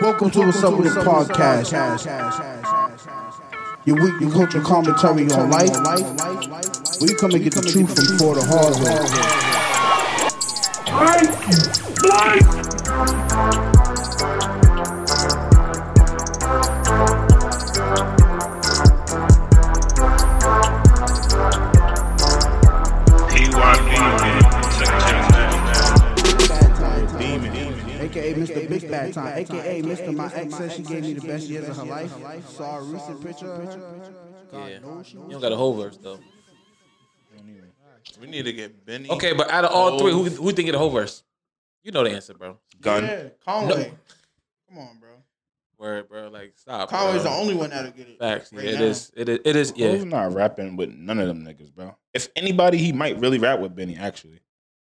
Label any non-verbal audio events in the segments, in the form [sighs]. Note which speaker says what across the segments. Speaker 1: Welcome to What's Up With It podcast. Your weekly culture commentary on life. We come and get the truth from for the hard way. AKA Mr. Big Bad Time. AKA Mr. My Ex says she gave me the best years of her life. Saw a recent picture of her.
Speaker 2: Yeah. You don't got a whole verse though.
Speaker 3: We need to get Benny.
Speaker 2: Okay, but out of all three, who who think of the whole verse? You know the answer, bro.
Speaker 3: gun?
Speaker 4: Yeah, Conway. Come on, bro.
Speaker 2: Word, bro. Like stop.
Speaker 4: Conway's
Speaker 2: bro.
Speaker 4: the only one that'll get it.
Speaker 2: facts. Yeah,
Speaker 4: right
Speaker 2: it
Speaker 4: now.
Speaker 2: is. It is. It is. Yeah,
Speaker 5: Who's not rapping with none of them niggas, bro? If anybody, he might really rap with Benny, actually.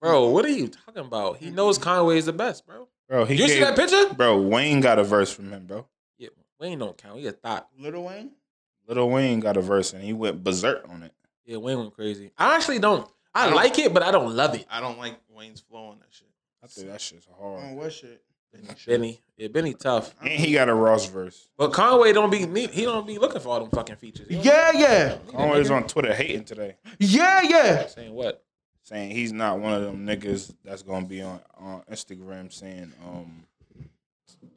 Speaker 2: bro. What are you talking about? He knows Conway is the best, bro.
Speaker 5: Bro, he
Speaker 2: you see
Speaker 5: gave-
Speaker 2: that picture?
Speaker 5: Bro, Wayne got a verse from him, bro.
Speaker 2: Yeah, Wayne don't count. He a thought.
Speaker 4: Little Wayne.
Speaker 5: Little Wayne got a verse and he went berserk on it.
Speaker 2: Yeah, Wayne went crazy. I actually don't. I
Speaker 3: I don't-
Speaker 2: like it, but I don't love it.
Speaker 3: I don't like Wayne's flow on that shit.
Speaker 5: I think that shit's
Speaker 4: On
Speaker 5: hard.
Speaker 4: what shit?
Speaker 3: Benny shit.
Speaker 2: Benny, yeah, Benny tough.
Speaker 5: And he got a Ross verse.
Speaker 2: But Conway don't be need. He don't be looking for all them fucking features. He don't
Speaker 4: Yeah, yeah,
Speaker 2: need it,
Speaker 5: Always
Speaker 2: nigga.
Speaker 5: on Twitter hating today,
Speaker 4: yeah, yeah.
Speaker 2: Saying what?
Speaker 5: saying he's not one of them niggas that's gonna be on, on Instagram saying, um,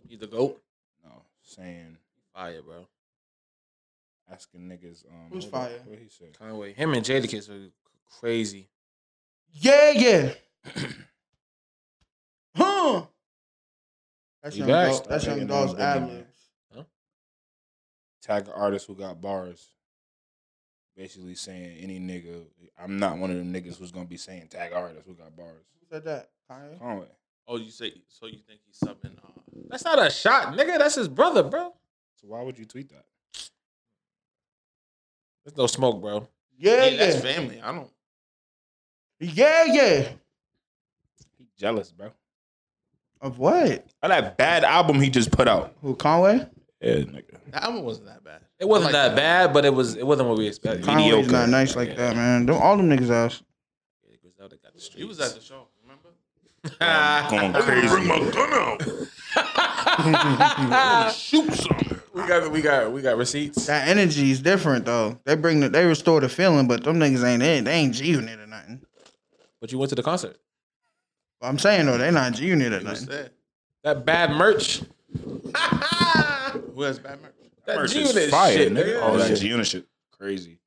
Speaker 2: He's the goat.
Speaker 5: no, saying
Speaker 2: Fire, bro.
Speaker 5: asking niggas, um,
Speaker 4: Who's
Speaker 5: hold on,
Speaker 4: fire?
Speaker 5: What he said?
Speaker 2: Conway, him and Jadakiss are crazy.
Speaker 4: Yeah, yeah. [clears throat] huh. That's
Speaker 2: You
Speaker 4: young,
Speaker 2: back?
Speaker 4: dog, that's young
Speaker 5: Taking
Speaker 4: dog's
Speaker 5: them good
Speaker 4: ad
Speaker 5: niggas.
Speaker 4: libs.
Speaker 5: Tag an artist who got bars. Basically saying any nigga, I'm not one of them niggas who's gonna be saying tag artists who got bars.
Speaker 4: Who said that? Kanye?
Speaker 5: Conway.
Speaker 3: Oh, you say so? You think he's subbing? Uh,
Speaker 2: That's not a shot, nigga. That's his brother, bro.
Speaker 5: So why would you tweet that?
Speaker 2: There's no smoke, bro.
Speaker 4: Yeah,
Speaker 3: yeah,
Speaker 4: yeah,
Speaker 3: that's family. I don't.
Speaker 4: yeah, yeah.
Speaker 5: He jealous, bro.
Speaker 4: Of what?
Speaker 5: Of that bad album he just put out.
Speaker 4: Who? Conway?
Speaker 5: Yeah, nigga.
Speaker 3: That album wasn't that bad.
Speaker 2: It wasn't
Speaker 3: I
Speaker 2: that
Speaker 3: like
Speaker 2: bad, but it was it wasn't what we expected.
Speaker 5: Con-
Speaker 4: Conway's
Speaker 5: Mediocre.
Speaker 4: not nice like that, man. Don't all them niggas ass.
Speaker 2: Yeah, Griselda got the
Speaker 3: He was
Speaker 2: streets.
Speaker 3: at the show. Remember?
Speaker 5: Going crazy.
Speaker 2: Ah. we got we got we got receipts.
Speaker 4: That energy is different though. They bring the, they restore the feeling, but them niggas ain't they, they ain't G unit or nothing.
Speaker 2: But you went to the concert.
Speaker 4: But I'm saying though, they not G unit or
Speaker 3: He was
Speaker 4: nothing.
Speaker 3: there.
Speaker 2: That bad
Speaker 3: [laughs]
Speaker 2: merch.
Speaker 3: Who has bad merch?
Speaker 2: That
Speaker 5: Merch
Speaker 2: G
Speaker 5: is
Speaker 2: unit
Speaker 5: fire,
Speaker 2: shit,
Speaker 5: nigga.
Speaker 2: nigga.
Speaker 5: All
Speaker 2: Yeah.
Speaker 5: that G unit shit. Crazy.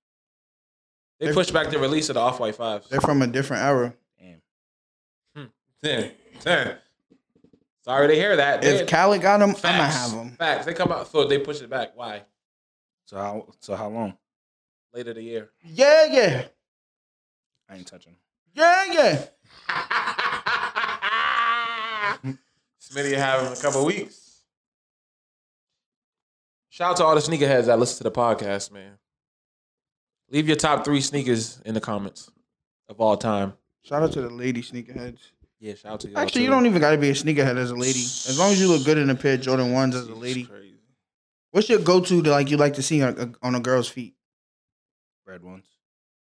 Speaker 2: They pushed back the release of the Off White Fives.
Speaker 4: They're from a different era.
Speaker 2: Damn. Damn. Sorry to hear that.
Speaker 4: If
Speaker 2: Damn.
Speaker 4: Cali got them,
Speaker 2: Facts.
Speaker 4: I'ma have them.
Speaker 2: Facts. They come out, so they push it back. Why?
Speaker 5: So how so how long?
Speaker 2: Later the year.
Speaker 4: Yeah, yeah,
Speaker 5: I ain't touching.
Speaker 4: yeah, yeah.
Speaker 2: Smitty having a couple weeks. Shout out to all the sneakerheads that listen to the podcast, man. Leave your top three sneakers in the comments of all time.
Speaker 4: Shout out to the lady sneakerheads.
Speaker 2: Yeah, shout out to you.
Speaker 4: Actually, you don't even gotta be a sneakerhead as a lady. As long as you look good in a pair of Jordan ones as a lady.
Speaker 3: Crazy.
Speaker 4: What's your go to that like you like to see on, on a girl's feet?
Speaker 5: Red ones.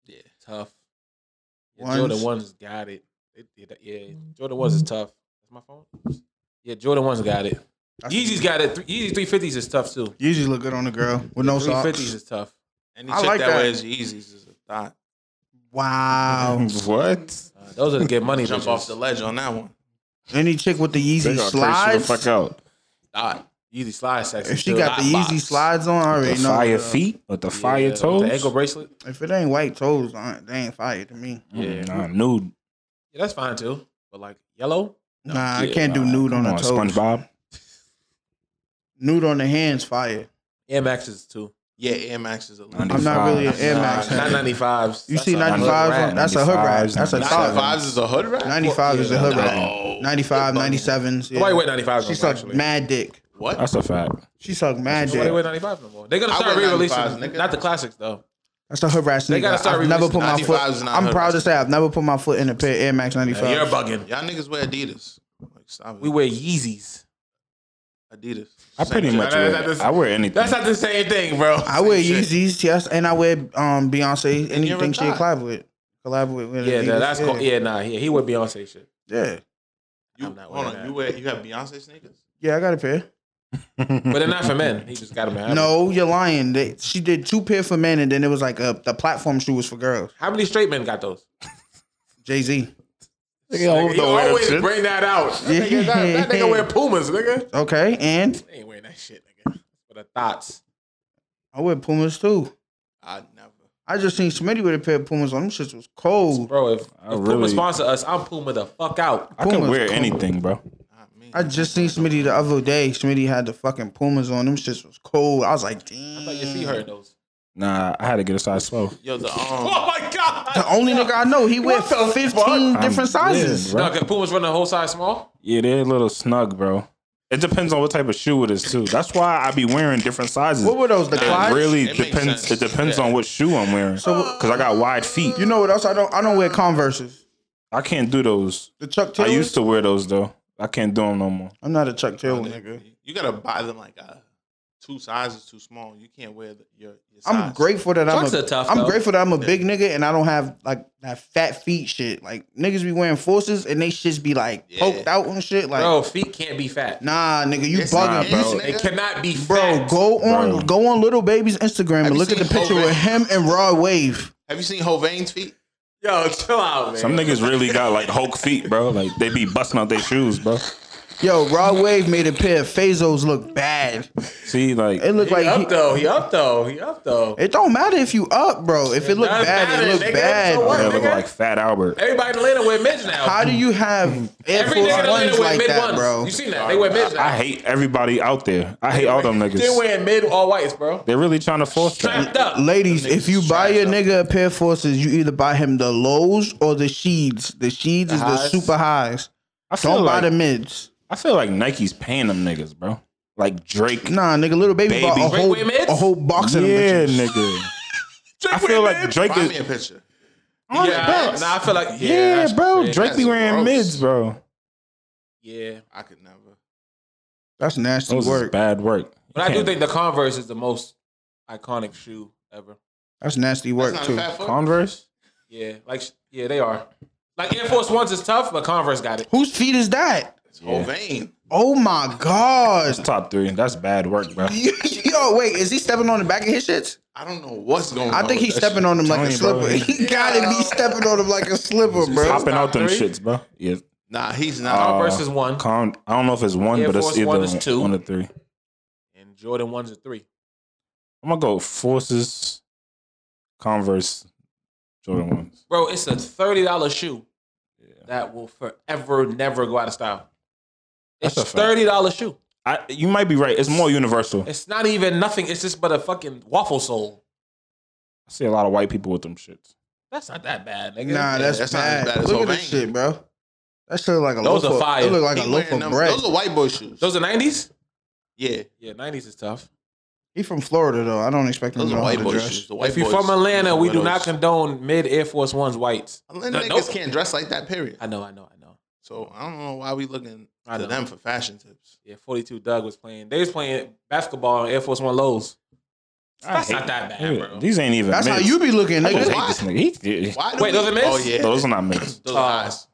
Speaker 2: Yeah, tough. Yeah,
Speaker 4: Ones. Mm-hmm.
Speaker 2: Jordan ones got it. It- it- Yeah, Jordan ones is tough. That's my phone. Yeah, Jordan ones got it.
Speaker 4: That's-
Speaker 2: Yeezy's got it. Three- Yeezy three fifties is tough too.
Speaker 4: Usually look good on a girl with no
Speaker 2: Three fifties
Speaker 4: socks.
Speaker 2: is tough.
Speaker 3: Any
Speaker 4: I
Speaker 3: chick
Speaker 4: like
Speaker 3: that,
Speaker 4: that.
Speaker 3: wears Yeezys is a thought.
Speaker 4: [laughs] Wow.
Speaker 5: What?
Speaker 2: Uh, those are the get money.
Speaker 3: Jump
Speaker 2: bitches.
Speaker 3: off the ledge on that one.
Speaker 4: Any chick with the Yeezy
Speaker 5: the
Speaker 4: slides.
Speaker 5: fuck out.
Speaker 2: Thought. Yeezy slide sexy.
Speaker 4: If she
Speaker 2: too.
Speaker 4: got the
Speaker 2: Hot
Speaker 4: Yeezy
Speaker 2: box.
Speaker 4: slides on, I already
Speaker 5: the
Speaker 4: know.
Speaker 5: fire
Speaker 4: girl.
Speaker 5: feet with the
Speaker 2: Yeah,
Speaker 5: fire
Speaker 2: with
Speaker 5: toes.
Speaker 2: the ankle bracelet.
Speaker 4: If it ain't white toes, I- they ain't fire to me.
Speaker 5: Mm,
Speaker 2: Yeah.
Speaker 5: Nah, nude.
Speaker 2: Yeah, that's fine too. But like yellow,
Speaker 4: nah,
Speaker 2: yeah,
Speaker 4: I can't do
Speaker 5: Nah,
Speaker 4: nude on
Speaker 5: come
Speaker 4: the toes.
Speaker 5: SpongeBob.
Speaker 4: Nude on the hands, fire.
Speaker 2: Air Maxes too.
Speaker 3: Yeah, Air Max is a little.
Speaker 5: Ninety-
Speaker 4: I'm not really an Air
Speaker 3: Nah,
Speaker 4: Max.
Speaker 2: Not
Speaker 4: head.
Speaker 2: ninety fives.
Speaker 4: You see 95s? On, that's a hood rat.
Speaker 5: 95s,
Speaker 4: That's a top.
Speaker 3: 95s is a hood rat.
Speaker 4: 95 is a hood rat.
Speaker 3: No.
Speaker 4: 95, 97s.
Speaker 2: Nobody wear
Speaker 4: Yeah.
Speaker 2: ninety fives.
Speaker 4: She
Speaker 2: She
Speaker 4: sucked
Speaker 2: actually.
Speaker 4: mad dick.
Speaker 3: What?
Speaker 5: That's a fact.
Speaker 4: She sucked mad
Speaker 2: Nobody
Speaker 4: dick.
Speaker 2: wear ninety fives no more. They're gonna
Speaker 3: I
Speaker 2: start
Speaker 3: wear
Speaker 2: re-releasing.
Speaker 3: 95s, nigga.
Speaker 2: Not the classics though.
Speaker 4: That's a hood rat
Speaker 2: They
Speaker 4: sneaker.
Speaker 2: gotta start
Speaker 4: I've never put
Speaker 2: releasing
Speaker 4: my foot.
Speaker 3: 95s is not
Speaker 4: I'm
Speaker 3: hood
Speaker 4: proud to
Speaker 3: rats.
Speaker 4: say I've never put my foot in a pair of Air Max 95.
Speaker 2: You're bugging.
Speaker 3: Y'all niggas wear Adidas. Like, stop it.
Speaker 2: We wear Yeezys.
Speaker 3: Adidas.
Speaker 5: I
Speaker 3: Same
Speaker 5: pretty
Speaker 3: shit.
Speaker 5: much
Speaker 2: Nah, nah,
Speaker 5: wear,
Speaker 2: nah, this-
Speaker 5: I wear anything.
Speaker 2: That's not the same thing, bro.
Speaker 4: I wear
Speaker 3: Same shit.
Speaker 4: Yeezys, yes, and I wear um Beyonce.
Speaker 3: And you're a
Speaker 4: Anything she
Speaker 3: thot.
Speaker 4: collab with, collab with. with
Speaker 2: Yeah,
Speaker 4: Adidas,
Speaker 2: nah, that's cool. Yeah, nah, yeah, he wear Beyonce shit.
Speaker 4: yeah.
Speaker 3: You,
Speaker 2: I'm not
Speaker 3: hold
Speaker 2: wearing
Speaker 3: on, you wear you have Beyonce sneakers?
Speaker 4: Yeah, I got a pair.
Speaker 2: But they're not for men. He just got them. to have them.
Speaker 4: No, you're lying. They, she did two pair for men, and then it was like uh, the platform shoe was for girls.
Speaker 2: How many straight men got those?
Speaker 4: Jay Z.
Speaker 6: Nigga, I hope
Speaker 2: You
Speaker 6: don't wear them
Speaker 2: always
Speaker 6: shit.
Speaker 2: bring that out. That nigga, that, that nigga wear Pumas, nigga.
Speaker 4: Okay, and
Speaker 2: They ain't wearing that shit, nigga. For the thoughts.
Speaker 4: I wear Pumas too.
Speaker 3: I never.
Speaker 4: I just seen somebody with a pair of Pumas on. Them shits was cold.
Speaker 2: Bro, if, if
Speaker 5: I
Speaker 2: Puma
Speaker 5: really-
Speaker 2: sponsor us, I'm Puma the fuck out.
Speaker 5: I can
Speaker 4: Pumas
Speaker 5: wear
Speaker 4: cold.
Speaker 5: anything, bro.
Speaker 3: Not me.
Speaker 4: I just seen Smitty the other day. Smitty had the fucking Pumas on. Them shits was cold. I was like, damn.
Speaker 2: I thought your feet hurt in those.
Speaker 5: Nah, I had to get a size slow.
Speaker 3: Yo, the
Speaker 2: Oh
Speaker 3: um,
Speaker 2: my god.
Speaker 4: Mm. The only nigga I know, he wear
Speaker 2: What the
Speaker 4: 15
Speaker 2: fuck?
Speaker 4: different
Speaker 5: I'm
Speaker 4: sizes.
Speaker 5: dead, bro.
Speaker 2: No, cause Pumas run the whole size small.
Speaker 5: Yeah, they're a little snug, bro. It depends on what type of shoe it is too. That's why I be wearing different sizes.
Speaker 4: What were those? The
Speaker 3: Nah,
Speaker 5: it
Speaker 4: Clydes?
Speaker 5: really
Speaker 3: It makes
Speaker 5: depends. It
Speaker 3: sense.
Speaker 5: depends
Speaker 3: Yeah.
Speaker 5: on what shoe I'm wearing.
Speaker 4: So-
Speaker 5: because I got wide feet,
Speaker 4: You know what else? I don't. I don't wear Converse's.
Speaker 5: I can't do those.
Speaker 4: The Chuck
Speaker 5: I
Speaker 4: Taylor.
Speaker 5: used to wear those though. I can't do them no more.
Speaker 4: I'm not a Chuck Taylor nigga.
Speaker 3: you gotta buy them like uh, two sizes too small. You can't wear the, your, your size.
Speaker 4: I'm grateful that I'm.
Speaker 2: Chucks
Speaker 4: A,
Speaker 2: are tough,
Speaker 4: I'm
Speaker 2: though.
Speaker 4: grateful that I'm a big nigga and I don't have like that fat feet shit. Like niggas be wearing forces and they shits be like poked
Speaker 3: Yeah.
Speaker 4: out and shit. Like
Speaker 2: Bro, feet can't be fat.
Speaker 4: nah, nigga, you
Speaker 3: It's not,
Speaker 4: bugging,
Speaker 3: bro.
Speaker 4: bro.
Speaker 2: They cannot be
Speaker 4: Bro,
Speaker 2: fat.
Speaker 4: go on,
Speaker 5: Bro.
Speaker 4: go on little baby's Instagram and
Speaker 3: you
Speaker 4: look at the
Speaker 3: seen
Speaker 4: picture
Speaker 3: Hov-
Speaker 4: with him and Raw Wave.
Speaker 3: Have you seen Hovain's feet?
Speaker 2: Yo, chill out, man.
Speaker 5: Some niggas really got like Hulk feet, bro. Like they be busting out their shoes, bro.
Speaker 4: Yo, Raw Wave made a pair of Fazos look bad.
Speaker 5: See, like
Speaker 4: It looked
Speaker 2: he
Speaker 4: like
Speaker 2: up
Speaker 4: he-
Speaker 2: though. He up though. He up though.
Speaker 4: it don't matter if you up, bro. If it look
Speaker 2: does
Speaker 4: bad,
Speaker 2: matter,
Speaker 4: it look
Speaker 2: nigga.
Speaker 4: bad.
Speaker 2: So what,
Speaker 5: they
Speaker 4: bro.
Speaker 5: look
Speaker 2: nigga?
Speaker 5: like Fat Albert.
Speaker 2: Everybody in Atlanta wear mids now.
Speaker 4: How do you have Air
Speaker 2: Every nigga in
Speaker 4: Force
Speaker 2: Atlanta
Speaker 4: Ones
Speaker 2: wear
Speaker 4: like
Speaker 2: mid
Speaker 4: that,
Speaker 2: ones.
Speaker 4: bro?
Speaker 2: You seen that? They wear mids now.
Speaker 5: I hate everybody out there. I hate all them
Speaker 2: They
Speaker 5: niggas.
Speaker 2: wearing mid all whites, bro.
Speaker 5: They're really trying to force that.
Speaker 2: Strapped up.
Speaker 4: Ladies,
Speaker 3: Them niggas
Speaker 4: if you buy
Speaker 3: strapped
Speaker 4: your
Speaker 3: up.
Speaker 4: nigga a pair of forces, you either buy him the lows or the sheeds. The sheeds is
Speaker 2: highs?
Speaker 4: the super highs.
Speaker 5: I feel
Speaker 4: Don't
Speaker 5: like
Speaker 4: buy the mids.
Speaker 5: I feel like Nike's paying them niggas, bro. Like Drake.
Speaker 4: Nah, nigga, little baby,
Speaker 5: Baby.
Speaker 4: bought a
Speaker 5: Drake
Speaker 4: whole
Speaker 2: wear mids?
Speaker 4: a whole box of
Speaker 5: yeah,
Speaker 4: them. bitches.
Speaker 5: nigga. I feel like [laughs] Drake
Speaker 3: Find me
Speaker 5: is.
Speaker 3: a picture.
Speaker 2: Yeah, nah, I feel like yeah,
Speaker 5: Yeah,
Speaker 2: that's
Speaker 5: bro.
Speaker 2: crazy.
Speaker 5: Drake be
Speaker 3: That's
Speaker 5: wearing
Speaker 3: gross.
Speaker 5: mids, bro.
Speaker 2: Yeah,
Speaker 3: I could never.
Speaker 4: That's nasty
Speaker 5: Those is
Speaker 4: work.
Speaker 5: bad work.
Speaker 2: but I do
Speaker 5: Can't-
Speaker 2: think the Converse is the most iconic shoe ever.
Speaker 4: That's nasty
Speaker 3: That's
Speaker 4: work
Speaker 3: not a
Speaker 4: too.
Speaker 3: fat foot.
Speaker 5: Converse.
Speaker 2: Yeah, like yeah, they are. Like Air Force Ones is tough, but Converse got it.
Speaker 4: Whose feet is that?
Speaker 3: It's Hovain.
Speaker 4: Oh my
Speaker 5: That's [laughs]
Speaker 4: god.
Speaker 5: top three. That's bad work, bro.
Speaker 4: Yo, wait, is he stepping on the back of his shits?
Speaker 3: I don't know what's going on.
Speaker 4: I think
Speaker 3: with
Speaker 4: he's
Speaker 3: that
Speaker 4: stepping on them like a
Speaker 5: Tony, bro.
Speaker 4: slipper. [laughs]
Speaker 3: [laughs]
Speaker 4: He gotta be stepping on them like a slipper, bro.
Speaker 5: Popping out them
Speaker 2: Top three?
Speaker 5: shits, bro. Yeah.
Speaker 3: shit. Nah, he's
Speaker 5: Uh,
Speaker 3: not.
Speaker 2: Converse is one,
Speaker 5: Con- I don't know if it's one,
Speaker 2: Air
Speaker 5: but it's
Speaker 2: Force
Speaker 5: either
Speaker 2: One
Speaker 5: one,
Speaker 2: is two.
Speaker 5: one or three.
Speaker 2: and Jordan Ones are three.
Speaker 5: I'm gonna go forces, Converse, Jordan ones.
Speaker 2: Bro, it's a thirty dollar shoe that will forever never go out of style. It's
Speaker 5: That's
Speaker 2: a
Speaker 5: a fact.
Speaker 2: thirty dollar shoe.
Speaker 5: I, you might be right. It's more universal. I
Speaker 2: It's not even nothing. It's just but a fucking waffle sole.
Speaker 5: see a lot of white people with them shits.
Speaker 2: That's not that bad, nigga.
Speaker 4: Nah,
Speaker 2: Yeah,
Speaker 4: that's,
Speaker 3: that's not
Speaker 4: bad.
Speaker 3: as bad as
Speaker 4: Look at this
Speaker 3: Hovain.
Speaker 4: shit, bro. That shit look like a
Speaker 2: Those
Speaker 4: loaf
Speaker 2: are
Speaker 4: of-
Speaker 2: fire.
Speaker 4: It look like
Speaker 3: He
Speaker 4: a loaf
Speaker 3: wearing
Speaker 4: of
Speaker 3: them-
Speaker 4: bread.
Speaker 3: Those are white boy shoes.
Speaker 2: those are nineties.
Speaker 3: yeah,
Speaker 2: Yeah, nineties is tough.
Speaker 4: He from Florida though. I don't expect him
Speaker 3: those
Speaker 4: to
Speaker 3: are
Speaker 4: know how
Speaker 3: white
Speaker 4: to
Speaker 3: boy
Speaker 4: dress.
Speaker 3: shoes. The white
Speaker 2: if you're
Speaker 3: boys
Speaker 2: from Atlanta, we
Speaker 3: wear
Speaker 2: do
Speaker 3: those.
Speaker 2: not condone mid Air Force Ones whites.
Speaker 3: Atlanta niggas
Speaker 2: Nope.
Speaker 3: can't dress like that. Period.
Speaker 2: I know, I know, I know.
Speaker 3: So I don't know why we looking
Speaker 2: I
Speaker 3: to
Speaker 2: know.
Speaker 3: them for fashion tips.
Speaker 2: Yeah, 42 Doug was playing. They was playing basketball on Air Force One lows. That's not that bad,
Speaker 5: Nigga,
Speaker 2: bro.
Speaker 5: These ain't even.
Speaker 4: That's how
Speaker 5: mids.
Speaker 4: you be looking,
Speaker 5: I just
Speaker 4: nigga.
Speaker 5: hate this nigga. He- he-
Speaker 3: Why do
Speaker 2: Wait,
Speaker 3: we,
Speaker 2: those are mids?
Speaker 3: Oh yeah,
Speaker 5: those are not mids.
Speaker 3: Those Uh, are highs.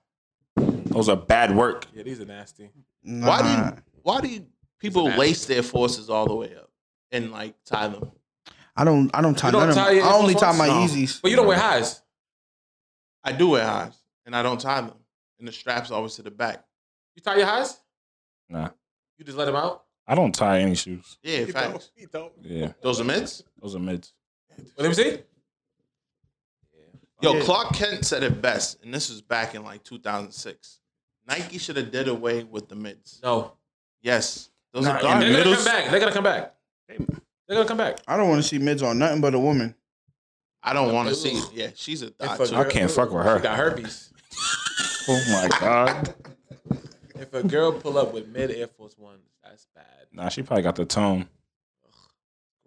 Speaker 5: Those are bad work.
Speaker 2: Yeah, these are nasty.
Speaker 4: Nah.
Speaker 3: Why do you, why do you, people
Speaker 2: It's an
Speaker 3: lace their forces all the way up and like tie them?
Speaker 4: I don't. I don't tie
Speaker 2: You don't
Speaker 4: none of
Speaker 2: tie
Speaker 4: them.
Speaker 2: your
Speaker 4: I only
Speaker 2: Air
Speaker 4: tie
Speaker 2: Force
Speaker 4: my
Speaker 2: Ones?
Speaker 4: Yeezys.
Speaker 2: But you don't wear highs.
Speaker 3: I do wear highs and I don't tie them, and the straps always to the back.
Speaker 2: You tie your highs?
Speaker 5: Nah,
Speaker 2: You just let them out?
Speaker 5: I don't tie any shoes.
Speaker 3: Yeah, facts.
Speaker 5: Yeah,
Speaker 3: Those are mids.
Speaker 5: those are mids.
Speaker 2: Well, let me see.
Speaker 3: Yo, Clark Kent said it best, and this was back in like 2006. Nike should have did away with the mids.
Speaker 2: No.
Speaker 3: Yes, those
Speaker 5: Nah,
Speaker 3: are
Speaker 2: They're
Speaker 3: garbage.
Speaker 5: in
Speaker 2: going to come
Speaker 5: middles?
Speaker 2: back. They're going to come back. They're going to come back.
Speaker 4: I don't want to see mids on nothing but a woman.
Speaker 3: I don't want to
Speaker 2: Ugh.
Speaker 3: see. Yeah, she's a
Speaker 2: If
Speaker 3: thought
Speaker 2: a
Speaker 3: too.
Speaker 5: I can't fuck with her.
Speaker 2: She got herpes.
Speaker 5: Oh my god.
Speaker 2: If a girl pull up with mid Air Force Ones, that's bad.
Speaker 5: Nah, she probably got the tone.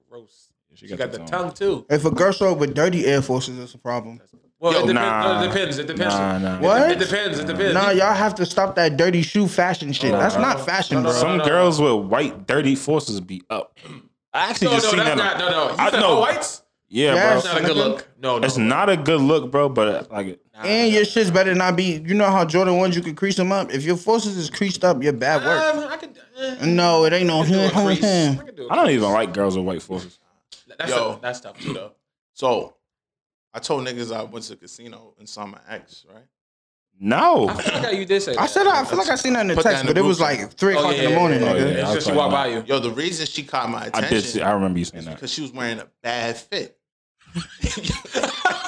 Speaker 2: Gross.
Speaker 5: She
Speaker 2: She
Speaker 5: got
Speaker 2: got,
Speaker 5: the
Speaker 2: the tongue too.
Speaker 4: If a girl show up with dirty Air Forces, it's a problem.
Speaker 2: Well,
Speaker 3: Yo,
Speaker 2: it, depends.
Speaker 5: nah.
Speaker 2: it depends. It depends.
Speaker 5: Nah, nah.
Speaker 4: What?
Speaker 2: It depends. It depends.
Speaker 4: Nah, y'all have to stop that dirty shoe fashion shit.
Speaker 5: Oh,
Speaker 4: That's
Speaker 5: no.
Speaker 4: not fashion,
Speaker 2: No, no,
Speaker 4: bro.
Speaker 5: Some
Speaker 2: no.
Speaker 5: girls with white dirty forces be up. I actually
Speaker 2: No,
Speaker 5: just
Speaker 2: no,
Speaker 5: seen
Speaker 2: that's
Speaker 5: that.
Speaker 2: not.
Speaker 5: on-
Speaker 2: No, no. You
Speaker 5: I
Speaker 2: said
Speaker 5: know.
Speaker 2: all whites?
Speaker 5: Yeah,
Speaker 4: Yes.
Speaker 5: bro.
Speaker 2: Not a good look. No, no.
Speaker 5: It's not a good look, bro. But like,
Speaker 2: Nah.
Speaker 4: And your shit's better not be. You know how Jordan ones you could crease them up. If your forces is creased up, you're bad work.
Speaker 2: Um, I could, eh.
Speaker 4: No, it ain't no.
Speaker 2: I could do a crease.
Speaker 4: him.
Speaker 2: I could do a
Speaker 5: I don't
Speaker 2: crease.
Speaker 5: even like girls with white forces.
Speaker 2: That's,
Speaker 3: Yo.
Speaker 2: tough- that's tough too, though.
Speaker 3: So I told niggas I went to the casino and saw my ex, right?
Speaker 5: No,
Speaker 2: I feel like you did say.
Speaker 4: I
Speaker 2: that.
Speaker 4: said I feel like I seen that in the
Speaker 3: Put that
Speaker 4: text,
Speaker 3: in
Speaker 4: but
Speaker 3: the
Speaker 4: it was
Speaker 3: group
Speaker 4: like three
Speaker 2: Oh,
Speaker 4: o'clock
Speaker 2: yeah,
Speaker 4: in the morning.
Speaker 2: yeah,
Speaker 5: Oh,
Speaker 4: nigga.
Speaker 5: yeah.
Speaker 2: It's
Speaker 5: I was
Speaker 2: just she
Speaker 5: talking
Speaker 2: walked
Speaker 5: about-
Speaker 2: by you.
Speaker 3: Yo, the reason she caught my
Speaker 5: I
Speaker 3: attention
Speaker 5: did. See, I remember you
Speaker 3: is
Speaker 5: saying that.
Speaker 3: because she was wearing a bad fit.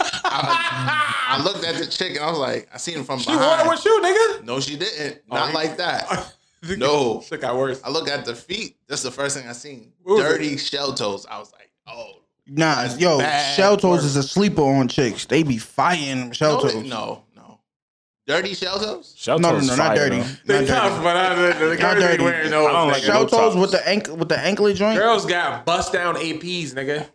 Speaker 3: I, I looked at the chick and I was like, I seen her from
Speaker 2: She wore it
Speaker 3: behind.
Speaker 2: with you, nigga.
Speaker 3: no, she didn't. Not
Speaker 2: you- [laughs]
Speaker 3: like that. No.
Speaker 2: shit got worse.
Speaker 3: I look at the feet. That's the first thing I seen.
Speaker 2: What was
Speaker 3: Dirty shell toes. I was like, oh
Speaker 4: Nah,
Speaker 3: That's
Speaker 4: yo,
Speaker 3: bad
Speaker 4: shell toes
Speaker 3: work.
Speaker 4: is a sleeper on chicks. They be fighting shell
Speaker 3: no,
Speaker 4: toes.
Speaker 3: they- no, no. Dirty shell toes?
Speaker 5: Shell
Speaker 4: no, no,
Speaker 5: toes
Speaker 4: no,
Speaker 5: fire,
Speaker 4: not dirty.
Speaker 5: though.
Speaker 4: Not
Speaker 2: They
Speaker 4: dirty.
Speaker 2: tough, but I, the, the
Speaker 4: Not
Speaker 2: girls ain't
Speaker 4: dirty.
Speaker 2: wearing those.
Speaker 5: I don't
Speaker 2: nigga.
Speaker 5: like
Speaker 4: Shell
Speaker 5: No
Speaker 4: toes
Speaker 5: tops.
Speaker 4: with the ankle with the anklet joint.
Speaker 2: Girls got bust down APs, nigga.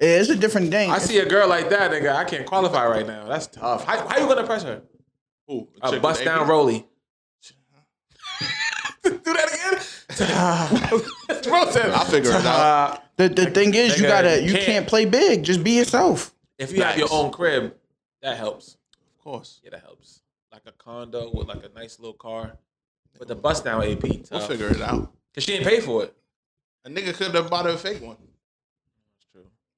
Speaker 4: Yeah, it's a different thing.
Speaker 2: I see a girl like that, nigga. I can't qualify right now. That's tough. How, how you gonna press her?
Speaker 3: Who? a chick
Speaker 2: A
Speaker 3: with
Speaker 2: bust down
Speaker 3: AP?
Speaker 2: Rolly. Do that [laughs] again. Bro said,
Speaker 3: I'll figure it
Speaker 2: [laughs]
Speaker 3: out.
Speaker 2: Uh,
Speaker 4: the the thing is, you
Speaker 2: nigga,
Speaker 4: gotta you
Speaker 2: can't-
Speaker 4: can't play big. Just be yourself.
Speaker 2: If you have your
Speaker 3: Facts.
Speaker 2: own crib, that helps.
Speaker 3: Of course.
Speaker 2: Yeah, that helps. Like a condo with like a nice little car. But the bust down AP,
Speaker 3: We'll
Speaker 2: tough.
Speaker 3: figure it out.
Speaker 2: Cause she didn't pay for it.
Speaker 3: A nigga could have bought a fake one.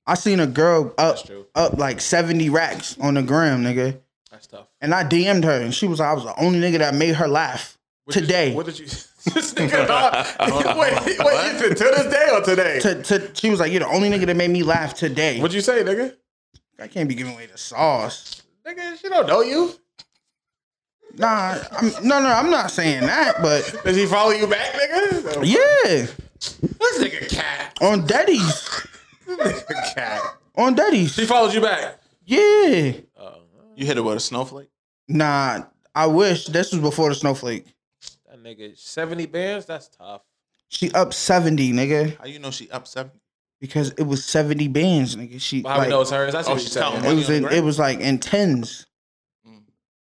Speaker 4: I seen a girl up
Speaker 2: That's true.
Speaker 4: up like seventy racks on the gram, nigga.
Speaker 2: That's tough.
Speaker 4: And I DM'd her, and she was like, "I was the only nigga that made her laugh
Speaker 2: What did-
Speaker 4: today."
Speaker 2: what did you? [laughs] this nigga, [laughs] dog. wait, wait, is it to this day or today?
Speaker 4: to, to, she was like, "You're the only nigga that made me laugh today."
Speaker 2: What'd you say, nigga?
Speaker 4: I can't be giving away the sauce.
Speaker 2: Nigga, she don't know you.
Speaker 4: Nah, I'm, no, no, I'm not saying that, but
Speaker 2: [laughs] Does he follow you back, nigga?
Speaker 4: yeah,
Speaker 2: This nigga cat.
Speaker 4: on
Speaker 3: [laughs]
Speaker 4: daddies,
Speaker 2: cat.
Speaker 4: on daddies,
Speaker 2: She follows you back.
Speaker 4: yeah.
Speaker 2: Oh,
Speaker 3: You hit it with a snowflake?
Speaker 4: Nah, I wish this was before the snowflake.
Speaker 2: that nigga seventy bands. That's tough.
Speaker 4: She up seventy, nigga,
Speaker 3: How you know she up seven?
Speaker 4: because it was seventy bands, nigga. She
Speaker 2: But how we
Speaker 4: like,
Speaker 2: know it's hers? That's
Speaker 3: Oh,
Speaker 2: what she's
Speaker 3: she's
Speaker 2: saying.
Speaker 3: counting.
Speaker 4: it was
Speaker 3: money on
Speaker 4: in,
Speaker 3: the
Speaker 4: it
Speaker 3: gram?
Speaker 4: was like in tens.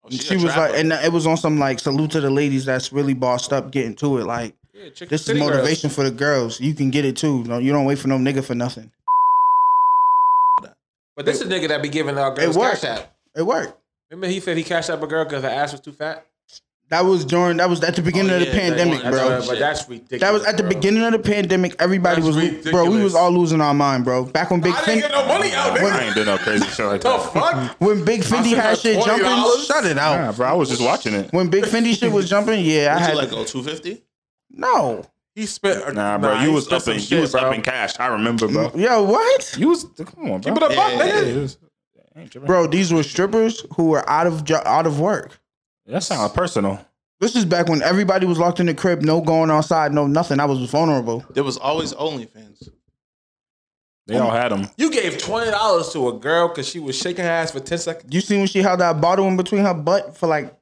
Speaker 3: Oh,
Speaker 4: she,
Speaker 3: a
Speaker 4: was like,
Speaker 3: trapper.
Speaker 4: and it was on some like salute to the ladies that's really bossed up getting to it. Like
Speaker 2: Yeah, chick-
Speaker 4: this is
Speaker 2: city girls.
Speaker 4: motivation for the girls. You can get it too. No, you don't wait for no nigga for nothing.
Speaker 2: But this is nigga that be giving our girls
Speaker 4: It worked.
Speaker 2: cash app.
Speaker 4: It worked.
Speaker 2: Remember he said he cashed up a girl because her ass was too fat.
Speaker 4: That was during. That was at the beginning
Speaker 3: Oh,
Speaker 4: of the
Speaker 3: yeah, that
Speaker 4: pandemic,
Speaker 3: one-
Speaker 2: That's
Speaker 4: bro.
Speaker 2: what- but that's ridiculous.
Speaker 4: That was at the
Speaker 2: bro.
Speaker 4: beginning of the pandemic. Everybody was,
Speaker 2: That's
Speaker 4: lo- bro. We
Speaker 2: ridiculous.
Speaker 4: was all losing our mind, bro. Back when Big
Speaker 2: I didn't
Speaker 4: Fendi,
Speaker 2: get no money out,
Speaker 5: I
Speaker 2: nigga.
Speaker 5: ain't doing no crazy shit like
Speaker 2: The
Speaker 5: that.
Speaker 2: fuck?
Speaker 4: when Big Fendi
Speaker 2: said
Speaker 4: had
Speaker 2: that's
Speaker 4: shit jumping,
Speaker 2: $20.
Speaker 4: shut it out.
Speaker 5: Nah, bro, I was just watching it.
Speaker 4: When Big Fendi shit was jumping, yeah, I
Speaker 3: Would
Speaker 4: had
Speaker 3: you like go 250?
Speaker 4: no.
Speaker 2: He spent.
Speaker 5: Nah, bro, you was up in you was up in
Speaker 2: cash.
Speaker 5: cash. I remember, bro.
Speaker 4: Yo, what,
Speaker 5: You was come on, bro.
Speaker 2: Keep it a buck,
Speaker 3: Yeah,
Speaker 2: nigga.
Speaker 5: it was- I ain't tripping.
Speaker 4: bro? These were strippers who were out of jo- out of work.
Speaker 5: That sounds personal.
Speaker 4: This is back when everybody was locked in the crib, no going outside, no nothing. I was vulnerable.
Speaker 3: There was always OnlyFans.
Speaker 5: They all had them.
Speaker 2: You gave twenty dollars to a girl because she was shaking her ass for ten seconds.
Speaker 4: You seen when she held that bottle in between her butt for like,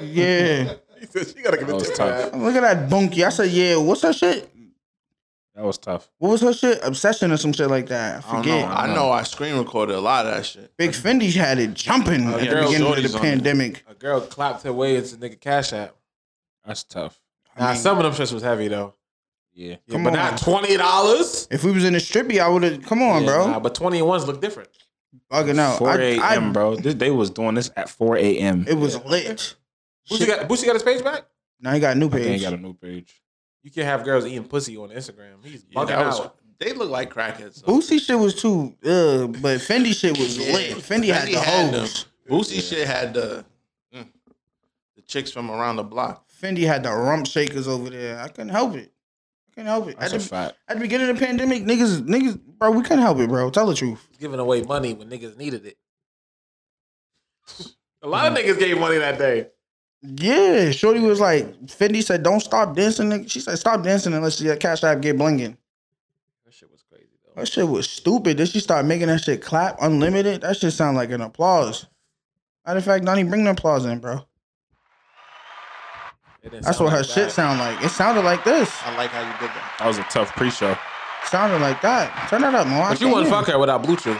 Speaker 4: yeah.
Speaker 2: He said she gotta give
Speaker 3: Oh,
Speaker 5: That
Speaker 2: it
Speaker 5: was
Speaker 2: to
Speaker 5: tough.
Speaker 4: Look at that bunky. I said, yeah. What's her shit?
Speaker 5: That was tough.
Speaker 4: What was her shit? Obsession or some shit like that. I
Speaker 3: I don't know.
Speaker 4: forget.
Speaker 3: I know I screen recorded a lot of that shit.
Speaker 4: Big Fendi had it jumping
Speaker 5: Oh,
Speaker 4: at
Speaker 2: yeah,
Speaker 4: the
Speaker 2: girl
Speaker 4: beginning of
Speaker 3: shorties
Speaker 4: the
Speaker 3: on it.
Speaker 4: pandemic.
Speaker 2: A girl clapped her way into nigga cash app.
Speaker 5: That's tough.
Speaker 2: Nah, some of them shits was heavy though.
Speaker 5: Yeah.
Speaker 2: Yeah,
Speaker 4: Come
Speaker 2: but
Speaker 4: on.
Speaker 2: not twenty dollars.
Speaker 4: If we was in a strippy, I would have. Come on, bro.
Speaker 2: Nah, but twenty ones look different.
Speaker 4: Bugging out.
Speaker 5: 4
Speaker 4: I, I-
Speaker 5: a.m., bro. This, they was doing this at 4 a.m.
Speaker 4: It was lit.
Speaker 2: Boosie got Boosie got his page back.
Speaker 4: Now he got a new
Speaker 5: They ain't
Speaker 4: page.
Speaker 5: got a new page.
Speaker 2: You can't have girls eating pussy on Instagram. He's
Speaker 3: Yeah,
Speaker 2: bugging
Speaker 3: that was,
Speaker 2: out.
Speaker 3: they look like crackheads. though.
Speaker 4: Boosie shit was too, uh, but Fendi shit was
Speaker 3: Yeah.
Speaker 4: lit. Fendi, had the
Speaker 3: them.
Speaker 4: hoes.
Speaker 3: Boosie shit had the mm, the chicks from around the block.
Speaker 4: Fendi had the rump shakers over there. I couldn't help it. I couldn't help it. At
Speaker 5: That's a
Speaker 4: the,
Speaker 5: fact.
Speaker 4: at the beginning of the pandemic, niggas, niggas, bro, we couldn't help it, bro. Tell the truth.
Speaker 2: He's giving away money when niggas needed it. A lot of niggas gave money that day.
Speaker 4: Yeah, Shorty was like, Fendi said, "Don't stop dancing." nigga." She said, "Stop dancing unless your cash app get blinging."
Speaker 2: That shit was crazy though.
Speaker 4: That shit was stupid. Then she started making that shit clap unlimited. That shit sound like an applause. Matter of fact, don't even bring the applause in, bro.
Speaker 2: It didn't
Speaker 4: That's
Speaker 2: sound
Speaker 4: what her
Speaker 2: like
Speaker 4: shit
Speaker 2: that.
Speaker 4: sound like. It sounded like this.
Speaker 3: I like how you did that.
Speaker 5: That was a tough pre-show.
Speaker 4: sounded like that. Turn that up, Mo. I
Speaker 2: But you
Speaker 4: can't
Speaker 2: wouldn't
Speaker 4: hear.
Speaker 2: fuck her without Blue Chew.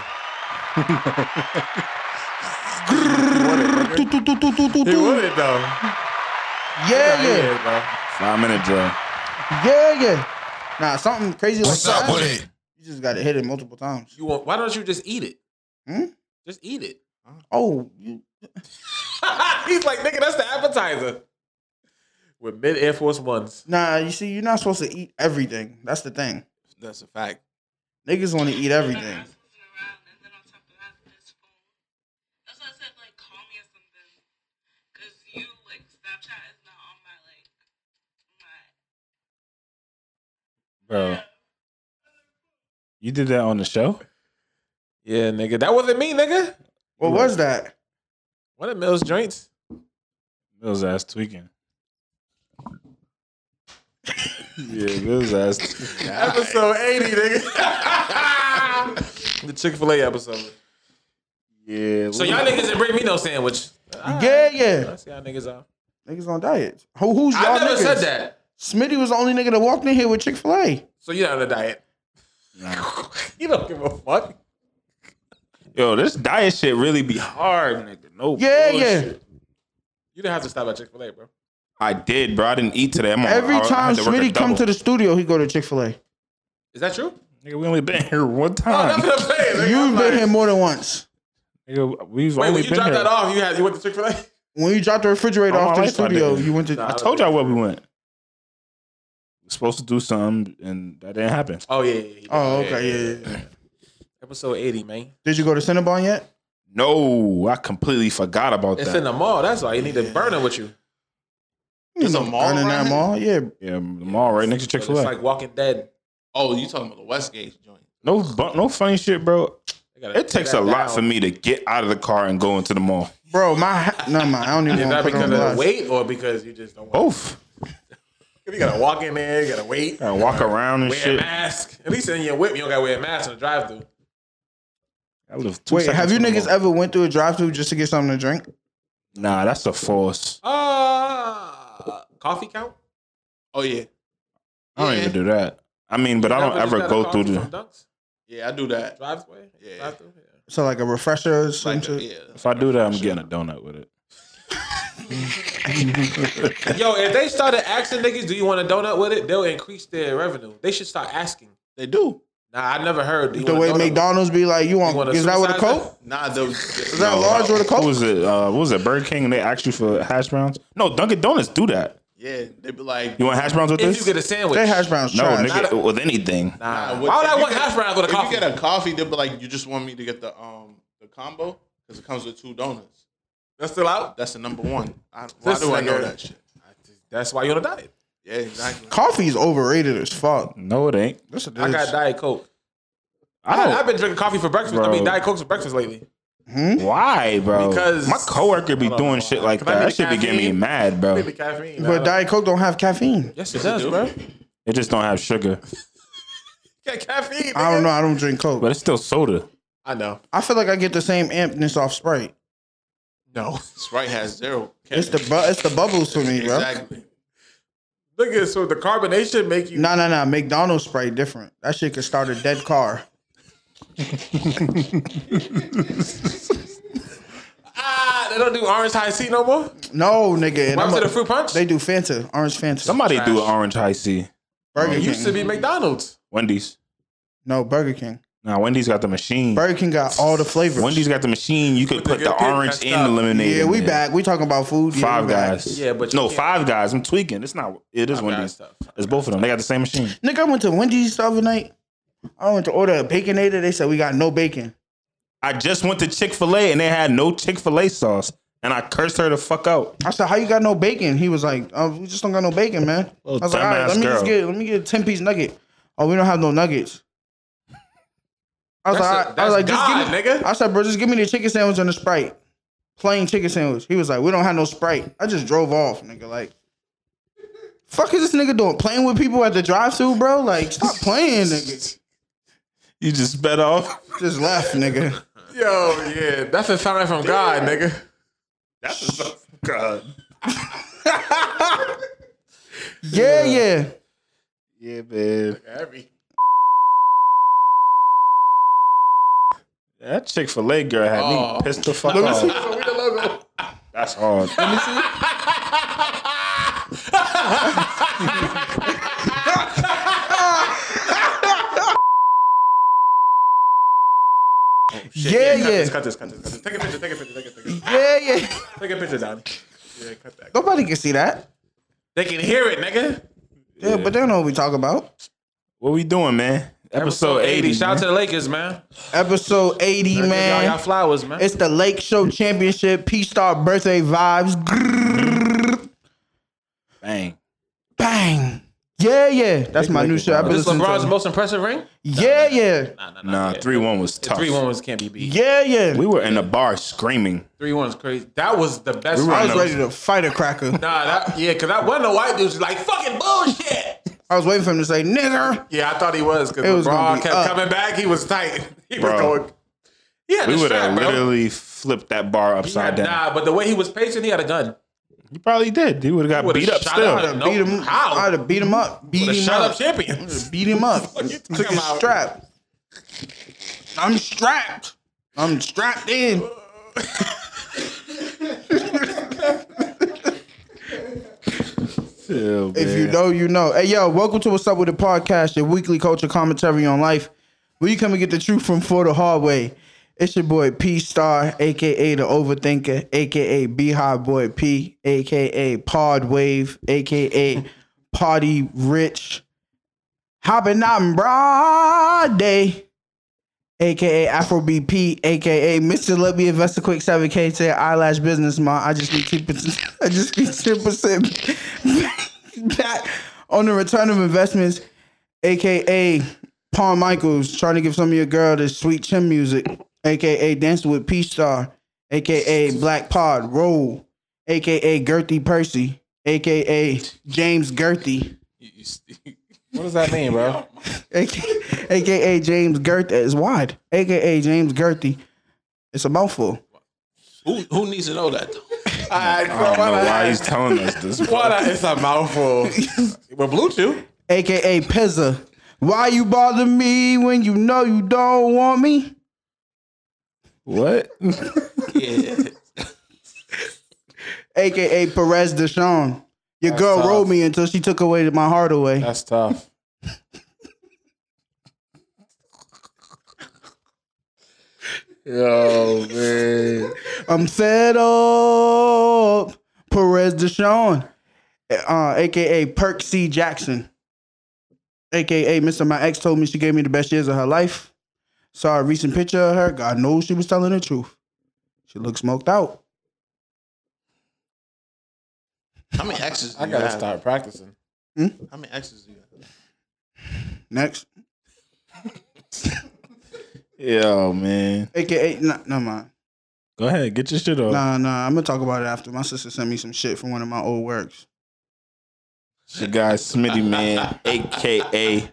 Speaker 4: Toot, toot, toot, toot, toot, toot,
Speaker 2: He
Speaker 4: toot.
Speaker 2: wouldn't though.
Speaker 4: Yeah, yeah.
Speaker 2: bro.
Speaker 5: Five minute drill.
Speaker 4: Yeah, yeah. Nah, something crazy like that.
Speaker 6: it?
Speaker 4: You just got to hit it multiple times.
Speaker 2: You want? Why don't you just eat it?
Speaker 4: Hmm?
Speaker 2: Just eat it. [laughs]
Speaker 4: Oh, you,
Speaker 2: He's like, nigga, that's the appetizer. With mid Air Force Ones.
Speaker 4: nah. You see, you're not supposed to eat everything. That's the thing.
Speaker 3: That's a fact.
Speaker 4: Niggas want to eat everything.
Speaker 5: bro. You did that on the show?
Speaker 2: Yeah, nigga, that wasn't me, nigga.
Speaker 4: What
Speaker 5: Yeah.
Speaker 4: was that?
Speaker 2: One of Mills joints.
Speaker 5: Bill's ass tweaking. [laughs] yeah, Bill's ass.
Speaker 4: [laughs]
Speaker 2: [laughs] Episode eighty, nigga. [laughs] the Chick Fil A episode.
Speaker 5: [laughs] Yeah.
Speaker 2: So y'all niggas didn't bring me no sandwich.
Speaker 4: Yeah, yeah.
Speaker 2: I see y'all niggas out.
Speaker 4: Niggas on diets. Who, who's y'all
Speaker 2: I never
Speaker 4: niggas?
Speaker 2: said that.
Speaker 4: Smitty was the only nigga that walked in here with Chick Fil A.
Speaker 2: So you're not on a diet. [laughs] you don't give a fuck.
Speaker 5: Yo, this diet shit really be hard, nigga. No.
Speaker 4: Yeah,
Speaker 2: Oh,
Speaker 5: bullshit.
Speaker 4: yeah.
Speaker 2: You didn't have to stop at Chick Fil A, bro.
Speaker 5: I did, bro. I didn't eat today. I'm on,
Speaker 4: Every
Speaker 5: I- I
Speaker 4: time
Speaker 5: had to work a
Speaker 4: Smitty come
Speaker 5: double.
Speaker 4: to the studio, he go to Chick Fil A.
Speaker 2: Is that true?
Speaker 5: Nigga, we only been here one
Speaker 2: Oh,
Speaker 5: time.
Speaker 2: that's what I'm saying. nigga. I'm
Speaker 4: You've
Speaker 2: like-
Speaker 4: been here more than once.
Speaker 5: Nigga, we've
Speaker 2: Wait,
Speaker 5: only
Speaker 2: when you
Speaker 5: been
Speaker 2: dropped
Speaker 5: here.
Speaker 2: that off, you had you went to Chick Fil A.
Speaker 4: When you dropped the refrigerator
Speaker 5: Oh, my
Speaker 4: off to the
Speaker 5: wife, I
Speaker 4: studio,
Speaker 5: did.
Speaker 4: you went to.
Speaker 5: I told y'all where we went. We're supposed to do something, and that didn't happen.
Speaker 2: Oh yeah. yeah, yeah.
Speaker 4: Oh, okay, yeah, yeah. yeah.
Speaker 2: Episode eighty, man.
Speaker 4: Did you go to Cinnabon yet?
Speaker 5: No, I completely forgot about
Speaker 2: It's
Speaker 5: that.
Speaker 2: in the mall. That's why you need to burn it with you.
Speaker 3: There's a
Speaker 4: You know,
Speaker 3: mall
Speaker 4: down in
Speaker 3: around
Speaker 4: that
Speaker 3: here?
Speaker 4: mall. Yeah,
Speaker 5: yeah, the mall right next to Chick
Speaker 2: It's
Speaker 5: Fil A.
Speaker 2: like Walking Dead.
Speaker 3: Oh, you talking about the Westgate joint?
Speaker 5: no, bu- no funny shit, bro.
Speaker 2: They gotta
Speaker 5: It takes a
Speaker 2: tear that
Speaker 5: lot
Speaker 2: down.
Speaker 5: for me to get out of the car and go into the mall.
Speaker 4: bro. My ha- no, my I don't even
Speaker 2: Is
Speaker 4: want
Speaker 2: that
Speaker 4: to put it on
Speaker 2: because of the
Speaker 4: blast.
Speaker 2: weight or because you just don't? Want
Speaker 5: Both.
Speaker 2: to? You gotta walk in there. You gotta wait.
Speaker 5: I walk around and
Speaker 2: Wear a
Speaker 5: shit.
Speaker 2: mask. At least in your whip, you don't gotta wear a mask in the drive-through.
Speaker 5: I live two
Speaker 4: Wait, have
Speaker 5: seconds
Speaker 4: you
Speaker 5: from the
Speaker 4: niggas
Speaker 5: mall.
Speaker 4: ever went through a drive-through just to get something to drink?
Speaker 5: Nah, that's a force.
Speaker 2: Uh, coffee count.
Speaker 3: Oh yeah,
Speaker 5: I don't
Speaker 3: Yeah.
Speaker 5: even do that. I mean, but I don't
Speaker 2: Never just
Speaker 5: ever
Speaker 2: got a
Speaker 5: go
Speaker 2: coffee
Speaker 5: through
Speaker 2: from
Speaker 5: the.
Speaker 2: Dunks?
Speaker 3: yeah, I do that.
Speaker 2: Drive-through.
Speaker 3: Yeah.
Speaker 2: Drive-through. Yeah.
Speaker 4: So like a refresher or some
Speaker 3: Like,
Speaker 4: shit.
Speaker 3: yeah.
Speaker 5: If I do that, I'm getting a donut with it.
Speaker 2: Yo, if they started asking niggas, "Do you want a donut with it?" They'll increase their revenue. They should start asking.
Speaker 3: They do.
Speaker 2: Nah, I never heard. "Do you
Speaker 4: The
Speaker 2: want
Speaker 4: way
Speaker 2: a donut with it?"
Speaker 4: McDonald's be like, you want,
Speaker 2: You want a
Speaker 4: is that with a
Speaker 2: supersize?
Speaker 4: coke?
Speaker 3: Nah, they is
Speaker 4: Is that large with a
Speaker 5: What
Speaker 4: coke?
Speaker 5: was it? Uh, what was it? Burger King and they asked you for hash browns? No, Dunkin' Donuts do that.
Speaker 3: Yeah, they be like,
Speaker 5: You want hash browns with
Speaker 2: If
Speaker 5: this?
Speaker 2: you get a sandwich,
Speaker 4: They hash browns.
Speaker 5: no,
Speaker 4: trash.
Speaker 5: nigga, with anything.
Speaker 2: Nah,
Speaker 3: nah, what-
Speaker 2: why would
Speaker 3: if
Speaker 2: I
Speaker 3: you
Speaker 2: want
Speaker 3: get-
Speaker 2: hash browns with a
Speaker 3: if you
Speaker 2: coffee?
Speaker 3: get a coffee, they be like, you just want me to get the um the combo because it comes with two donuts.
Speaker 2: That's still out.
Speaker 3: That's the number one. I, why
Speaker 2: This
Speaker 3: do I know
Speaker 2: nigga.
Speaker 3: that shit?
Speaker 2: That's why you're on a diet.
Speaker 3: Yeah, exactly.
Speaker 4: Coffee is overrated as fuck.
Speaker 5: No, it ain't.
Speaker 4: That's what it
Speaker 2: I got
Speaker 4: is.
Speaker 2: diet coke.
Speaker 5: I
Speaker 2: I,
Speaker 5: don't.
Speaker 2: have been drinking coffee for breakfast. I
Speaker 5: Bro.
Speaker 2: mean, diet coke for breakfast lately.
Speaker 5: why, bro?
Speaker 2: Because-
Speaker 5: my coworker be
Speaker 2: Hold on,
Speaker 5: doing
Speaker 2: hold on.
Speaker 5: shit like
Speaker 2: Can I
Speaker 5: that.
Speaker 2: get
Speaker 5: That
Speaker 2: a
Speaker 5: shit be getting me
Speaker 2: caffeine?
Speaker 5: mad, bro.
Speaker 2: Maybe caffeine.
Speaker 4: But
Speaker 2: nah.
Speaker 4: Diet Coke don't have caffeine.
Speaker 2: yes, it [laughs] does, bro.
Speaker 5: It just don't have sugar,
Speaker 2: Yeah, caffeine.
Speaker 4: I
Speaker 2: nigga.
Speaker 4: don't know. I don't drink
Speaker 5: but
Speaker 4: Coke.
Speaker 5: it's still soda.
Speaker 2: I know.
Speaker 4: I feel like I get the same ampness off Sprite.
Speaker 2: No,
Speaker 3: Sprite has zero.
Speaker 4: It's the bu- it's the bubbles for me, bro.
Speaker 3: exactly.
Speaker 2: [laughs] look at so the carbonation make you.
Speaker 4: No, no, no. McDonald's Sprite different. That shit could start a dead car.
Speaker 2: Ah, they don't do orange high C no more.
Speaker 4: No, nigga. and
Speaker 2: Why
Speaker 4: I'm
Speaker 2: was it
Speaker 4: a-
Speaker 2: a fruit punch?
Speaker 4: They do Fanta, Orange Fanta.
Speaker 5: Somebody do an orange high C.
Speaker 4: Burger
Speaker 2: it
Speaker 4: King.
Speaker 2: used to be McDonald's.
Speaker 5: Wendy's.
Speaker 4: no, Burger King.
Speaker 5: Now Wendy's got the machine.
Speaker 4: Burger King got all the flavors.
Speaker 5: Wendy's got the machine. You
Speaker 2: Put
Speaker 5: could
Speaker 2: the
Speaker 5: put the
Speaker 2: good pit
Speaker 5: orange
Speaker 2: messed
Speaker 5: in
Speaker 2: up.
Speaker 5: the lemonade.
Speaker 4: yeah,
Speaker 5: in
Speaker 4: we
Speaker 5: there.
Speaker 4: back. We talking about food. Yeah,
Speaker 5: Five
Speaker 4: we back.
Speaker 5: guys.
Speaker 2: Yeah, but you
Speaker 5: no,
Speaker 2: can't-
Speaker 5: five guys. I'm tweaking. It's not. It is Wendy's.
Speaker 2: Guys stuff.
Speaker 5: It's both of them. They got the same machine.
Speaker 4: Nigga, I went to Wendy's the other night. I went to order a baconator. They said we got no bacon.
Speaker 5: I just went to Chick Fil A and they had no Chick Fil A sauce, and I cursed her to fuck out.
Speaker 4: I said, "How you got no bacon?" He was like, oh, "We just don't got no bacon, man." I
Speaker 5: Little
Speaker 4: was like, "All
Speaker 5: dumbass
Speaker 4: right, let me
Speaker 5: girl.
Speaker 4: just get let me get a ten piece nugget." Oh, we don't have no nuggets. I was
Speaker 2: That's
Speaker 4: like,
Speaker 2: a-
Speaker 4: I- I was
Speaker 2: that's
Speaker 4: like, just give
Speaker 2: God,
Speaker 4: me. [laughs]
Speaker 2: nigga.
Speaker 4: I said, bro, just give me the chicken sandwich and the sprite, plain chicken sandwich. He was like, we don't have no sprite. I just drove off, nigga. Like, fuck is this nigga doing? Playing with people at the drive-thru, bro? Like, stop playing, nigga.
Speaker 5: You just sped off.
Speaker 4: Just left, [laughs] nigga.
Speaker 2: Yo, yeah, that's a sign from God, nigga.
Speaker 5: That's a god.
Speaker 4: Yeah, yeah.
Speaker 5: Yeah, man.
Speaker 2: Every
Speaker 5: That Chick Fil A girl had
Speaker 2: Oh.
Speaker 5: me pissed the fuck
Speaker 4: Let me see.
Speaker 5: off. That's hard.
Speaker 4: Yeah.
Speaker 2: this, cut this, cut this, cut this. Take a picture, take a picture, take a picture.
Speaker 4: Yeah, yeah.
Speaker 2: Take a picture, Donnie. Yeah, cut that.
Speaker 4: Nobody can see that.
Speaker 2: They can hear it, nigga.
Speaker 4: Yeah, but they don't know what we talk about.
Speaker 5: What we doing, man? Episode eighty.
Speaker 2: Shout out
Speaker 5: man.
Speaker 2: to the Lakers, man.
Speaker 4: Episode 80,
Speaker 2: Y'all,
Speaker 4: man.
Speaker 2: y'all flowers, man.
Speaker 4: It's the Lake Show Championship. P Star birthday vibes. Grrrr.
Speaker 5: bang.
Speaker 4: Bang. Yeah, yeah. That's my new show. I've been
Speaker 2: this
Speaker 4: listening to
Speaker 2: LeBron's
Speaker 4: it.
Speaker 2: most impressive ring?
Speaker 4: Yeah, yeah.
Speaker 2: Nah, nah,
Speaker 5: Nah, three one was tough.
Speaker 2: Three one was can't be beat.
Speaker 4: Yeah, yeah.
Speaker 5: We were in the bar screaming.
Speaker 2: Three one's crazy. That was the best.
Speaker 5: We were
Speaker 4: I
Speaker 2: round.
Speaker 4: was
Speaker 5: on
Speaker 4: ready to fight a cracker.
Speaker 2: Nah, that yeah, cause that wasn't a white dude. She's like fucking bullshit.
Speaker 4: I was waiting for him to say, nigger.
Speaker 2: Yeah, I thought he was because
Speaker 4: It was gonna be
Speaker 2: LeBron kept
Speaker 4: up.
Speaker 2: coming back. He was tight. [laughs] He
Speaker 5: Bro.
Speaker 2: was going. Yeah,
Speaker 5: We
Speaker 2: would
Speaker 5: would have literally flipped that bar upside down.
Speaker 2: Nah, but the way he was patient, he had a gun.
Speaker 5: He probably did. He would have got
Speaker 2: would've
Speaker 5: beat up
Speaker 2: shot
Speaker 5: still.
Speaker 2: out of-
Speaker 4: Beat him.
Speaker 2: How?
Speaker 4: I'd have beat him up. Beat
Speaker 2: The
Speaker 4: him
Speaker 2: shut up
Speaker 4: up.
Speaker 2: champions.
Speaker 4: Beat him up.
Speaker 2: What you
Speaker 4: Took
Speaker 2: talking
Speaker 4: his
Speaker 2: about?
Speaker 4: strap. I'm strapped. I'm strapped in.
Speaker 5: Still,
Speaker 4: If you
Speaker 5: man.
Speaker 4: know, you know. Hey, yo, welcome to What's Up with the Podcast, your weekly culture commentary on life, where you come and get the truth from for the hard way. It's your boy P Star, aka the Overthinker, aka Beehive Boy P, aka Pod Wave, aka Party Rich, Hoppin' Out in Broad Day, aka Afro BP, aka Mr. Let Me Invest a Quick 7K to your eyelash business, ma. I just need 10%, [laughs] I just need 10% [laughs] back on the return of investments, aka Paul Michaels, trying to give some of your girl this sweet chin music, aka Dancing with P Star, aka Black Pod Roll, aka Gertie Percy, aka James Gertie.
Speaker 2: What does that mean, bro?
Speaker 4: AKA, AKA James Gert is wide. AKA James Gertie. It's a mouthful.
Speaker 3: Who [laughs] who needs to know that? though?
Speaker 2: I
Speaker 5: I don't know why he's telling us this.
Speaker 2: [laughs] What a, it's a mouthful. With Bluetooth.
Speaker 4: AKA Pizza. Why you bother me when you know you don't want me?
Speaker 5: [laughs] What?
Speaker 3: Yeah.
Speaker 4: AKA Perez Deshawn. Your girl
Speaker 2: tough.
Speaker 4: rolled me until she took away my heart away.
Speaker 2: That's tough.
Speaker 5: Yo, man.
Speaker 4: I'm fed up. Perez Deshawn. Uh, AKA Perk C. Jackson. AKA Mr. My ex told me she gave me the best years of her life. Saw a recent picture of her. God knows she was telling the truth. She looked smoked out.
Speaker 3: How many exes? Do
Speaker 2: I
Speaker 3: you
Speaker 2: gotta
Speaker 3: have?
Speaker 2: start practicing.
Speaker 3: How many exes do you have?
Speaker 4: Next.
Speaker 5: Yo, man.
Speaker 4: AKA, nah, no mind.
Speaker 5: Go ahead, get your shit off.
Speaker 4: Nah, nah, I'm gonna talk about it after. My sister sent me some shit from one of my old works.
Speaker 5: Your guy Smitty Man, aka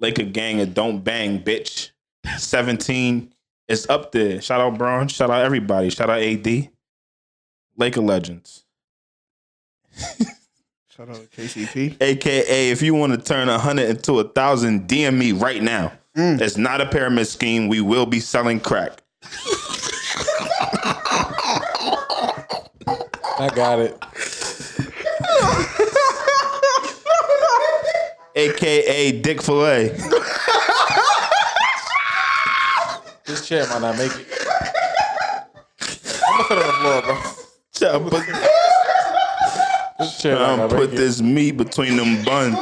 Speaker 5: Laker Gang of Don't Bang, bitch. 17 is up there. Shout out Braun. Shout out everybody. Shout out AD. Laker Legends.
Speaker 4: Shout out to KCP.
Speaker 5: AKA, if you want to turn a hundred into a thousand, DM me right now.
Speaker 4: Mm.
Speaker 5: It's not a pyramid scheme. We will be selling crack.
Speaker 2: I got it.
Speaker 5: AKA Dick Filet.
Speaker 2: This chair might not make it. I'm gonna put it on the floor, bro.
Speaker 5: Y'all put,
Speaker 2: This chair might
Speaker 5: um,
Speaker 2: not
Speaker 5: put
Speaker 2: make it.
Speaker 5: this meat between them buns.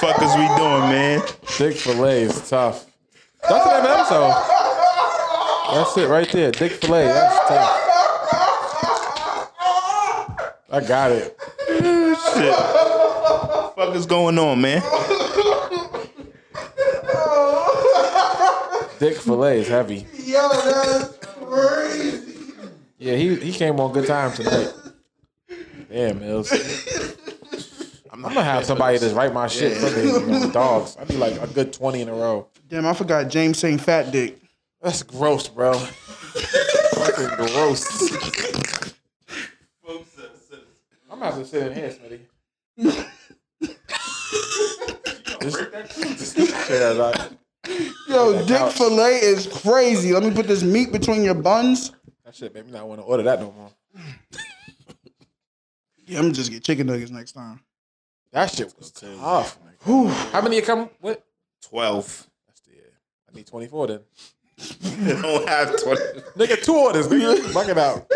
Speaker 5: Fuck is we doing, man?
Speaker 2: Dick fillet is tough. That's the name of the episode. That's it right there. Dick fillet. That's tough. I got it.
Speaker 5: Shit. Fuck is going on, man?
Speaker 2: Dick fillet is heavy.
Speaker 4: Yo, that's crazy.
Speaker 2: Yeah, he, he came on good time tonight. Damn, Mills.
Speaker 3: I'm not
Speaker 2: I'm gonna have somebody just write my shit for me. You know, dogs. I'd be like a good 20 in a row.
Speaker 4: Damn, I forgot James St. Fat Dick.
Speaker 2: That's gross, bro. Fucking gross. I'm gonna have to sit in here, Smitty. This- this chair, like,
Speaker 4: Yo, dick
Speaker 2: couch.
Speaker 4: fillet is crazy. Let me put this meat between your buns.
Speaker 2: that shit made me not want to order that no more.
Speaker 4: Yeah, I'm gonna just get chicken nuggets next time.
Speaker 2: That shit was tough. How many you come with?
Speaker 5: Twelve.
Speaker 2: I need 24 then.
Speaker 5: don't have 20.
Speaker 2: Nigga, two orders, nigga. Fuck it out.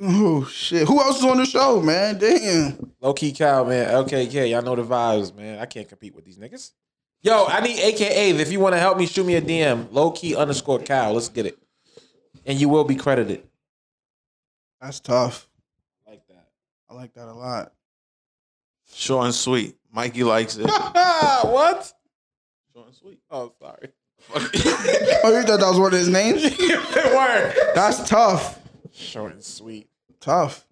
Speaker 4: Oh shit! Who else is on the show, man? Damn.
Speaker 2: Low key cow, man. LKK, y'all know the vibes, man. I can't compete with these niggas. Yo, I need AKA. If you want to help me, shoot me a DM. Low key underscore cow. Let's get it. And you will be credited.
Speaker 4: That's tough.
Speaker 2: Like that.
Speaker 4: I like that a lot.
Speaker 3: Short and sweet. Mikey likes
Speaker 2: [laughs]
Speaker 3: it.
Speaker 2: what?
Speaker 3: Short and sweet.
Speaker 2: Oh, sorry.
Speaker 3: [laughs]
Speaker 4: Oh, you thought that was one of his names? [laughs]
Speaker 2: Word.
Speaker 4: That's tough.
Speaker 2: Short and sweet.
Speaker 4: Tough.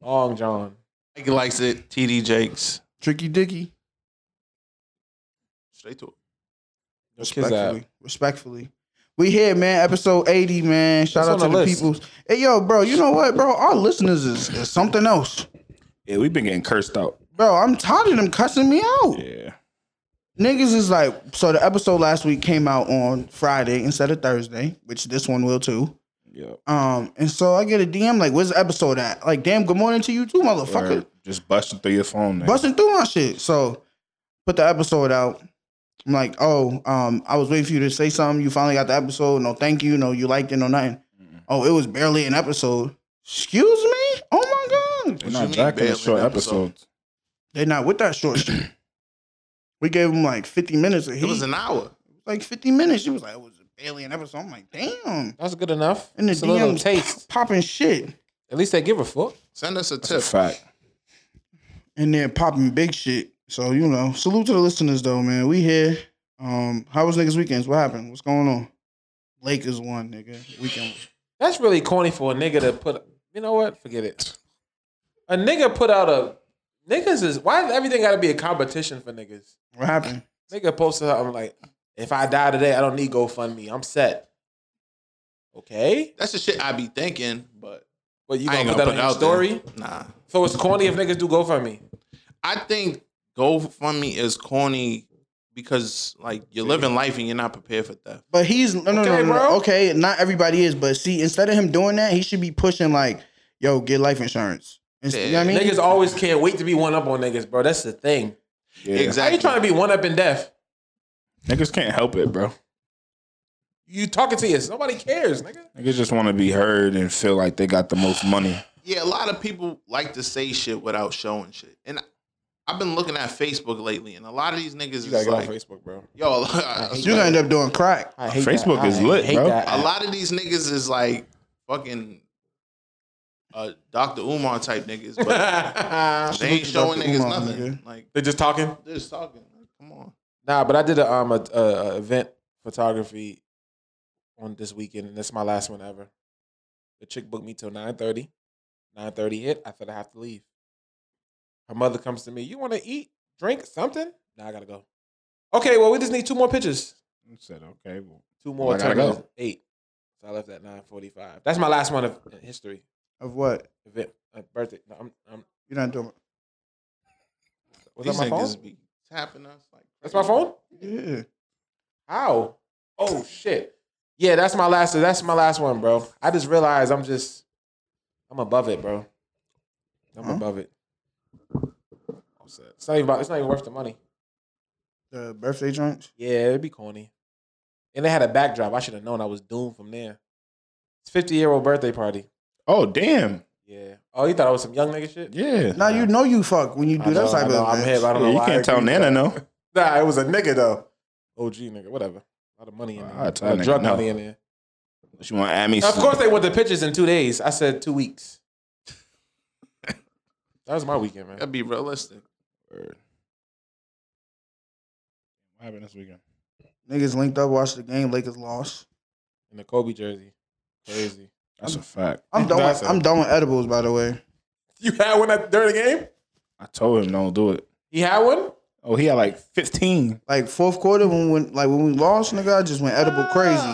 Speaker 2: Long John.
Speaker 3: Mikey likes it. TD Jakes.
Speaker 4: Tricky Dicky.
Speaker 3: Straight to it.
Speaker 2: Your kids out.
Speaker 4: Respectfully. Respectfully. We here, man. Episode 80, man. Shout
Speaker 2: That's
Speaker 4: out
Speaker 2: on
Speaker 4: to
Speaker 2: the
Speaker 4: the
Speaker 2: list.
Speaker 4: peoples. Hey, yo, bro, you know what, bro? Our listeners is, is something else.
Speaker 5: Yeah, we've been getting cursed out.
Speaker 4: Bro, I'm tired of them cussing me out.
Speaker 5: Yeah.
Speaker 4: Niggas is like, so the episode last week came out on Friday instead of Thursday, which this one will too.
Speaker 5: Yeah.
Speaker 4: Um, and so I get a DM like, "Where's the episode at?" Like, "Damn, good morning to you too, motherfucker."
Speaker 5: Or Just busting through your phone. Now.
Speaker 4: Busting through my shit. So, put the episode out. I'm like, "Oh, um, I was waiting for you to say something. You finally got the episode. No, thank you. No, you liked it. No, nothing. Oh, it was barely an episode. Excuse me. Oh my god,
Speaker 5: We're
Speaker 3: What you
Speaker 5: not
Speaker 3: mean,
Speaker 5: back in the
Speaker 3: barely
Speaker 5: short
Speaker 3: an
Speaker 5: episode.
Speaker 3: episode?
Speaker 4: they're not with that short
Speaker 3: [clears throat]
Speaker 4: shit. We gave them like 50 minutes. Of
Speaker 3: It was
Speaker 4: heat.
Speaker 3: an hour.
Speaker 4: like 50 minutes. She was like, it was barely an episode. I'm like, damn.
Speaker 2: That's good enough.
Speaker 4: And the
Speaker 2: it's a little
Speaker 4: DMs
Speaker 2: taste.
Speaker 4: popping shit.
Speaker 2: At least they give a fuck.
Speaker 3: Send us a
Speaker 5: That's a
Speaker 3: tip.
Speaker 5: fact.
Speaker 4: And then popping big shit. So, you know, salute to the listeners though, man. We here. Um, how was niggas weekends? What happened? What's going on? Lakers won, nigga. Weekend.
Speaker 2: That's really corny for a nigga to put. You know what? Forget it. A nigga put out a niggas is why does everything got to be a competition for niggas?
Speaker 4: What happened?
Speaker 2: Nigga posted I'm like, if I die today, I don't need GoFundMe. I'm set. Okay,
Speaker 3: That's the shit I be thinking, but
Speaker 2: but you
Speaker 3: I
Speaker 2: gonna
Speaker 3: ain't
Speaker 2: put that
Speaker 3: gonna
Speaker 2: on
Speaker 3: put
Speaker 2: your
Speaker 3: out
Speaker 2: story?
Speaker 3: there. Nah.
Speaker 2: So it's corny if niggas do GoFundMe.
Speaker 3: I think GoFundMe is corny because like you're living life and you're not prepared for death.
Speaker 4: But he's no no no, no,
Speaker 2: Okay,
Speaker 4: no.
Speaker 2: bro.
Speaker 4: Okay, not everybody is, but see, instead of him doing that, he should be pushing like, yo, get life insurance. Inst- You know what I mean?
Speaker 2: Niggas always can't wait to be one up on niggas, bro. That's the thing.
Speaker 5: Yeah.
Speaker 2: How you
Speaker 3: Exactly.
Speaker 2: trying to be one up in death?
Speaker 5: Niggas can't help it, bro.
Speaker 2: You talking to yourself? Nobody cares, nigga.
Speaker 5: Niggas just want to be heard and feel like they got the most money.
Speaker 3: yeah, a lot of people like to say shit without showing shit. And I, I've been looking at Facebook lately, and a lot of these niggas
Speaker 2: You
Speaker 3: is
Speaker 2: gotta get
Speaker 3: like,
Speaker 2: on Facebook, bro.
Speaker 3: yo, [laughs]
Speaker 4: You're gonna end up doing crack.
Speaker 2: I
Speaker 5: Facebook
Speaker 2: is
Speaker 5: is lit, bro.
Speaker 3: a
Speaker 2: [laughs]
Speaker 3: lot of these niggas is like fucking uh, Dr. Umar type
Speaker 2: [laughs]
Speaker 3: niggas, but they ain't
Speaker 4: Salute
Speaker 3: showing
Speaker 4: to
Speaker 3: niggas
Speaker 4: Dr. Umar,
Speaker 3: nothing.
Speaker 4: nigga.
Speaker 3: Like
Speaker 2: They just talking.
Speaker 3: they're just talking. Like, come on.
Speaker 2: Nah, but I did a um a, a, a event photography on this weekend, and this is my last one ever. The chick booked me till 9.30. 9.30 hit. I said I have to leave. Her mother comes to me. You want to eat, drink something? Nah, I gotta go. Okay, well we just need two more pictures.
Speaker 5: I said, okay. Well,
Speaker 2: Two more.
Speaker 5: Oh, I gotta
Speaker 2: turn
Speaker 5: go.
Speaker 2: in Eight. So I left at 9.45. That's my last one of in history.
Speaker 4: Of what?
Speaker 2: Event uh, birthday. No, I'm, I'm,
Speaker 4: You're not doing
Speaker 2: was
Speaker 3: these
Speaker 2: that my
Speaker 3: niggas
Speaker 2: phone?
Speaker 3: be tapping us like
Speaker 2: That's my phone.
Speaker 4: Yeah.
Speaker 2: How? Oh shit. Yeah, that's my last. That's my last one, bro. I just realized I'm just, I'm above it, bro. I'm
Speaker 4: Huh?
Speaker 2: above it. It's not even. About, it's not even worth the money.
Speaker 4: The birthday joints?
Speaker 2: Yeah, it'd be corny. And they had a backdrop. I should have known I was doomed from there. It's 50 year old birthday party.
Speaker 5: oh, damn.
Speaker 2: Yeah. Oh, you thought I was some young nigga shit?
Speaker 5: Yeah.
Speaker 4: Now you know you fuck when you
Speaker 2: I
Speaker 4: do
Speaker 2: know,
Speaker 4: that type
Speaker 2: I know,
Speaker 4: of
Speaker 2: I'm
Speaker 4: event.
Speaker 2: hip. I don't
Speaker 5: Yeah,
Speaker 2: know
Speaker 5: you
Speaker 2: why I
Speaker 5: can't tell
Speaker 2: agreed to
Speaker 5: Nana
Speaker 2: that.
Speaker 5: no.
Speaker 2: Nah, it was a nigga though. OG nigga, whatever. A lot of money in there.
Speaker 5: I'll
Speaker 2: A lot
Speaker 5: tell
Speaker 2: of
Speaker 5: nigga
Speaker 2: drug
Speaker 5: no.
Speaker 2: money in there.
Speaker 5: She want to add me
Speaker 2: Of
Speaker 5: some-
Speaker 2: course, they want the pictures in two days. I said two weeks. That was my weekend, man.
Speaker 3: That'd be realistic. [laughs]
Speaker 5: Word. What happened this weekend?
Speaker 4: Niggas linked up, watched the game. Lakers lost.
Speaker 2: In the Kobe jersey, crazy.
Speaker 5: That's a fact.
Speaker 4: I'm done. With,
Speaker 2: Massive.
Speaker 4: I'm done with edibles, by the way.
Speaker 2: You had one at, during the game.
Speaker 5: I told him don't do it.
Speaker 2: He had one.
Speaker 5: Oh, he had like 15.
Speaker 4: Like fourth quarter when when like when we lost, nigga, I just went edible crazy.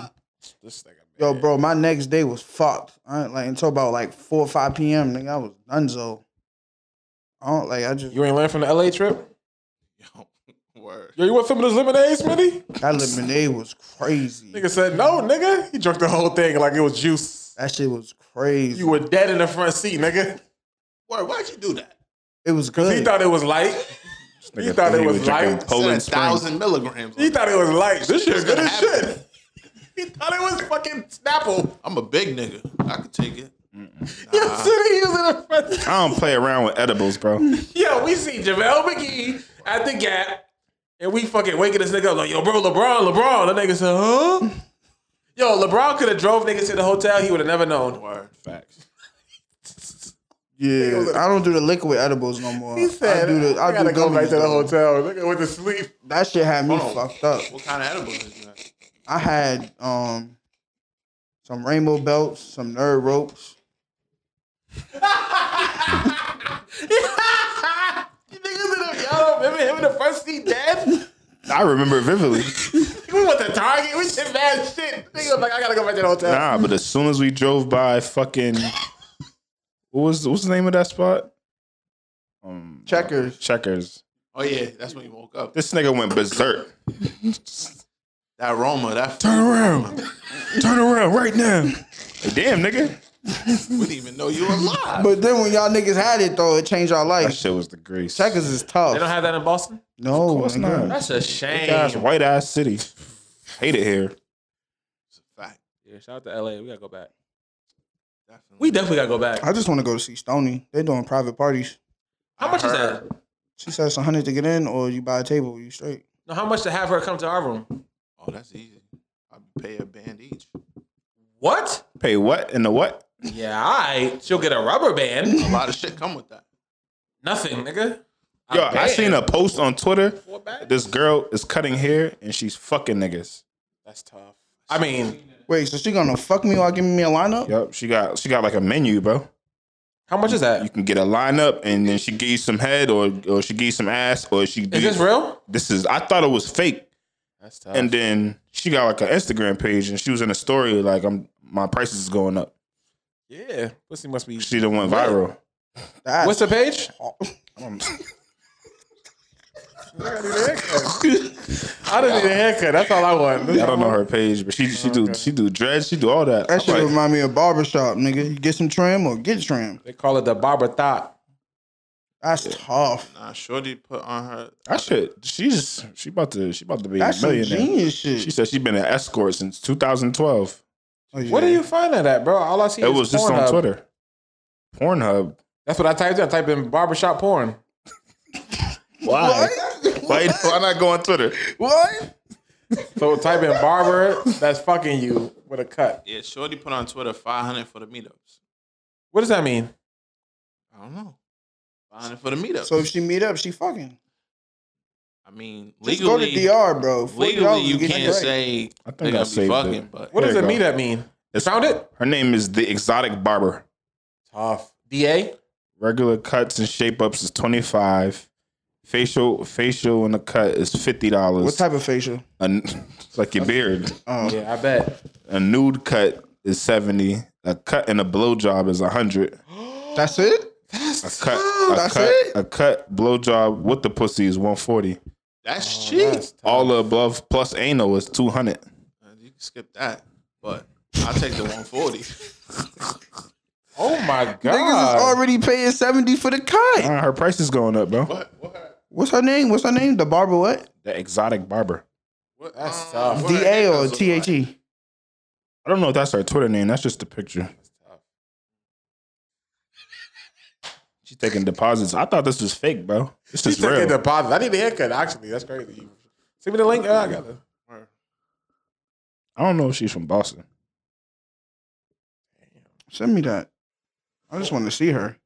Speaker 2: This nigga,
Speaker 4: Yo,
Speaker 2: man.
Speaker 4: bro, my next day was fucked. I, like until about like four or five p.m. Nigga, I was donezo. I don't like. I just
Speaker 2: You ain't learned from the LA trip.
Speaker 3: Yo, word.
Speaker 2: Yo, you want some of this lemonade, Smitty?
Speaker 4: that lemonade was crazy.
Speaker 2: Nigga said no, nigga. He drank the whole thing like it was juice.
Speaker 4: That shit was crazy.
Speaker 2: You were dead in the front seat, nigga.
Speaker 3: Word, why'd you do that?
Speaker 4: it was good.
Speaker 2: He thought it was light.
Speaker 5: This
Speaker 2: He
Speaker 5: nigga
Speaker 2: thought
Speaker 5: think
Speaker 2: it was
Speaker 5: drinking
Speaker 2: light.
Speaker 5: Poland
Speaker 3: Said a
Speaker 5: Spring.
Speaker 3: thousand milligrams.
Speaker 2: He thought it was light. This shit [laughs] good as shit. He thought it was fucking Snapple.
Speaker 3: I'm a big nigga. I could take it.
Speaker 2: [laughs] Yo, sitting he was in the front.
Speaker 5: I don't play around with
Speaker 2: [laughs]
Speaker 5: edibles, bro.
Speaker 2: Yo, we see JaVale McGee at the gap, and we fucking waking this nigga up like, yo, bro, LeBron, LeBron. The nigga said, huh? Yo, LeBron could have drove niggas to the hotel. He would have never known.
Speaker 3: Word.
Speaker 5: Facts.
Speaker 4: Yeah, I don't do the liquor with edibles no more. I do the, I, do gummies. though.
Speaker 2: hotel. Nigga went to sleep.
Speaker 4: That shit had me
Speaker 2: Oh.
Speaker 3: Hold on.
Speaker 4: fucked up.
Speaker 3: What kind of edibles is that?
Speaker 4: I had um some rainbow belts, some nerd ropes.
Speaker 2: you niggas in the, y'all don't Oh, remember him in the first seat, [laughs] dead?
Speaker 5: I remember [laughs] vividly.
Speaker 2: We went to Target. We did bad shit. Nigga was like, I gotta go back to the hotel.
Speaker 5: Nah, but as soon as we drove by, fucking, what was what's the name of that spot? Um,
Speaker 4: Checkers.
Speaker 5: Checkers.
Speaker 3: Oh yeah, that's when you woke up.
Speaker 5: This nigga went berserk.
Speaker 3: That aroma. That
Speaker 5: Turn around. Turn around right now. Like, damn, nigga.
Speaker 3: we didn't even know you were alive.
Speaker 4: But then when y'all niggas had it though, it changed our
Speaker 5: That
Speaker 4: life.
Speaker 5: shit was the grease.
Speaker 4: Checkers is tough.
Speaker 2: They don't have that in Boston?
Speaker 4: no,
Speaker 5: Of course
Speaker 4: my God.
Speaker 5: not.
Speaker 2: That's a shame.
Speaker 5: Guys, white ass city. Hate it here.
Speaker 3: Fact.
Speaker 2: Yeah, shout out to LA. We gotta go back.
Speaker 3: Definitely.
Speaker 2: We definitely gotta go back.
Speaker 4: I just want to go to see Stony. They doing private parties.
Speaker 2: How much is that?
Speaker 3: heard.
Speaker 4: She says it's a hundred to get in, or you buy a table, you straight.
Speaker 2: No, how much to have her come to our room?
Speaker 3: Oh, that's easy. I pay a band each.
Speaker 2: What?
Speaker 5: Pay what and the what?
Speaker 2: Yeah, I. She'll get a rubber band.
Speaker 3: A lot of shit come with that.
Speaker 2: Nothing, nigga.
Speaker 5: Yo, I seen a post on Twitter.
Speaker 2: What bag?
Speaker 5: This girl is cutting hair and she's fucking niggas.
Speaker 2: That's tough. I mean,
Speaker 4: Wait, so she gonna fuck me while giving me a lineup?
Speaker 5: Yep, she got she got like a menu, bro.
Speaker 2: how much is
Speaker 5: You
Speaker 2: that?
Speaker 5: can get a lineup and then she gives you some head or or she gives you some ass or she
Speaker 2: Is this real? Oh.
Speaker 5: this is I thought it was fake.
Speaker 2: That's tough.
Speaker 5: And then she got like an Instagram page and she was in a story like I'm my prices is going up.
Speaker 2: yeah, pussy must be.
Speaker 5: She Oh, done went viral.
Speaker 4: That's
Speaker 2: What's the page?
Speaker 5: [laughs]
Speaker 2: [laughs] I don't need a haircut. That's all I want.
Speaker 5: I don't know her page, but she she do she do dreads, she do all that.
Speaker 4: that shit
Speaker 5: I'm like,
Speaker 4: remind me of barbershop, nigga. You get some trim or get trim.
Speaker 2: They call it the barber thought.
Speaker 4: That's tough.
Speaker 3: Nah, Shorty put on her.
Speaker 5: that shit, she's she about to she about to be
Speaker 4: That's
Speaker 5: a
Speaker 4: some
Speaker 5: millionaire.
Speaker 4: genius shit.
Speaker 5: She said she's been an escort since 2012.
Speaker 4: Oh, yeah.
Speaker 2: Where do you find that at, bro? All I see
Speaker 5: It
Speaker 2: is
Speaker 5: was just on
Speaker 2: Pornhub.
Speaker 5: Twitter. Pornhub.
Speaker 2: That's what I typed in. I typed in barbershop porn.
Speaker 5: Why? [laughs] Why, why not go on Twitter?
Speaker 4: What?
Speaker 2: So type in barber that's fucking you with a cut.
Speaker 3: Yeah, Shorty put on Twitter 500 for the meetups.
Speaker 2: What does that mean?
Speaker 3: I don't know. 500 for the meetups.
Speaker 4: So if she meet up, she fucking.
Speaker 3: I mean,
Speaker 4: Just
Speaker 3: legally,
Speaker 4: go to DR, bro. $40
Speaker 3: legally you
Speaker 4: to get
Speaker 3: can't
Speaker 4: right.
Speaker 3: say
Speaker 5: I
Speaker 3: they
Speaker 5: think I
Speaker 3: gonna be
Speaker 5: saved
Speaker 3: fucking,
Speaker 5: it.
Speaker 3: but
Speaker 2: What does
Speaker 5: There
Speaker 2: the
Speaker 5: you go.
Speaker 2: meetup mean? You
Speaker 5: It's-
Speaker 2: found it?
Speaker 5: Her name is the Exotic Barber.
Speaker 2: Tough. DA?
Speaker 5: Regular cuts and shape ups is 25. Facial facial and a cut is fifty dollars.
Speaker 4: What type of facial?
Speaker 5: like your beard.
Speaker 4: Oh,
Speaker 2: Yeah, I bet.
Speaker 5: A nude cut is seventy. A cut and a blowjob is hundred.
Speaker 4: that's it.
Speaker 5: A cut, a
Speaker 4: That's
Speaker 5: cut,
Speaker 4: it?
Speaker 5: a cut blowjob with the pussy is one forty.
Speaker 3: that's
Speaker 4: Oh,
Speaker 3: cheap.
Speaker 5: All the above plus anal is two hundred.
Speaker 3: Uh, You can skip that, but I'll take
Speaker 4: [laughs]
Speaker 3: the 140.
Speaker 2: Oh my
Speaker 4: Niggas is
Speaker 2: god.
Speaker 4: already paying seventy for the cut.
Speaker 5: Uh, her price is going up, bro.
Speaker 3: what? What?
Speaker 4: What's her name? What's her name? The barber what?
Speaker 5: The exotic barber.
Speaker 3: what
Speaker 2: That's
Speaker 3: um,
Speaker 2: tough.
Speaker 3: what
Speaker 4: D A
Speaker 3: are
Speaker 4: or
Speaker 3: the
Speaker 4: T
Speaker 3: hiccups
Speaker 4: H
Speaker 3: look
Speaker 4: E?
Speaker 5: I don't know if that's her Twitter name. That's just the picture. She's taking deposits. I thought this was fake, bro. This
Speaker 2: She's
Speaker 5: is real.
Speaker 2: taking deposits. I need a haircut, actually. That's crazy. You- Send me the link. Oh, I got it.
Speaker 3: like?
Speaker 5: I don't know if she's from Boston.
Speaker 4: Send me that. I just want to see her.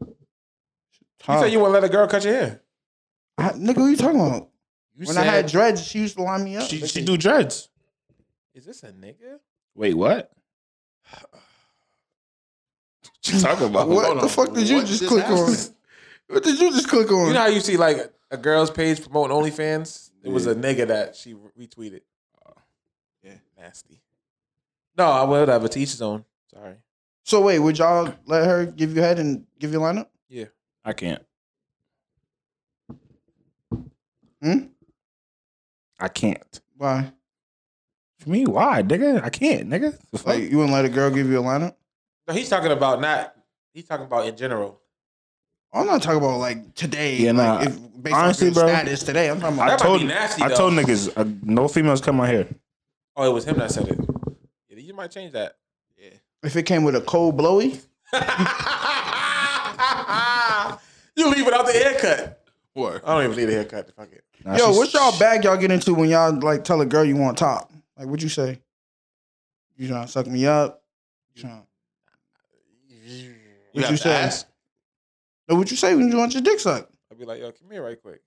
Speaker 2: You said you wouldn't let a girl cut your hair.
Speaker 4: I, nigga, what you talking about?
Speaker 2: You
Speaker 4: when I had dreads, she used to line me up.
Speaker 5: She she do dreads.
Speaker 2: Is this a nigga?
Speaker 5: Wait, what? What you talking about?
Speaker 4: what
Speaker 3: hold
Speaker 4: the
Speaker 3: on.
Speaker 4: fuck did you
Speaker 3: What
Speaker 4: just
Speaker 3: just
Speaker 4: click on?
Speaker 3: happened?
Speaker 4: [laughs] What did you just click on?
Speaker 2: You know how you see like a girl's page promoting OnlyFans? It was a nigga that she retweeted.
Speaker 3: Yeah.
Speaker 2: nasty. No, I would have a teach zone. Sorry.
Speaker 4: so wait, would y'all let her give you head and give you a lineup?
Speaker 5: [sighs] I can't.
Speaker 4: Hmm?
Speaker 5: I can't.
Speaker 4: Why?
Speaker 5: For me, why, nigga? I can't, nigga. The fuck?
Speaker 4: Like you wouldn't let a girl give you a lineup?
Speaker 2: No, he's talking about not. He's talking about in general.
Speaker 4: I'm not talking about like today.
Speaker 5: Yeah, nah.
Speaker 4: like, if, based
Speaker 5: Honestly,
Speaker 4: on your
Speaker 5: bro,
Speaker 4: status today, I'm talking
Speaker 5: I
Speaker 4: about
Speaker 2: That might be
Speaker 5: told,
Speaker 2: nasty,
Speaker 5: I
Speaker 2: though.
Speaker 5: told niggas, uh, no females come out here.
Speaker 2: Oh, it was him that said it. Yeah, you might change that. [laughs]
Speaker 4: If it came with a cold blowy,
Speaker 2: you leave without the haircut.
Speaker 3: Word.
Speaker 2: I don't even need a haircut. Fuck it.
Speaker 5: Nah,
Speaker 4: yo,
Speaker 5: she's-
Speaker 4: what's y'all bag y'all get into when y'all like tell a girl you want top? Like, what you say? You trying to suck me up? You tryna-
Speaker 3: You
Speaker 4: What'd
Speaker 3: have
Speaker 4: you
Speaker 3: to
Speaker 4: say?
Speaker 3: ask.
Speaker 4: No, what you say when you want your dick sucked?
Speaker 2: I'd be like, yo, come here right quick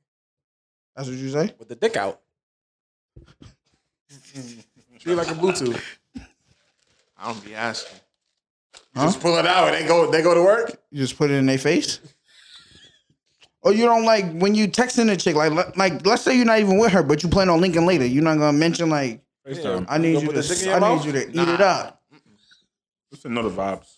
Speaker 4: That's what you say.
Speaker 2: with the dick [laughs] out. Treat it like a Bluetooth.
Speaker 3: I don't be asking.
Speaker 2: Just pull it out and they go. They go to work.
Speaker 4: You just put it in their face. Or you don't like when you texting a chick, like le- like let's say you're not even with her, but you plan on linking later. You're not gonna mention like
Speaker 2: FaceTime.
Speaker 4: I need
Speaker 2: gonna
Speaker 4: you
Speaker 2: put
Speaker 4: to
Speaker 2: the dick in
Speaker 4: s-
Speaker 2: your
Speaker 4: I need
Speaker 2: mouth?
Speaker 4: you to eat
Speaker 3: Nah.
Speaker 4: it up.
Speaker 5: Just another vibes.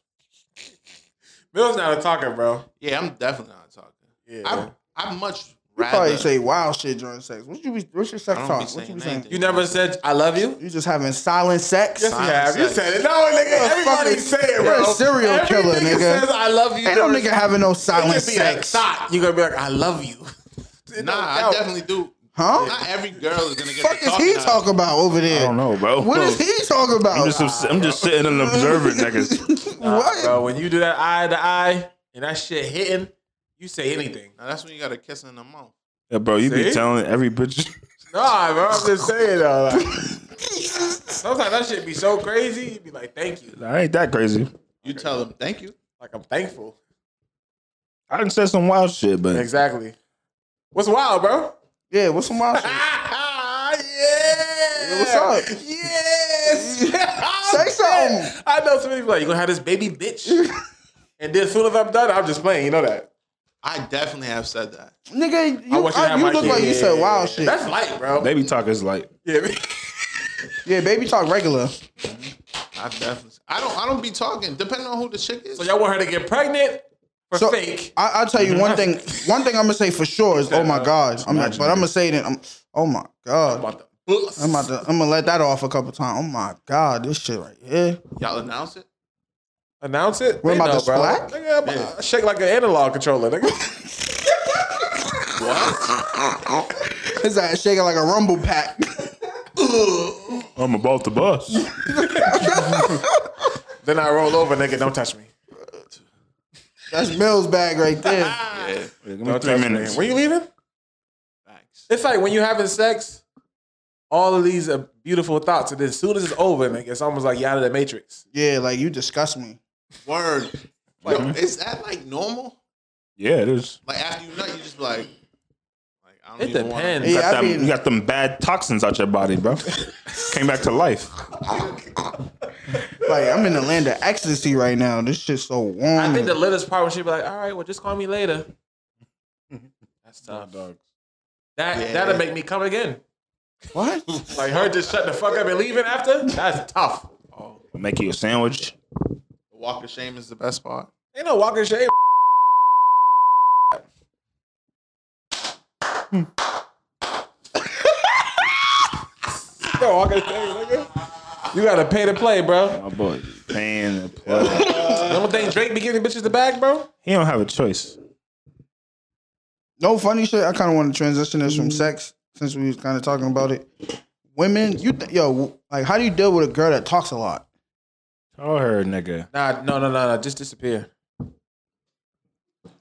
Speaker 2: Bill's not a talker, bro.
Speaker 3: Yeah, I'm definitely not talking.
Speaker 2: Yeah.
Speaker 3: I I much
Speaker 4: You probably
Speaker 3: rather
Speaker 4: say wild shit during sex. What you be? What's your sex
Speaker 3: I don't
Speaker 4: talk? What
Speaker 3: be
Speaker 4: you
Speaker 3: saying
Speaker 4: be saying?
Speaker 3: anything.
Speaker 2: you never said I love you.
Speaker 4: You just having silent sex?
Speaker 2: Yes, you
Speaker 3: Silent
Speaker 2: have. You
Speaker 3: sex.
Speaker 2: said it. No, nigga. Everybody
Speaker 4: fucking-
Speaker 2: say it,
Speaker 4: you're
Speaker 2: bro.
Speaker 4: a serial
Speaker 2: Every
Speaker 4: killer, nigga.
Speaker 2: says I love you.
Speaker 4: Ain't no
Speaker 2: during-
Speaker 4: nigga having no
Speaker 2: it
Speaker 4: silent
Speaker 2: could be a
Speaker 4: sex,
Speaker 2: thought. You're gonna be like, I love you. [laughs] It
Speaker 3: Nah,
Speaker 2: don't
Speaker 3: I
Speaker 2: count.
Speaker 3: definitely do.
Speaker 4: huh?
Speaker 3: Not every girl is gonna get
Speaker 4: Fuck
Speaker 3: the
Speaker 4: is he
Speaker 3: out.
Speaker 4: talking about over
Speaker 5: I don't
Speaker 4: there?
Speaker 5: know, bro.
Speaker 4: What is he talking
Speaker 5: [laughs] I'm
Speaker 4: about?
Speaker 5: just, obs- I'm just
Speaker 4: [laughs]
Speaker 5: sitting and observing niggas.
Speaker 2: Nah,
Speaker 4: what?
Speaker 2: Bro, when you do that eye to eye and that shit hitting, you say anything.
Speaker 3: Now that's when you got a kiss in the mouth.
Speaker 5: Yeah, bro, you
Speaker 2: See?
Speaker 5: be telling every bitch. [laughs]
Speaker 2: Nah, bro. I'm just saying though.
Speaker 4: [laughs]
Speaker 2: like, sometimes that shit be so crazy. You be like, thank you.
Speaker 5: I ain't that crazy.
Speaker 3: You tell them thank you.
Speaker 2: Like I'm thankful.
Speaker 5: I done said some wild shit, but
Speaker 2: Exactly. What's wild, bro? [laughs]
Speaker 4: Yeah, what's some wild shit?
Speaker 2: yeah.
Speaker 4: what's up?
Speaker 2: [laughs] Yes.
Speaker 4: Say something.
Speaker 2: Oh, I know some people like you gonna have this
Speaker 4: [laughs]
Speaker 2: baby bitch, and then as soon as I'm done, I'm just playing. You know that.
Speaker 3: I definitely have said that.
Speaker 4: Nigga, you,
Speaker 2: I want you to
Speaker 4: I-
Speaker 2: have
Speaker 4: you
Speaker 2: my
Speaker 4: look
Speaker 2: kid.
Speaker 4: like you said wild shit.
Speaker 2: That's light, bro.
Speaker 5: baby talk is like,
Speaker 2: Yeah. [laughs]
Speaker 4: yeah, baby talk regular.
Speaker 3: I've definitely. I don't. I don't be talking. Depending on who the chick is.
Speaker 2: So y'all want her to get pregnant for
Speaker 4: So-
Speaker 2: fake?
Speaker 4: I, I'll tell
Speaker 5: Mm-hmm.
Speaker 4: you one thing. One thing I'm gonna say for sure is, oh my god. I'm not, but I'm gonna say it. In, I'm, oh my god.
Speaker 2: About the books.
Speaker 4: I'm about to. I'm gonna let that off a couple times. Oh my god, this shit right here. [laughs]
Speaker 3: y'all announce
Speaker 2: [laughs]
Speaker 3: it.
Speaker 2: announce it.
Speaker 4: What
Speaker 2: They
Speaker 4: about
Speaker 2: know,
Speaker 4: the
Speaker 2: bro.
Speaker 4: splat?
Speaker 2: Nigga, I'm about to shake like an analog controller. Nigga.
Speaker 4: His ass shaking like a rumble pack. [laughs]
Speaker 5: I'm about to bust.
Speaker 2: then I roll over, nigga. Don't touch me.
Speaker 4: That's Bill's bag right there.
Speaker 5: [laughs]
Speaker 3: Yeah.
Speaker 5: Give me
Speaker 2: Don't
Speaker 5: three
Speaker 2: touch
Speaker 5: minutes.
Speaker 2: me. When you leaving?
Speaker 3: Thanks.
Speaker 2: It's like when you're having sex, all of these are beautiful thoughts, and then as soon as it's over, nigga, it's almost like you out of the matrix.
Speaker 4: Yeah, like you disgust me.
Speaker 3: Word. Yo, is that like normal?
Speaker 5: Yeah, it is.
Speaker 3: Like after you nut, you just be like, like I don't
Speaker 2: It
Speaker 3: even wanna-
Speaker 2: depends.
Speaker 5: You got,
Speaker 4: Yeah, I
Speaker 5: them,
Speaker 4: mean-
Speaker 5: you got them bad toxins out your body, bro. Came back to life.
Speaker 4: Like I'm in the land of ecstasy right now. This shit's so warm.
Speaker 2: I think the littest part when she be like, "All right, well, just call me later." That's tough. That
Speaker 3: Yeah.
Speaker 2: that'll make me come again.
Speaker 4: what?
Speaker 2: Like her just shut the fuck up and leaving after. That's tough.
Speaker 5: Make you a sandwich.
Speaker 3: The walk of shame is the best part.
Speaker 2: Ain't no walking shame. Hmm. [laughs] no walking shame, nigga. You gotta pay to play, bro.
Speaker 5: My boy, paying the play.
Speaker 2: Don't think Drake be giving bitches the bag, bro.
Speaker 5: He don't have a choice.
Speaker 4: No funny shit. I kind of want to transition this
Speaker 5: Mm-hmm.
Speaker 4: from sex since we was kind of talking about it. Women, you th- yo, like how do you deal with a girl that talks a lot?
Speaker 5: Tell her, nigga.
Speaker 2: Nah, no, no, no, no. Just disappear.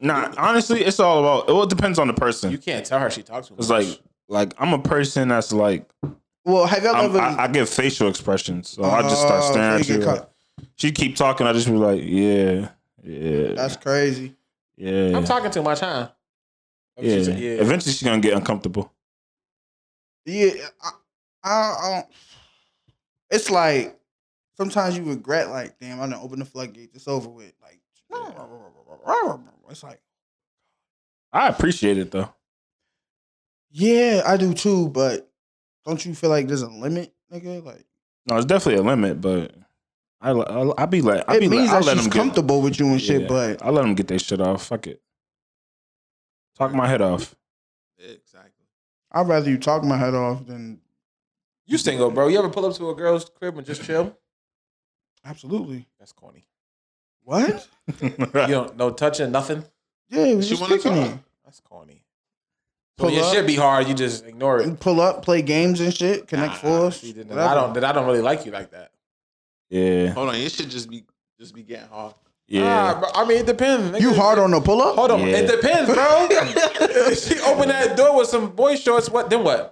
Speaker 5: Nah, honestly, it's all about. It all depends on the
Speaker 2: You
Speaker 5: person.
Speaker 2: can't tell her she talks too much.
Speaker 5: It's like, like I'm a person that's like,
Speaker 4: Well, have y'all
Speaker 5: I'm,
Speaker 4: ever?
Speaker 5: Um, I, I give facial expressions, so I just start
Speaker 4: Oh,
Speaker 5: staring
Speaker 4: so you
Speaker 5: at
Speaker 4: get
Speaker 5: you.
Speaker 4: caught.
Speaker 5: she keep talking, I just be like, yeah, yeah,
Speaker 4: That's crazy.
Speaker 5: yeah,
Speaker 2: I'm talking too much, huh? Oh,
Speaker 5: yeah.
Speaker 2: She's like, yeah.
Speaker 5: Eventually, she's gonna get uncomfortable.
Speaker 4: Yeah, I, I, I don't. It's like sometimes you regret, like, damn, I done opened the floodgate. It's over with. Like, it's like,
Speaker 5: I appreciate it though.
Speaker 4: yeah, I do too, but don't you feel like there's a limit, nigga? Like,
Speaker 5: No, it's definitely a limit, but I I, I be like, I
Speaker 4: it
Speaker 5: be
Speaker 4: means
Speaker 5: like, I
Speaker 4: that
Speaker 5: let
Speaker 4: she's
Speaker 5: them get,
Speaker 4: comfortable with you and shit,
Speaker 5: yeah,
Speaker 4: but
Speaker 5: I let them get their shit off. Fuck it, talk my head off.
Speaker 3: Yeah,
Speaker 4: [laughs]
Speaker 3: exactly.
Speaker 4: I'd rather you talk my head off than
Speaker 2: You single, bro. You ever pull up to a girl's crib and just chill?
Speaker 4: absolutely.
Speaker 2: That's corny.
Speaker 4: What?
Speaker 2: You don't no touching, nothing.
Speaker 4: Yeah, we
Speaker 3: She
Speaker 4: just
Speaker 3: wanna
Speaker 4: kicking
Speaker 3: talk.
Speaker 4: it.
Speaker 2: That's corny. So
Speaker 4: Pull
Speaker 2: your
Speaker 4: up.
Speaker 2: shit be hard. You just ignore it.
Speaker 4: Pull up, play games and shit. Connect
Speaker 2: Nah,
Speaker 4: fours.
Speaker 2: see, then
Speaker 4: whatever.
Speaker 2: I don't. Then I don't really like you like that.
Speaker 5: Yeah.
Speaker 3: Hold on, you should just be just be getting hard.
Speaker 5: Yeah.
Speaker 2: Nah, bro, I mean, it depends. nigga. [laughs]
Speaker 4: You hard on the pull up?
Speaker 2: Hold on,
Speaker 5: Yeah.
Speaker 2: it depends,
Speaker 4: [laughs]
Speaker 2: bro. If she opened that door with some boy shorts. What then? What?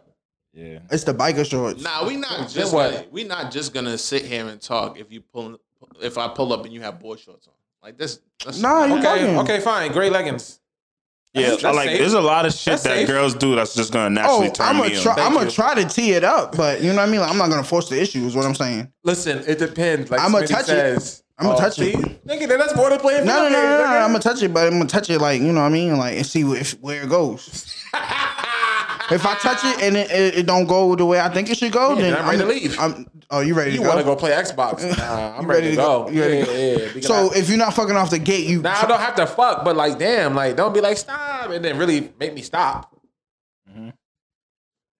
Speaker 5: Yeah.
Speaker 4: It's the biker shorts.
Speaker 3: Nah, we not
Speaker 2: Then
Speaker 3: just
Speaker 2: what?
Speaker 3: gonna, we not just gonna sit here and talk if you pull if I pull up and you have boy shorts on. Like this that's
Speaker 4: Nah, you
Speaker 2: Okay,
Speaker 4: bugging.
Speaker 2: okay, fine. Gray leggings.
Speaker 5: Yeah,
Speaker 2: That's-
Speaker 5: I
Speaker 2: that's
Speaker 5: like
Speaker 2: safe.
Speaker 5: there's a lot of shit
Speaker 2: That's
Speaker 5: that
Speaker 2: safe.
Speaker 5: girls do that's just gonna naturally
Speaker 4: Oh,
Speaker 5: turn
Speaker 4: I'm
Speaker 5: me
Speaker 4: gonna try.
Speaker 5: on.
Speaker 4: I'm
Speaker 2: Thank
Speaker 4: gonna
Speaker 2: you.
Speaker 4: try to tee it up, but you know what I mean. Like, I'm not gonna force the issue. Is what I'm saying.
Speaker 2: Listen, it depends. Like
Speaker 4: I'ma
Speaker 2: Smitty
Speaker 4: touch it.
Speaker 2: says. Oh,
Speaker 4: I'ma touch it.
Speaker 2: Nigga, then that's more than playing.
Speaker 4: No, no, no,
Speaker 2: video
Speaker 4: no,
Speaker 2: games,
Speaker 4: no,
Speaker 2: nigga.
Speaker 4: I'm gonna touch it, but I'm gonna touch it like you know what I mean, like and see if where it
Speaker 5: [laughs]
Speaker 4: goes. if I touch it and it, it, it don't go the way I think it should go,
Speaker 2: Yeah,
Speaker 4: then
Speaker 2: then I'm ready to
Speaker 4: I'm-
Speaker 2: leave.
Speaker 4: I'm, oh, you ready
Speaker 2: You
Speaker 4: to go?
Speaker 2: want to go play Xbox? Nah, I'm
Speaker 4: You
Speaker 2: ready, to go.
Speaker 4: You ready to go?
Speaker 2: Yeah, yeah. because
Speaker 4: So
Speaker 2: I-
Speaker 4: if you're not fucking off the gate, you
Speaker 2: now I don't have to fuck, but like, damn, like, don't be like stop, and then really make me stop.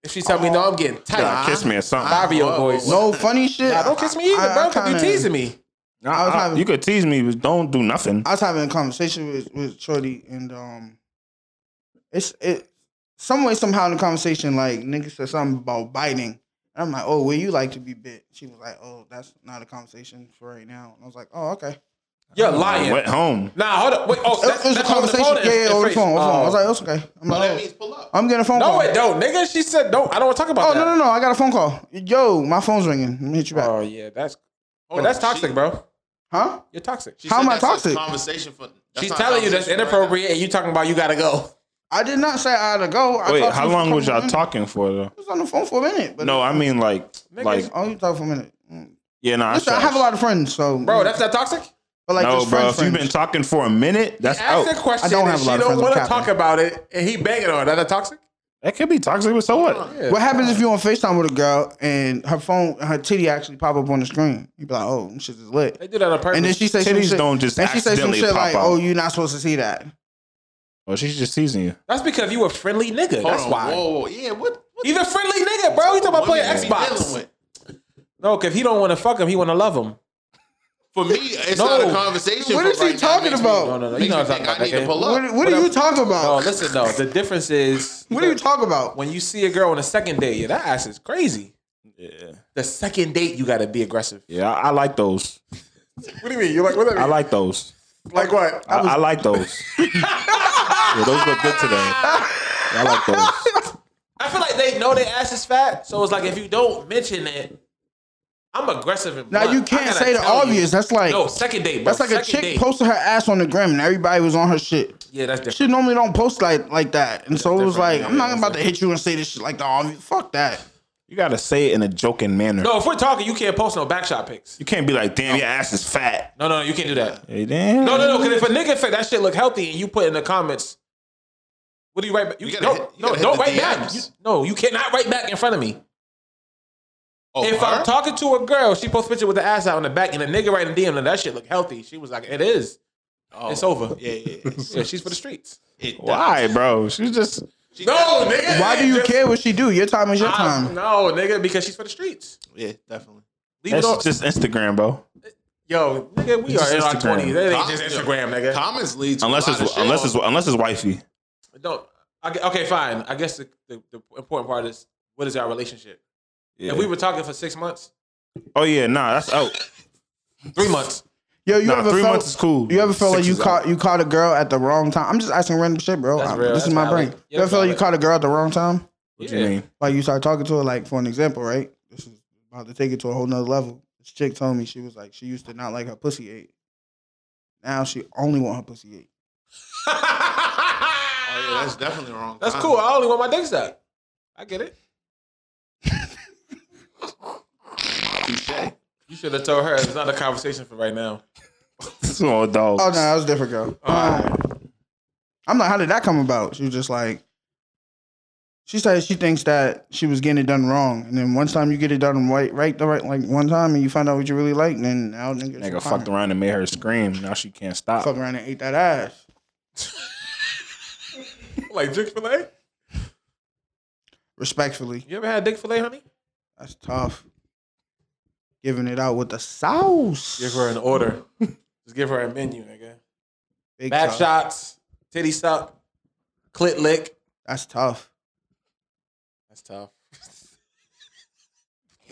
Speaker 2: If she tell me no, I'm getting tight.
Speaker 5: Nah, Mm-hmm. kiss me or something.
Speaker 2: Fabio
Speaker 3: Whoa,
Speaker 2: voice.
Speaker 3: whoa,
Speaker 4: no funny shit.
Speaker 2: Nah, don't kiss me either,
Speaker 4: I-
Speaker 2: bro.
Speaker 4: I
Speaker 2: Cause you
Speaker 4: kinda-
Speaker 2: teasing me.
Speaker 5: Nah,
Speaker 4: I was
Speaker 5: I-
Speaker 4: having-
Speaker 5: you could tease me, but don't do nothing.
Speaker 4: I was having a conversation with with Shorty, and um, it's it some way somehow in the conversation, like nigga said something about biting, and I'm like, oh, where you like to be bit? She was like, oh, that's not a conversation for right now. And I was like, oh, okay.
Speaker 2: You're lying.
Speaker 5: Went home.
Speaker 2: Nah, hold up. Wait, oh,
Speaker 4: It
Speaker 2: that's,
Speaker 4: was a
Speaker 2: that's over the
Speaker 4: conversation.
Speaker 2: phone and-
Speaker 4: yeah, yeah,
Speaker 2: and
Speaker 4: over the
Speaker 2: phrase.
Speaker 4: phone. Over the phone. I
Speaker 2: Oh.
Speaker 4: was like, it's okay. I'm
Speaker 3: Well,
Speaker 4: like,
Speaker 3: that
Speaker 4: oh,
Speaker 3: means pull up.
Speaker 4: I'm getting a phone
Speaker 2: no,
Speaker 4: call.
Speaker 2: it don't, nigga. She said don't. I don't want to talk about
Speaker 4: oh
Speaker 2: that.
Speaker 4: no, no, no! I got a phone call. Yo, my phone's ringing. Let me hit you back.
Speaker 2: Oh yeah, that's. But that's toxic,
Speaker 3: She-
Speaker 2: bro.
Speaker 4: huh?
Speaker 2: You're toxic.
Speaker 3: she
Speaker 4: How
Speaker 3: said
Speaker 4: am I
Speaker 3: that's a
Speaker 4: toxic?
Speaker 3: Conversation for
Speaker 2: She's
Speaker 3: not a
Speaker 2: telling you that's
Speaker 3: conversation right now.
Speaker 2: inappropriate, and you talking about you gotta go.
Speaker 4: I did not say I had to go. I
Speaker 5: Wait,
Speaker 4: talked to
Speaker 5: how
Speaker 4: you for
Speaker 5: long
Speaker 4: a
Speaker 5: was
Speaker 4: couple
Speaker 5: y'all
Speaker 4: minutes.
Speaker 5: talking for though?
Speaker 4: I was on the phone for a minute. But
Speaker 5: No, I mean like
Speaker 2: Niggas-
Speaker 5: like
Speaker 4: oh, you talk for a minute. Mm.
Speaker 5: yeah, nah.
Speaker 4: Listen, I have a lot of friends, so
Speaker 2: Bro, that's not toxic.
Speaker 4: but like
Speaker 5: no,
Speaker 4: just
Speaker 5: bro.
Speaker 4: friends,
Speaker 5: If you've been
Speaker 4: friends.
Speaker 5: talking for a minute, that's out.
Speaker 2: Ask a question.
Speaker 4: I don't have
Speaker 2: and
Speaker 4: a lot
Speaker 2: she
Speaker 4: of
Speaker 2: don't
Speaker 4: friends
Speaker 2: want to
Speaker 4: with
Speaker 2: talk
Speaker 4: Kappa.
Speaker 2: about it, and he banging on her. That that toxic?
Speaker 5: That could be toxic, but so what?
Speaker 2: Yeah.
Speaker 4: what happens if you on Facetime with a girl and her phone, her titty actually pop up on the screen? You be like, oh, this shit is lit.
Speaker 2: They do that on purpose.
Speaker 4: And then she says, some
Speaker 5: Titties
Speaker 4: shit-
Speaker 5: don't just
Speaker 4: And she says some
Speaker 5: accidentally
Speaker 4: shit
Speaker 5: pop
Speaker 4: like,
Speaker 5: out.
Speaker 4: oh, you're not supposed to see that.
Speaker 5: Oh, she's just teasing you.
Speaker 2: That's because you a friendly nigga.
Speaker 3: Hold
Speaker 2: That's
Speaker 3: on,
Speaker 2: why.
Speaker 3: Whoa, whoa, yeah. What? what
Speaker 2: He's a friendly nigga, bro. He talking about
Speaker 3: women
Speaker 2: playing
Speaker 3: we dealing
Speaker 2: Xbox.
Speaker 3: with?
Speaker 2: No, because he don't want to fuck him. He want to love him.
Speaker 3: For me, it's
Speaker 2: No.
Speaker 3: not a conversation.
Speaker 4: What
Speaker 3: for
Speaker 4: is he
Speaker 3: right now.
Speaker 4: talking
Speaker 3: Makes
Speaker 4: about?
Speaker 3: Me,
Speaker 2: No, no, no. You
Speaker 3: makes
Speaker 2: know
Speaker 3: me
Speaker 2: what I'm
Speaker 3: think
Speaker 2: talking
Speaker 3: I need
Speaker 2: about,
Speaker 3: to pull up.
Speaker 4: What, what are you talking
Speaker 2: No,
Speaker 4: about?
Speaker 2: listen though. The difference is
Speaker 4: what are you talking about?
Speaker 2: when you see a girl on a second date. Yeah, that ass is crazy.
Speaker 5: Yeah,
Speaker 2: The second date, you gotta be aggressive.
Speaker 5: yeah. I, I like those.
Speaker 2: What do you mean? You like what?
Speaker 5: I like those.
Speaker 2: like what?
Speaker 5: I, I like those. yeah, those look good today. I like those.
Speaker 2: I feel like they know their ass is fat, so it's like if you don't mention it, I'm aggressive and
Speaker 4: Now
Speaker 2: blunt.
Speaker 4: you
Speaker 2: I
Speaker 4: can't
Speaker 2: gotta
Speaker 4: say the
Speaker 2: tell you.
Speaker 4: obvious. That's like
Speaker 2: No, second date, bro.
Speaker 4: that's like a
Speaker 2: second
Speaker 4: chick
Speaker 2: date.
Speaker 4: posted her ass on the gram and everybody was on her shit.
Speaker 2: Yeah, that's
Speaker 4: She
Speaker 2: different.
Speaker 4: normally don't post like like that, and so it was
Speaker 2: different,
Speaker 4: like
Speaker 2: yeah,
Speaker 4: I'm not
Speaker 2: that's
Speaker 4: about to hit you and say this shit like the obvious. Fuck that.
Speaker 5: You gotta say it in a joking manner.
Speaker 2: No, if we're talking, you can't post no backshot pics.
Speaker 5: You can't be like, damn, your ass is fat.
Speaker 2: No, no, you can't do that.
Speaker 5: Hey, damn.
Speaker 2: No, no, no. Because if a nigga think that shit look healthy and you put in the comments, what do you write back? You,
Speaker 3: You gotta
Speaker 2: no,
Speaker 3: hit- you
Speaker 2: no,
Speaker 3: gotta hit
Speaker 2: don't
Speaker 3: the
Speaker 2: write back.
Speaker 3: DMs.
Speaker 2: You, no, you cannot write back in front of me.
Speaker 3: Oh,
Speaker 2: if
Speaker 3: her?
Speaker 2: I'm talking to a girl, she posts a picture with the ass out in the back, and a nigga writing DM, and that shit look healthy. She was like, "It is.
Speaker 3: Oh,
Speaker 2: It's over."
Speaker 3: Yeah, yeah. it's-
Speaker 2: [laughs] Yeah, she's for the streets.
Speaker 3: it-
Speaker 5: Why, bro? She's just
Speaker 3: She-
Speaker 2: No, nigga.
Speaker 4: Why do you
Speaker 2: Just-
Speaker 4: care what she do? Your time is your
Speaker 2: I-
Speaker 4: time.
Speaker 2: no, nigga, because she's for the streets.
Speaker 3: Yeah, definitely.
Speaker 2: Leave it on.
Speaker 5: that's just Instagram, bro.
Speaker 2: Yo, nigga, we
Speaker 5: It's
Speaker 2: are in our
Speaker 5: Instagram.
Speaker 2: twenties. That ain't
Speaker 3: Com-
Speaker 2: just Instagram, nigga.
Speaker 3: Comments leads
Speaker 5: Unless it's unless it's unless it's wifey.
Speaker 2: Don't. I, gue- okay, fine. I guess the, the, the important part is what is our relationship.
Speaker 5: Yeah.
Speaker 2: If we were talking for six months,
Speaker 5: oh yeah, nah, that's out.
Speaker 2: three months,
Speaker 4: Yo, you
Speaker 5: Nah,
Speaker 4: ever
Speaker 5: three
Speaker 4: felt,
Speaker 5: months is cool.
Speaker 4: You ever felt
Speaker 5: Six
Speaker 4: like you
Speaker 5: is out.
Speaker 4: caught you caught a girl at the wrong time? I'm just asking random shit, bro.
Speaker 2: That's
Speaker 4: I'm-
Speaker 2: real.
Speaker 4: This is
Speaker 2: That's
Speaker 4: my
Speaker 2: valid.
Speaker 4: brain.
Speaker 2: Yeah,
Speaker 4: you ever feel like you
Speaker 2: valid.
Speaker 4: caught a girl at the wrong time?
Speaker 5: What
Speaker 2: Yeah.
Speaker 5: you
Speaker 2: [laughs]
Speaker 5: mean? [laughs]
Speaker 4: Like you started talking to her, like for an example, right? This is about to take it to a whole nother level. This chick told me she was like she used to not like her pussy ate. Now she only want her pussy ate.
Speaker 3: Oh, yeah,
Speaker 5: [laughs]
Speaker 3: that's definitely wrong.
Speaker 2: that's
Speaker 3: time.
Speaker 2: cool. I only want my dick sucked. I get it.
Speaker 3: Touche.
Speaker 2: You should have told her it's not a conversation for right now.
Speaker 5: Small dog.
Speaker 4: Oh no, that was a different girl. Um, I'm like, how did that come about? She was just like, she said she thinks that she was getting it done wrong, and then once time you get it done right, right, the right, like one time, and you find out what you really like, then now nigga,
Speaker 5: Nigga fucked around and made her scream. Now she can't stop.
Speaker 4: fuck around and ate that ass.
Speaker 2: Like Dick Filet.
Speaker 4: Respectfully,
Speaker 2: You ever had Dick Filet, honey?
Speaker 4: that's tough. Giving it out with the sauce.
Speaker 2: Give her an order. [laughs] Just give her a menu, nigga.
Speaker 4: Big
Speaker 2: Back
Speaker 4: tough.
Speaker 2: shots, titty suck, clit lick.
Speaker 4: That's tough.
Speaker 2: That's [laughs] tough.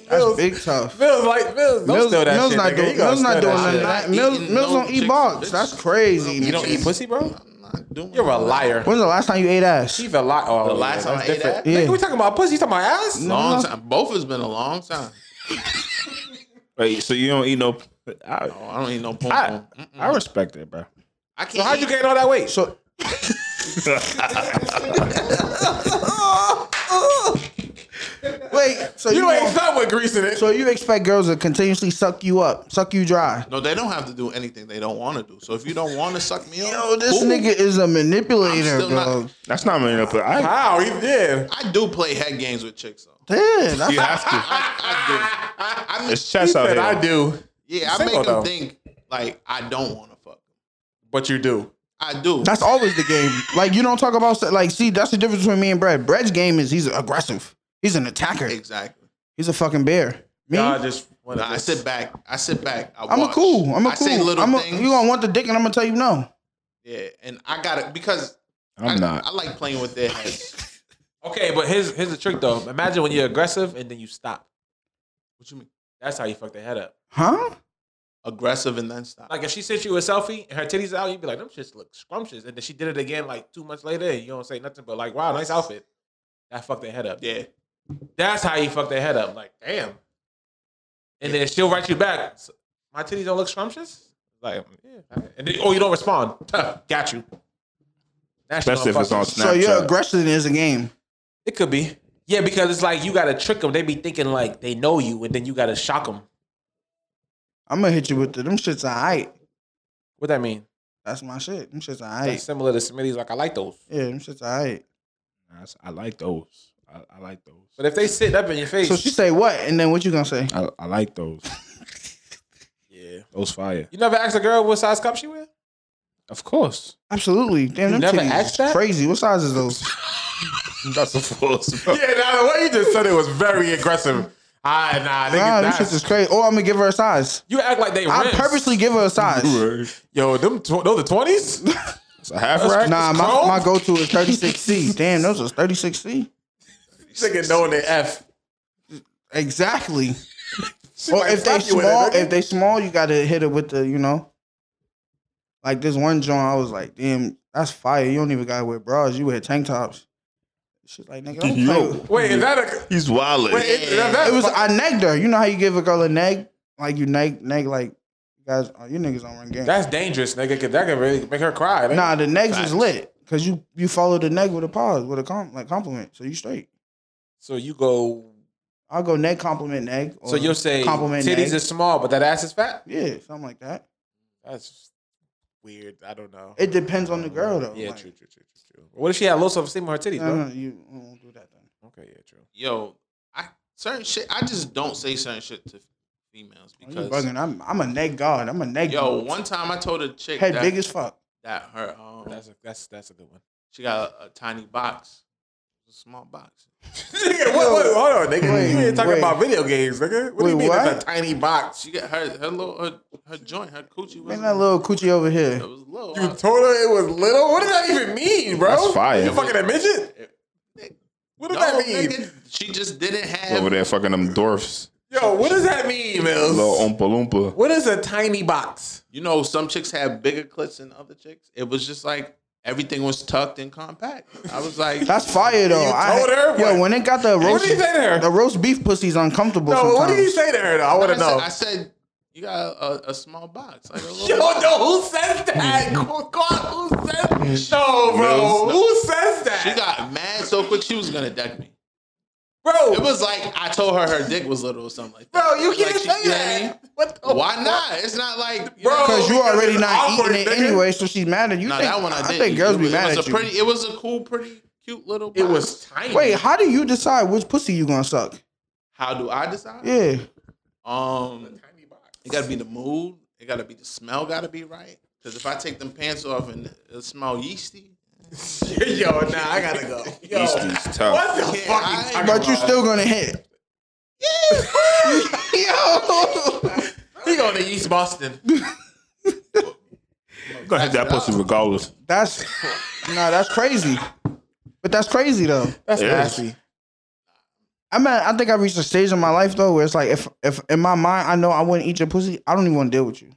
Speaker 4: That's big tough.
Speaker 2: Mills like Mills. Don't
Speaker 4: Mills,
Speaker 2: steal that
Speaker 4: Mills
Speaker 2: shit.
Speaker 4: not
Speaker 2: nigga.
Speaker 4: doing,
Speaker 2: You gotta
Speaker 4: Mills not
Speaker 2: steal
Speaker 4: doing
Speaker 2: that
Speaker 4: none of
Speaker 2: shit.
Speaker 4: that.
Speaker 3: I'm not
Speaker 4: Mills,
Speaker 3: eating
Speaker 4: Mills
Speaker 3: no
Speaker 4: don't
Speaker 3: chicks,
Speaker 4: eat box.
Speaker 3: bitch.
Speaker 4: That's crazy.
Speaker 2: You don't
Speaker 4: nigga.
Speaker 2: eat pussy, bro.
Speaker 3: I'm not doing
Speaker 2: You're a
Speaker 3: that.
Speaker 2: liar.
Speaker 4: When's the last time you ate ass?
Speaker 2: He's a liar. Oh,
Speaker 3: The last
Speaker 2: yeah,
Speaker 3: time I
Speaker 2: that's
Speaker 3: ate
Speaker 2: different.
Speaker 3: that?
Speaker 4: Yeah.
Speaker 2: Nigga, we talking about pussy. You talking about ass?
Speaker 3: Long time. Both has been a long time.
Speaker 5: Wait, so you don't eat no? I,
Speaker 3: Oh, I don't eat no pom
Speaker 5: I,
Speaker 3: pom.
Speaker 5: I respect that, bro.
Speaker 3: I can't.
Speaker 2: So how'd
Speaker 3: eat-
Speaker 2: you gain all that weight?
Speaker 4: So wait, so you,
Speaker 2: you ain't
Speaker 4: want-
Speaker 2: felt with grease in it.
Speaker 4: so you expect girls to continuously suck you up, suck you dry?
Speaker 3: No, they don't have to do anything they don't want to do. So if you don't want to suck me up,
Speaker 4: Yo, this
Speaker 3: cool.
Speaker 4: nigga is a manipulator,
Speaker 3: I'm still not-
Speaker 4: bro.
Speaker 5: That's not many up. I
Speaker 2: How? He did.
Speaker 3: I do play head games with chicks though.
Speaker 4: Damn, that's
Speaker 5: you have to. [laughs]
Speaker 3: I, I do. I, I,
Speaker 5: It's chess out
Speaker 2: Said
Speaker 5: here.
Speaker 2: I do,
Speaker 3: yeah, I
Speaker 2: Single,
Speaker 3: make them
Speaker 2: though.
Speaker 3: think like I don't want to fuck.
Speaker 2: but you do.
Speaker 3: I do.
Speaker 4: that's always the game. Like you don't talk about se- like see that's the difference between me and Brad. Brad's game is he's aggressive. He's an attacker.
Speaker 3: exactly.
Speaker 4: He's a fucking bear. Me,
Speaker 2: Y'all just.
Speaker 3: Nah, I sit back. I sit back. I
Speaker 4: I'm a
Speaker 3: watch.
Speaker 4: cool. I'm a
Speaker 3: I
Speaker 4: cool.
Speaker 3: say little
Speaker 4: I'm a,
Speaker 3: things.
Speaker 4: you gonna want the dick and I'm gonna tell you no.
Speaker 3: yeah, and I got it because I-
Speaker 5: I'm not.
Speaker 3: I like playing with their heads.
Speaker 5: [laughs]
Speaker 2: Okay, but here's here's the trick though. Imagine when you're aggressive and then you stop.
Speaker 3: what you mean?
Speaker 2: That's how you fuck their head up.
Speaker 4: Huh?
Speaker 3: Aggressive and then stop.
Speaker 2: Like if she sent you a selfie and her titties out, you'd be like, "Them shits look scrumptious." And then she did it again like two months later, and you don't say nothing but like, "Wow, nice outfit." That fucked their head up.
Speaker 3: yeah.
Speaker 2: That's how you fuck their head up. Like, damn. And then she'll write you back. "S- My titties don't look scrumptious. Like, yeah. all right." And then, oh, you don't respond. [laughs] Tuh, Got you. That's
Speaker 5: Especially if it's on
Speaker 2: motherfucking-
Speaker 5: Snapchat.
Speaker 4: So your aggression is a game.
Speaker 2: It could be. Yeah, because it's like you gotta trick them. They be thinking like they know you, and then you gotta shock them.
Speaker 4: I'm gonna hit you with the, them shits. Alright,
Speaker 2: What that mean?
Speaker 4: that's my shit. Them shits.
Speaker 2: That's
Speaker 4: Alright,
Speaker 2: similar to Smitty's. Like I like those.
Speaker 4: yeah, them shits. Alright.
Speaker 5: That's- I like those. I, I like those.
Speaker 2: But if they sit up in your face,
Speaker 4: So she say what, and then what you gonna say?
Speaker 5: I, I like those.
Speaker 2: yeah.
Speaker 5: Those fire.
Speaker 2: You never asked a girl what size cup she wear?
Speaker 5: Of course.
Speaker 4: Absolutely. Damn, them
Speaker 2: You never
Speaker 4: titties
Speaker 2: asked
Speaker 4: is
Speaker 2: that?
Speaker 4: Crazy. What size is those?
Speaker 5: That's a force.
Speaker 2: [laughs]
Speaker 5: Bro.
Speaker 2: Yeah, nah, the way you just said it was very aggressive. Ah, nah,
Speaker 4: Nah, them shits is crazy. Oh, I'm gonna give her a size.
Speaker 2: you act like they.
Speaker 4: I
Speaker 2: rims.
Speaker 4: purposely give her a size.
Speaker 2: Yo, them tw- those the
Speaker 4: [laughs]
Speaker 2: twenties.
Speaker 5: It's a half rack.
Speaker 4: Nah, my,
Speaker 2: Chrome?
Speaker 4: my go to is 36C. Damn, those are 36C.
Speaker 2: Nigga knowing they F.
Speaker 4: Exactly.
Speaker 2: She
Speaker 4: Or
Speaker 2: might
Speaker 4: if they
Speaker 2: fuck you with
Speaker 4: small,
Speaker 2: it, nigga.
Speaker 4: if they small, you gotta hit it with the, you know. Like this one joint, I was like, damn, that's fire. You don't even gotta wear bras. You wear tank tops. She's like, nigga, don't play. with-
Speaker 2: wait, is that a?
Speaker 5: He's wildin'.
Speaker 2: Wait, is that, that's
Speaker 4: It was
Speaker 2: fu-
Speaker 4: I negged her. You know how you give a girl a neg, like you neg neg like you guys. Oh, you niggas don't run game.
Speaker 2: that's dangerous, nigga. 'cause that could really make her cry. nigga.
Speaker 4: Nah, the negs is lit because you you follow the neg with a pause with a com- like compliment, so you straight.
Speaker 2: So you go.
Speaker 4: I'll go neg compliment neg. Or
Speaker 2: So you'll say
Speaker 4: compliment
Speaker 2: titties
Speaker 4: neg.
Speaker 2: is small, but that ass is fat.
Speaker 4: yeah, something like that.
Speaker 2: That's weird. I don't know.
Speaker 4: It depends on the girl though.
Speaker 2: Yeah,
Speaker 4: like, Uh-huh.
Speaker 2: true, true, true, true, true. What if she had low self esteem on her titties,
Speaker 4: No,
Speaker 2: bro?
Speaker 4: no, you I won't do that then.
Speaker 2: Okay, yeah, true.
Speaker 3: Yo, I certain shit. I just don't say certain shit to females
Speaker 4: Oh, you
Speaker 3: because
Speaker 4: bugging? I'm I'm a neg god. I'm a neg.
Speaker 3: yo,
Speaker 4: god.
Speaker 3: one time I told a chick
Speaker 4: head
Speaker 3: that,
Speaker 4: big as fuck.
Speaker 3: that her um,
Speaker 2: That's a, that's that's a good one.
Speaker 3: she got a, a tiny box, a small box.
Speaker 2: [laughs] nigga, what, what, hold on, nigga.
Speaker 4: Wait,
Speaker 2: you ain't talking
Speaker 4: wait.
Speaker 2: about video games, nigga. What do you
Speaker 4: Wait,
Speaker 2: mean it's
Speaker 4: what?
Speaker 2: a tiny box?
Speaker 3: She got her her little her, her joint, her coochie was
Speaker 4: Man, that little coochie over here.
Speaker 3: It was little.
Speaker 2: You told her it was little? What does that even mean, bro?
Speaker 5: That's fire.
Speaker 2: You fucking a midget? What does
Speaker 3: No,
Speaker 2: that mean?
Speaker 3: nigga, she just didn't have
Speaker 5: Over there fucking them dwarfs.
Speaker 2: Yo, what does that mean, Mills?
Speaker 5: Little um, Oompa Loompa.
Speaker 2: What is a tiny box?
Speaker 3: You know, some chicks have bigger clits than other chicks. It was just like everything was tucked and compact. I was like,
Speaker 4: That's fire though. I,
Speaker 2: told her?
Speaker 4: Yo,
Speaker 2: What?
Speaker 4: when it got the roast,
Speaker 2: What did he say to her?
Speaker 4: the roast beef pussy's uncomfortable.
Speaker 2: No,
Speaker 4: sometimes.
Speaker 2: what did he say to her, though? I want
Speaker 3: I
Speaker 2: to know.
Speaker 3: said, I said you got a, a small box, like a
Speaker 2: Yo,
Speaker 3: little.
Speaker 2: no, who says that? God, who says No, bro.
Speaker 3: Mills, no.
Speaker 2: Who says that?
Speaker 3: She got mad so quick she was gonna deck me.
Speaker 2: bro,
Speaker 3: It was like I told her her dick was little or something like that.
Speaker 2: bro, you
Speaker 3: Like,
Speaker 2: can't
Speaker 3: she-
Speaker 2: say
Speaker 3: you know what I
Speaker 2: that.
Speaker 3: mean?
Speaker 2: What the
Speaker 3: Why not? It's not like you
Speaker 2: Bro,
Speaker 3: know,
Speaker 4: Because you
Speaker 2: Because
Speaker 4: already
Speaker 2: it's
Speaker 4: not
Speaker 2: awkward,
Speaker 4: eating it
Speaker 2: nigga.
Speaker 4: anyway, so she's mad at you.
Speaker 3: nah,
Speaker 4: think,
Speaker 3: that one I, did.
Speaker 4: think girls
Speaker 3: it,
Speaker 4: be
Speaker 3: was-
Speaker 4: mad
Speaker 3: it was
Speaker 4: at
Speaker 3: a
Speaker 4: you.
Speaker 3: pretty. It was a cool, pretty, cute little. Box.
Speaker 2: It was tiny.
Speaker 4: Wait, how do you decide which pussy you gonna suck?
Speaker 3: How do I decide?
Speaker 4: Yeah,
Speaker 3: Um, it gotta be the mood. It gotta be the smell. Gotta be right. Because if I take them pants off and it smell yeasty,
Speaker 2: [laughs] Yo, nah, I gotta
Speaker 3: [laughs]
Speaker 2: go. Yo,
Speaker 5: Eastie's tough.
Speaker 2: what the
Speaker 3: Yeah,
Speaker 2: fuck?
Speaker 3: I-
Speaker 2: you talking
Speaker 4: but you
Speaker 2: about?
Speaker 4: still gonna hit. Yo,
Speaker 2: He going to East Boston.
Speaker 5: Go ahead, that pussy regardless.
Speaker 4: that's nah, that's crazy. But that's crazy though.
Speaker 2: That's
Speaker 5: It is.
Speaker 2: nasty.
Speaker 4: I'm at, I think I reached a stage in my life though where it's like if if in my mind I know I wouldn't eat your pussy, I don't even want to deal with you.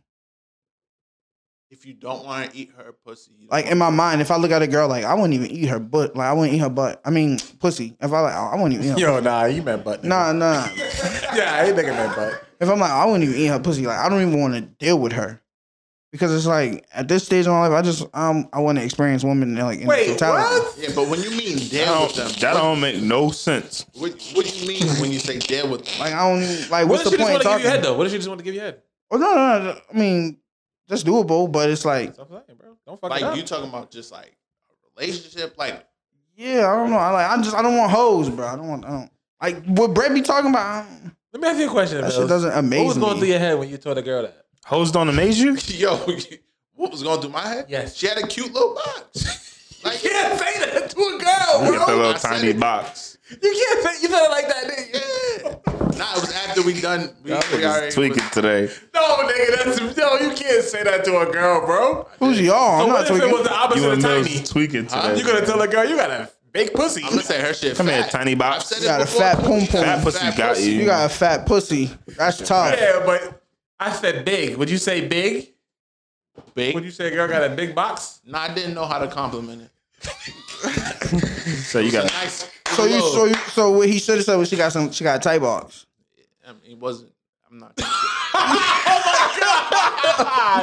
Speaker 3: If you don't want to eat her pussy, you don't
Speaker 4: Like in my mind, if I look at a girl like I wouldn't even eat her butt, like I wouldn't eat her butt. I mean pussy. If I like I wouldn't even eat her.
Speaker 2: [laughs] Yo, nah, you meant butt. nigga.
Speaker 4: Nah, nah.
Speaker 2: Yeah, I ain't thinking meant butt.
Speaker 4: If I'm like, I wouldn't even eat her pussy. Like, I don't even want to deal with her because it's like at this stage of my life, I just um, I want to experience women like in
Speaker 2: [laughs] Wait,
Speaker 4: totality.
Speaker 2: what?
Speaker 3: Yeah, but when you mean
Speaker 5: That
Speaker 3: dead with
Speaker 5: don't,
Speaker 3: them,
Speaker 5: that don't make no sense.
Speaker 3: what, what do you mean when you say dead with them?
Speaker 4: Like, I don't even- like.
Speaker 2: What
Speaker 4: What's
Speaker 2: if
Speaker 4: the
Speaker 2: she just
Speaker 4: point?
Speaker 2: want
Speaker 4: of
Speaker 2: to give
Speaker 4: Talking?
Speaker 2: you head though? What if she just want to give you head?
Speaker 4: Oh no, no, no. I mean, that's doable, but it's like,
Speaker 2: That's what I'm saying, bro. Don't fuck it
Speaker 3: Like
Speaker 2: up.
Speaker 3: you talking about just like a relationship? Like [laughs]
Speaker 4: yeah, I don't know. I like, I just, I don't want hoes, bro. I don't want, I don't like what Brett be talking about. I don't-
Speaker 2: Let me ask you a question.
Speaker 4: That shit
Speaker 2: Mills.
Speaker 4: doesn't
Speaker 2: What was
Speaker 4: amaze
Speaker 2: going through
Speaker 4: me.
Speaker 2: your head when you told a girl that?
Speaker 5: Hoes don't amaze you?
Speaker 3: yo, [laughs] what was going through my head?
Speaker 2: Yes.
Speaker 3: She had a cute little box. Like
Speaker 2: You can't say that to a girl,
Speaker 5: With the
Speaker 2: bro.
Speaker 5: little
Speaker 3: I said
Speaker 5: tiny
Speaker 3: it.
Speaker 5: box.
Speaker 2: You can't say you said it like that, nigga.
Speaker 3: yeah. Nah, it was after we done. We, we already
Speaker 5: Tweaking today.
Speaker 2: [laughs] No, nigga, that's no. You can't say that to a girl, bro.
Speaker 4: Who's y'all?
Speaker 2: So
Speaker 4: I'm
Speaker 2: Oh, what
Speaker 4: not
Speaker 2: if it was
Speaker 4: talking.
Speaker 2: the opposite
Speaker 5: You
Speaker 2: of
Speaker 5: and
Speaker 2: tiny?
Speaker 5: Mills tweaking
Speaker 3: Huh?
Speaker 5: today.
Speaker 2: You gonna tell a girl you got a big pussy?
Speaker 3: I'm gonna say her shit.
Speaker 5: Come
Speaker 3: fat.
Speaker 5: here, tiny box.
Speaker 3: I've said
Speaker 4: You got a
Speaker 3: it before.
Speaker 4: fat poom poom.
Speaker 5: Fat pussy
Speaker 3: Fat
Speaker 5: got
Speaker 3: pussy.
Speaker 5: you.
Speaker 4: You got a fat pussy. That's tough.
Speaker 2: [laughs] yeah, but I said big. Would you say big?
Speaker 3: Big.
Speaker 2: Would you say a girl got a big box? [laughs]
Speaker 3: Nah, I didn't know how to compliment it.
Speaker 5: so you got
Speaker 3: Nice.
Speaker 4: So you, so you, so what he should have said was she got some, she got a tight box.
Speaker 3: I mean, it
Speaker 5: [laughs]
Speaker 3: wasn't. I'm not.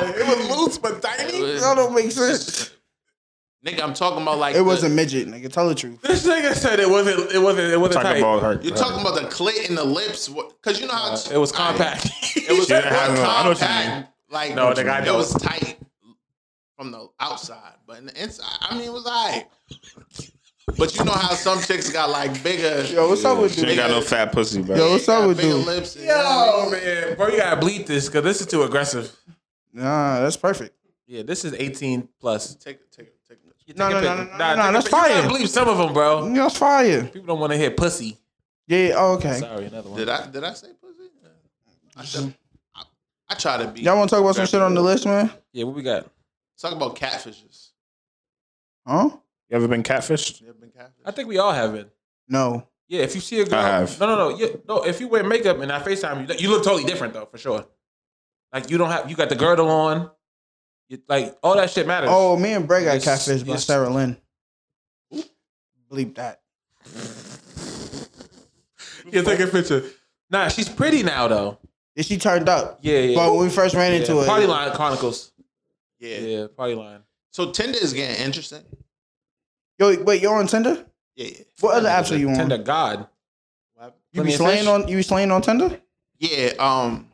Speaker 2: it was loose but tiny.
Speaker 4: That don't make sense.
Speaker 3: [laughs] Nigga, I'm talking about like
Speaker 4: It
Speaker 3: the-
Speaker 4: was a midget, nigga. Tell the truth.
Speaker 2: This nigga said it wasn't. It wasn't. It wasn't
Speaker 5: talking
Speaker 2: tight.
Speaker 5: about her.
Speaker 3: You're talking about the clit and the lips, what- cause you know how
Speaker 2: It was compact. [laughs]
Speaker 3: it was
Speaker 5: She didn't have no- I know what you
Speaker 3: compact,
Speaker 5: mean.
Speaker 3: Like
Speaker 2: No, nigga, I
Speaker 3: it
Speaker 2: know.
Speaker 3: was tight from the outside, but in the inside, I mean, it was alright. [laughs] But you know how some chicks got like bigger.
Speaker 4: Yo, what's up with
Speaker 5: She ain't
Speaker 4: dude?
Speaker 5: got no fat pussy, bro.
Speaker 4: Yo, what's up
Speaker 3: got
Speaker 4: with
Speaker 3: bigger
Speaker 4: dude?
Speaker 3: lips? and-
Speaker 2: Yo, man, bro, you gotta bleep this because this is too aggressive.
Speaker 4: Nah, that's perfect.
Speaker 2: Yeah, this is 18 plus.
Speaker 3: Take, take, take. a picture.
Speaker 4: No,
Speaker 2: Take
Speaker 4: no, no,
Speaker 2: a
Speaker 4: no,
Speaker 2: pic.
Speaker 4: no,
Speaker 2: Nah,
Speaker 4: no,
Speaker 2: take a
Speaker 4: that's
Speaker 2: pic. You gotta
Speaker 4: fire.
Speaker 2: bleep some of them, bro.
Speaker 4: That's fire.
Speaker 2: People don't want to hear pussy.
Speaker 4: Yeah. oh, okay.
Speaker 2: Sorry, another one.
Speaker 3: Did I did I say pussy? Yeah. I
Speaker 2: Mm-hmm.
Speaker 3: said I, I try to be.
Speaker 4: Y'all want to talk about some shit on the list, man?
Speaker 2: Yeah, what we got?
Speaker 3: Talk about catfishes.
Speaker 4: Huh?
Speaker 5: You ever been catfished?
Speaker 3: You ever been catfished?
Speaker 2: I think we all have it.
Speaker 4: No.
Speaker 2: Yeah, if you see a girl,
Speaker 5: I have.
Speaker 2: no, no, no, yeah, no. If you wear makeup and I Facetime you, you look totally different though, for sure. Like you don't have, you got the girdle on, you, like all that shit matters.
Speaker 4: Oh, me and Bray got
Speaker 2: Yes,
Speaker 4: catfished by
Speaker 2: yes.
Speaker 4: Sarah Lynn. Bleep that.
Speaker 2: yeah, take a picture. Nah, she's pretty now though.
Speaker 4: And she turned up.
Speaker 2: Yeah, yeah.
Speaker 4: But when we first ran
Speaker 2: yeah.
Speaker 4: into it,
Speaker 2: Party line chronicles.
Speaker 3: Yeah.
Speaker 2: Yeah, party line.
Speaker 3: So Tinder is getting interesting.
Speaker 4: yo, wait, you're on Tinder?
Speaker 3: Yeah, yeah.
Speaker 4: What other apps are you on?
Speaker 2: Tender God.
Speaker 3: What happened?
Speaker 4: You be
Speaker 2: Plenty
Speaker 4: slaying
Speaker 2: of fish. [laughs]
Speaker 4: on you be slaying on Tinder?
Speaker 3: Yeah. Um.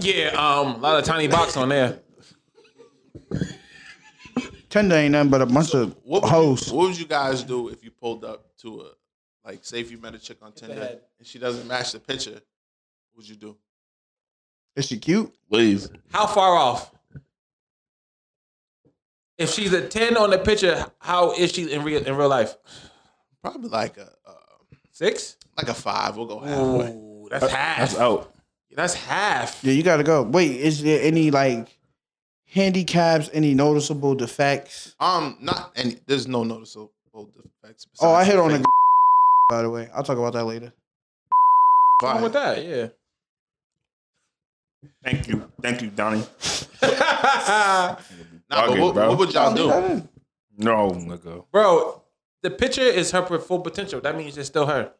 Speaker 2: yeah, um, a lot of tiny box on there.
Speaker 4: Tinder ain't nothing but a bunch of
Speaker 3: What would,
Speaker 4: hoes.
Speaker 3: You, what would you guys do if you pulled up to a like say if you met a chick on Tinder
Speaker 2: ahead.
Speaker 3: and she doesn't match the picture, what would you do?
Speaker 4: Is she cute?
Speaker 5: Please.
Speaker 2: How far off? If she's a ten on the picture, how is she in real in real life?
Speaker 3: Probably like a uh,
Speaker 2: Six?
Speaker 3: like a five. We'll go halfway.
Speaker 2: Ooh, that's half.
Speaker 5: That's out.
Speaker 2: That's half.
Speaker 4: Yeah, you gotta go. Wait, is there any like handicaps, any noticeable defects?
Speaker 3: Um. Not and there's no noticeable defects.
Speaker 4: Oh, I
Speaker 3: besides
Speaker 4: hit on a [laughs] g-
Speaker 3: face.
Speaker 4: by the way. I'll talk about that later.
Speaker 2: What's wrong with
Speaker 3: Fine.
Speaker 2: that? Yeah.
Speaker 5: Thank you. Thank you, Donnie.
Speaker 3: Nah, but
Speaker 5: Fuck it,
Speaker 3: what,
Speaker 5: bro.
Speaker 3: what would y'all do?
Speaker 5: No, nigga.
Speaker 2: [laughs] Bro, the picture is her full potential. That means it's still her.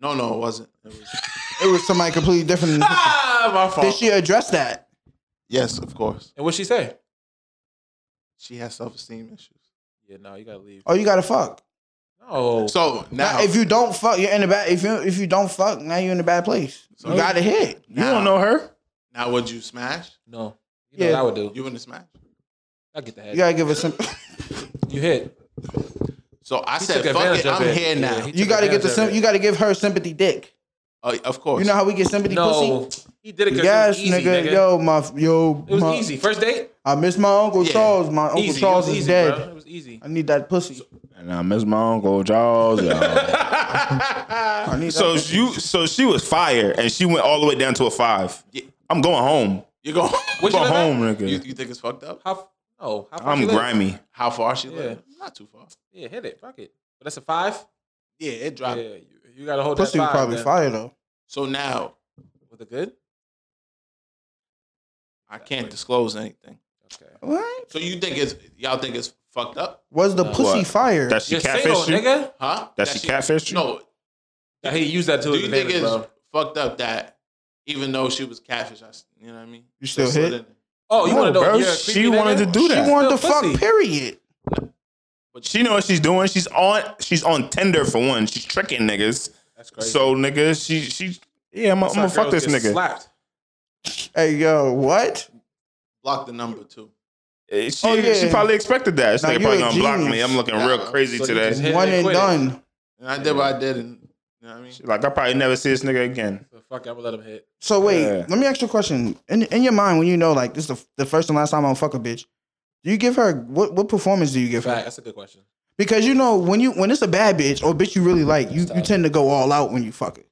Speaker 3: No, no, it wasn't. It was,
Speaker 4: It was somebody completely different.
Speaker 2: [laughs]
Speaker 4: than-
Speaker 2: Ah, my fault.
Speaker 4: Did she address that?
Speaker 3: yes, of course.
Speaker 2: and what'd she say?
Speaker 3: She has self esteem issues.
Speaker 2: Yeah, no, you gotta leave.
Speaker 4: Oh, you gotta fuck.
Speaker 2: No.
Speaker 3: So now,
Speaker 4: Now, if you don't fuck, you're in a bad. If you if you don't fuck, now you're in a bad place.
Speaker 3: So-
Speaker 4: you gotta hit.
Speaker 5: You don't know her?
Speaker 3: now would you smash?
Speaker 2: no. You know
Speaker 4: Yeah.
Speaker 2: what I would do.
Speaker 3: You wouldn't smash.
Speaker 2: I get the head.
Speaker 4: You gotta give her
Speaker 2: [laughs]
Speaker 4: some.
Speaker 2: You hit.
Speaker 3: So I
Speaker 2: He
Speaker 3: said,
Speaker 2: took
Speaker 3: "Fuck
Speaker 2: advantage
Speaker 3: it,
Speaker 2: of
Speaker 3: I'm
Speaker 2: it.
Speaker 3: here
Speaker 2: Yeah,
Speaker 3: now."
Speaker 2: he
Speaker 4: You
Speaker 2: took
Speaker 4: gotta get the.
Speaker 2: advantage of
Speaker 4: Sim,
Speaker 2: it.
Speaker 4: you gotta give her sympathy dick.
Speaker 3: Uh, of course.
Speaker 4: You know how we get sympathy
Speaker 2: No.
Speaker 4: pussy?
Speaker 2: He did it because
Speaker 4: Yes,
Speaker 2: it was easy,
Speaker 4: nigga.
Speaker 2: nigga.
Speaker 4: Yo, my yo.
Speaker 2: It was
Speaker 4: my-
Speaker 2: easy. First date?
Speaker 4: I miss my uncle
Speaker 3: Yeah.
Speaker 4: Charles. My uncle
Speaker 2: Easy.
Speaker 4: Charles
Speaker 2: it was
Speaker 4: is
Speaker 2: easy,
Speaker 4: dead.
Speaker 2: Bro. It
Speaker 4: [laughs]
Speaker 2: was easy.
Speaker 4: I need that pussy.
Speaker 5: And I miss my uncle Charles. y'all.
Speaker 4: I need
Speaker 5: [laughs] so
Speaker 4: that.
Speaker 5: you so she was fire and she went all the way down to a five.
Speaker 3: Yeah.
Speaker 5: I'm going home.
Speaker 3: you go.
Speaker 5: I'm
Speaker 2: What you
Speaker 5: going
Speaker 2: live at?
Speaker 5: home,
Speaker 3: you,
Speaker 5: nigga.
Speaker 3: you think it's fucked up?
Speaker 2: How? f- No. How far she
Speaker 5: I'm
Speaker 2: live?
Speaker 5: grimy.
Speaker 3: How far she
Speaker 2: Yeah.
Speaker 3: live? Not too far.
Speaker 2: Yeah, hit it. Fuck it. But that's a five.
Speaker 3: Yeah, it
Speaker 2: Yeah,
Speaker 3: dropped.
Speaker 2: you- You gotta hold
Speaker 4: Pussy
Speaker 2: that
Speaker 4: was
Speaker 2: vibe,
Speaker 4: probably
Speaker 2: then.
Speaker 4: fire though.
Speaker 3: So now
Speaker 2: With the good?
Speaker 3: I can't disclose anything.
Speaker 2: Okay.
Speaker 4: What?
Speaker 3: So you think it's y'all think it's fucked up,
Speaker 4: Was the
Speaker 2: Nah.
Speaker 4: pussy
Speaker 5: What?
Speaker 4: fire?
Speaker 5: That she
Speaker 2: You're single,
Speaker 5: catfish you?
Speaker 2: nigga.
Speaker 3: huh?
Speaker 5: That she catfished you?
Speaker 3: No.
Speaker 2: Yeah, he used that too.
Speaker 3: Do you think it's
Speaker 2: bro.
Speaker 3: fucked up that even though she was catfish, I, s- you know what I mean?
Speaker 4: You still
Speaker 3: That's what
Speaker 4: hit?
Speaker 3: it-
Speaker 2: Oh, you
Speaker 5: No,
Speaker 2: want to know?
Speaker 5: bro,
Speaker 2: you're a
Speaker 5: she
Speaker 2: creepy
Speaker 5: wanted
Speaker 2: nigga?
Speaker 5: to do
Speaker 4: she
Speaker 5: that.
Speaker 4: wanted to
Speaker 2: Still
Speaker 4: fuck.
Speaker 2: pussy.
Speaker 4: Period.
Speaker 5: She know what she's doing. She's on. She's on Tinder for one. She's tricking niggas.
Speaker 2: That's crazy.
Speaker 5: So nigga, she she yeah. I'm, I'm
Speaker 2: That's how
Speaker 5: gonna fuck
Speaker 2: girls
Speaker 5: this
Speaker 2: get
Speaker 5: nigga.
Speaker 2: Slapped.
Speaker 4: Hey yo, what?
Speaker 3: Block the number too.
Speaker 5: Eh, She,
Speaker 4: Oh, yeah.
Speaker 5: she probably expected that. This
Speaker 4: Nah,
Speaker 5: nigga
Speaker 4: you
Speaker 5: probably
Speaker 4: a
Speaker 5: gonna block me.
Speaker 4: genius.
Speaker 5: I'm looking
Speaker 3: Nah,
Speaker 5: real crazy
Speaker 2: so you just
Speaker 5: today.
Speaker 2: hit- Yeah,
Speaker 4: One
Speaker 2: they
Speaker 4: and
Speaker 2: quit.
Speaker 4: done.
Speaker 3: And I did what I did, and you know what I mean.
Speaker 5: Like I probably never see this nigga again.
Speaker 2: So fuck, it, I'm gonna let him hit.
Speaker 4: So wait,
Speaker 5: Yeah.
Speaker 4: let me ask you a question. In in your mind, when you know like this is the, the first and last time I'm fuck a bitch, do you give her what what performance do you give
Speaker 2: Fact.
Speaker 4: her?
Speaker 2: That's a good question.
Speaker 4: Because you know when you when it's a bad bitch or a bitch you really like, you, you tend to go all out when you fuck it.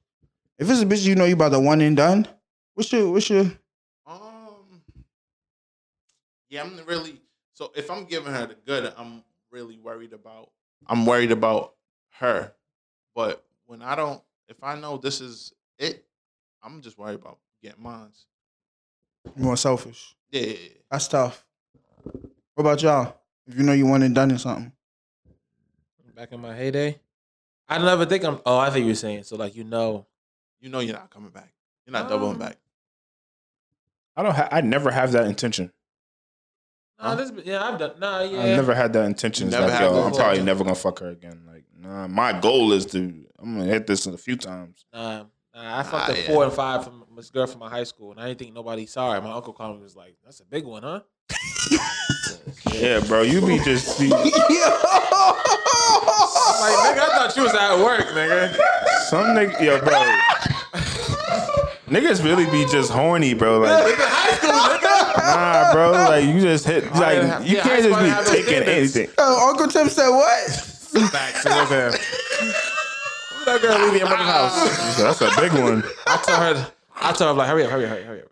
Speaker 4: If it's a bitch you know you about the one and done, what's your what's your
Speaker 3: Um, yeah, I'm really so if I'm giving her the good, I'm really worried about. I'm worried about her, but when I don't, if I know this is it, I'm just worried about getting mine.
Speaker 4: more selfish?
Speaker 3: Yeah,
Speaker 4: That's tough. What about y'all? If you know you one and done in something,
Speaker 2: Back in my heyday, I never think I'm. Oh, I think you're saying so. Like you know,
Speaker 3: you know you're not coming back. You're not doubling
Speaker 2: Um,
Speaker 3: back.
Speaker 5: I don't. Ha- I never have that intention.
Speaker 2: nah, this. Yeah, I've done. Nah, yeah.
Speaker 5: I never had that intention.
Speaker 3: Never
Speaker 5: Like,
Speaker 3: had
Speaker 5: yo,
Speaker 3: that
Speaker 5: I'm probably
Speaker 3: intention.
Speaker 5: never gonna fuck her again. Like nah. My goal is to. I'm gonna hit this a few times.
Speaker 2: Nah, nah, I fucked
Speaker 3: Ah,
Speaker 2: up
Speaker 3: yeah.
Speaker 2: four and five from this girl from my high school, and I didn't think nobody saw her. My uncle called me and was like, "That's a big one, huh?"
Speaker 5: Yeah, bro. You be just. You,
Speaker 2: I'm like, nigga, I thought you was at work, [laughs] nigga.
Speaker 5: Some nigga, yo, bro. Niggas really be just horny, bro. Like, nah, bro. Like, you just hit. Like, you
Speaker 2: yeah,
Speaker 5: can't
Speaker 2: I probably have
Speaker 5: just
Speaker 2: those
Speaker 5: be taking
Speaker 2: standards.
Speaker 5: anything.
Speaker 4: oh, Uncle Tim said what?
Speaker 5: Back to him.
Speaker 2: That girl leave me at my house.
Speaker 5: That's a big one.
Speaker 2: I told her, I told her, I'm like, hurry up, hurry up, hurry up, hurry up.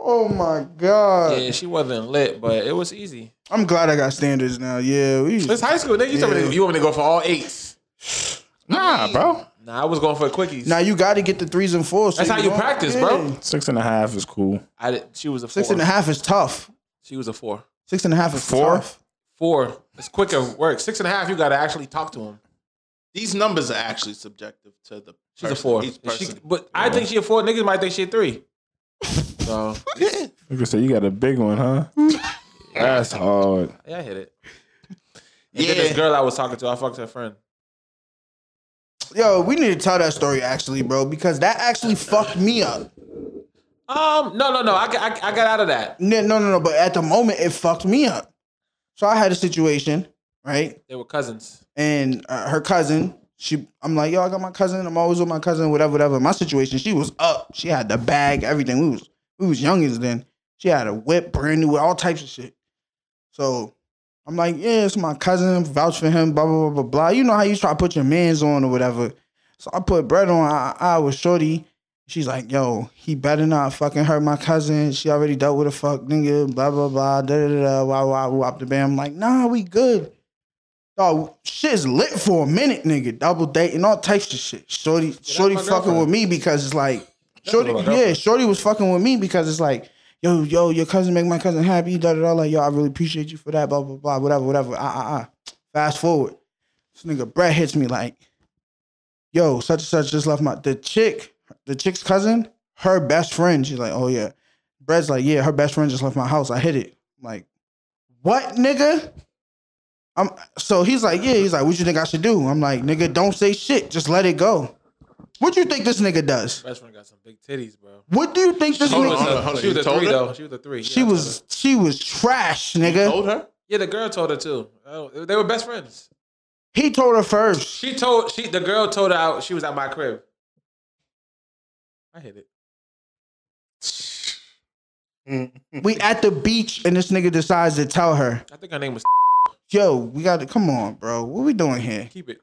Speaker 4: Oh my god!
Speaker 2: Yeah, she wasn't lit, but it was easy.
Speaker 4: I'm glad I got standards now. Yeah, we
Speaker 2: It's high school, nigga. You, told me
Speaker 4: Yeah.
Speaker 2: to, you want me to go for all eights?
Speaker 5: Nah, bro.
Speaker 2: Nah, I was going for quickies.
Speaker 4: Now you got to get the threes and fours. so
Speaker 2: That's how you
Speaker 4: don't-
Speaker 2: practice,
Speaker 4: Yeah.
Speaker 2: bro.
Speaker 5: Six and a half is cool.
Speaker 2: I did, she was a four.
Speaker 4: Six and a half is tough.
Speaker 2: She was a four.
Speaker 4: Six and a half is
Speaker 5: Four?
Speaker 4: tough.
Speaker 2: Four. It's quicker work. Six and a half, you gotta actually talk to him.
Speaker 3: These numbers are actually subjective to the.
Speaker 2: She's a
Speaker 3: person,
Speaker 2: four.
Speaker 3: Each
Speaker 2: If she-
Speaker 3: person.
Speaker 2: but I think she a four. Niggas might think she a three. So
Speaker 5: Nigga said you got a big one, huh? That's hard.
Speaker 2: yeah, I hit it. And
Speaker 3: yeah,
Speaker 2: then this girl I was talking to, I fucked her friend.
Speaker 4: Yo, we need to tell that story actually, bro, because that actually fucked me up.
Speaker 2: Um, no, no, no. I, got- I, I got out of that.
Speaker 4: No, no, no, no. But at the moment, it fucked me up. So I had a situation, right?
Speaker 2: They were cousins.
Speaker 4: And uh, her cousin, she, I'm like, yo, I got my cousin. I'm always with my cousin, whatever, whatever. My situation, she was up. She had the bag, everything. We was, we was young as then. She had a whip, brand new, all types of shit. So I'm like, yeah, it's my cousin, vouch for him, blah, blah, blah, blah, blah. You know how you try to put your mans on or whatever. So I put bread on, I, I was shorty. She's like, yo, he better not fucking hurt my cousin. She already dealt with a fuck nigga, blah, blah, blah, da, da, da, da, wah, wah, wop the bam. I'm like, nah, we good. Dog, shit's lit for a minute, nigga. Double date and all types of shit. Shorty, shorty
Speaker 2: my
Speaker 4: fucking
Speaker 2: girlfriend.
Speaker 4: with me because it's like, shorty,
Speaker 2: my girlfriend.
Speaker 4: yeah, shorty was fucking with me because it's like, yo, yo, your cousin make my cousin happy, da da da. Like, yo, I really appreciate you for that, blah blah blah, whatever, whatever. Ah ah ah. Fast forward, this nigga Brett hits me like, yo, such and such just left my the chick, the chick's cousin, her best friend. She's like, oh yeah. Brett's like, yeah, her best friend just left my house. I hit it. I'm like, what, nigga? I'm so he's like, yeah. He's like, what you think I should do? I'm like, nigga, don't say shit. Just let it go. What you think this nigga does?
Speaker 2: Best friend got some big titties, bro.
Speaker 4: What do you think this
Speaker 2: She was
Speaker 4: nigga?
Speaker 3: on,
Speaker 2: a,
Speaker 3: hold on,
Speaker 2: she
Speaker 3: you
Speaker 2: was a
Speaker 3: told
Speaker 2: three
Speaker 3: her?
Speaker 2: though. She was a three. Yeah,
Speaker 4: She
Speaker 2: I told her.
Speaker 4: was she was trash, nigga.
Speaker 3: told her.
Speaker 2: Yeah, the girl told her too. Oh, they were best friends.
Speaker 4: He told her first.
Speaker 2: She told she the girl told her out she was at my crib. I hit it.
Speaker 4: We at the beach and this nigga decides to tell her,
Speaker 2: I think her name was
Speaker 4: "Yo, we got to come on, bro. What we doing here?
Speaker 2: keep it.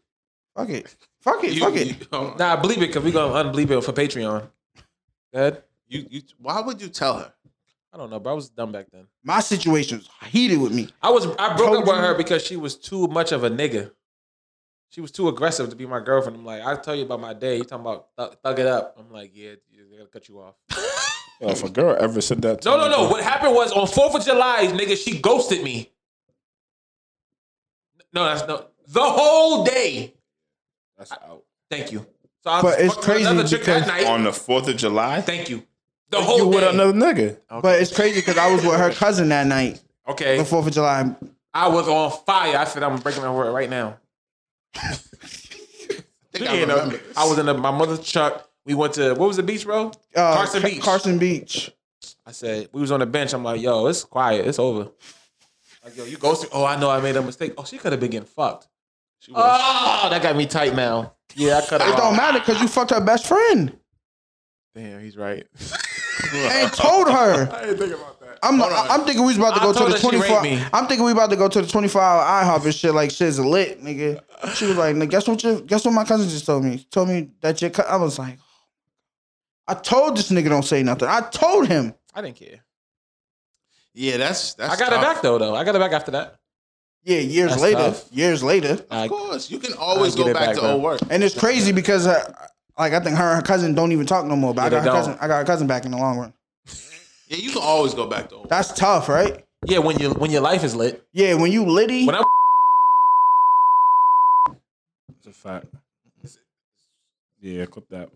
Speaker 4: Fuck it, fuck it,
Speaker 3: You,
Speaker 4: fuck
Speaker 3: You,
Speaker 4: it."
Speaker 3: oh,
Speaker 2: Nah, bleep it because we gonna unbleep it for Patreon. Dad,
Speaker 3: you, [laughs] you, why would you tell her?
Speaker 2: I don't know, bro. I was dumb back then.
Speaker 4: My situation was heated with me.
Speaker 2: I was I broke
Speaker 4: Told
Speaker 2: up with
Speaker 4: you.
Speaker 2: her because she was too much of a nigga. She was too aggressive to be my girlfriend. I'm like, I'll tell you about my day. You talking about thug, thug it up? I'm like, yeah, I gotta cut you off.
Speaker 5: Yo, if a girl ever said that, to
Speaker 2: No,
Speaker 5: me,
Speaker 2: no, no. What happened was on Fourth of July, nigga, she ghosted me. No, that's no. The whole day.
Speaker 5: that's out.
Speaker 2: Thank you. So I was
Speaker 4: But it's
Speaker 2: fucking with another
Speaker 4: crazy
Speaker 2: chick that
Speaker 4: because-
Speaker 2: night.
Speaker 5: On the Fourth of July,
Speaker 2: Thank you. The
Speaker 5: you
Speaker 2: whole
Speaker 5: with
Speaker 2: day.
Speaker 5: another nigga.
Speaker 4: But it's crazy because I was with her cousin that night,
Speaker 2: okay.
Speaker 4: the Fourth of July.
Speaker 2: I was on fire. I said I'm breaking my word right now.
Speaker 3: I think I
Speaker 2: You know,
Speaker 3: remember.
Speaker 2: I was in the, my mother's truck. We went to what was the beach, bro?
Speaker 4: Uh,
Speaker 2: Carson
Speaker 4: Ca-
Speaker 2: Beach.
Speaker 4: Carson Beach.
Speaker 2: I said we was on the bench. I'm like, yo, it's quiet. It's over. Like, yo, you ghosted. Oh, I know I made a mistake. Oh, she could have been getting fucked.
Speaker 3: She was.
Speaker 2: Oh, that got me tight now. Yeah, I cut her
Speaker 4: It don't
Speaker 2: off.
Speaker 4: matter because you fucked her best friend
Speaker 2: Damn, he's [laughs] right.
Speaker 4: and told her.
Speaker 3: I didn't think about that.
Speaker 4: I'm
Speaker 3: Hold on.
Speaker 4: I'm thinking we was about to
Speaker 2: I
Speaker 4: go to
Speaker 2: told
Speaker 4: the
Speaker 2: her she
Speaker 4: 24.
Speaker 2: raped me.
Speaker 4: I'm thinking we about to go to the 24 hour IHOP and shit like shit's lit, nigga. She was like, nigga, guess what? Your, guess what my cousin just told me. Told me that your. cou-" I was like, "Oh." I told this nigga don't say nothing. I told him.
Speaker 2: I didn't care.
Speaker 3: Yeah, that's that's.
Speaker 2: I got
Speaker 3: tough.
Speaker 2: her back though, though. I got her back after that.
Speaker 4: Yeah, years
Speaker 2: That's
Speaker 4: later.
Speaker 2: tough.
Speaker 4: Years later.
Speaker 2: I-
Speaker 3: Of course, you can always
Speaker 2: I get
Speaker 3: go
Speaker 2: it
Speaker 3: back,
Speaker 2: back,
Speaker 3: to
Speaker 2: though.
Speaker 3: old work.
Speaker 4: And it's crazy because, uh, like, I think her and her cousin don't even talk no more. But I
Speaker 2: Yeah,
Speaker 4: got
Speaker 2: they
Speaker 4: her
Speaker 2: don't.
Speaker 4: cousin. I got her cousin back in the long run.
Speaker 3: Yeah, you can always go back to old. work.
Speaker 4: That's tough, right?
Speaker 2: Yeah, when you when your life is lit.
Speaker 4: Yeah, when you litty,
Speaker 2: When I
Speaker 5: It's a fact. Yeah, clip that.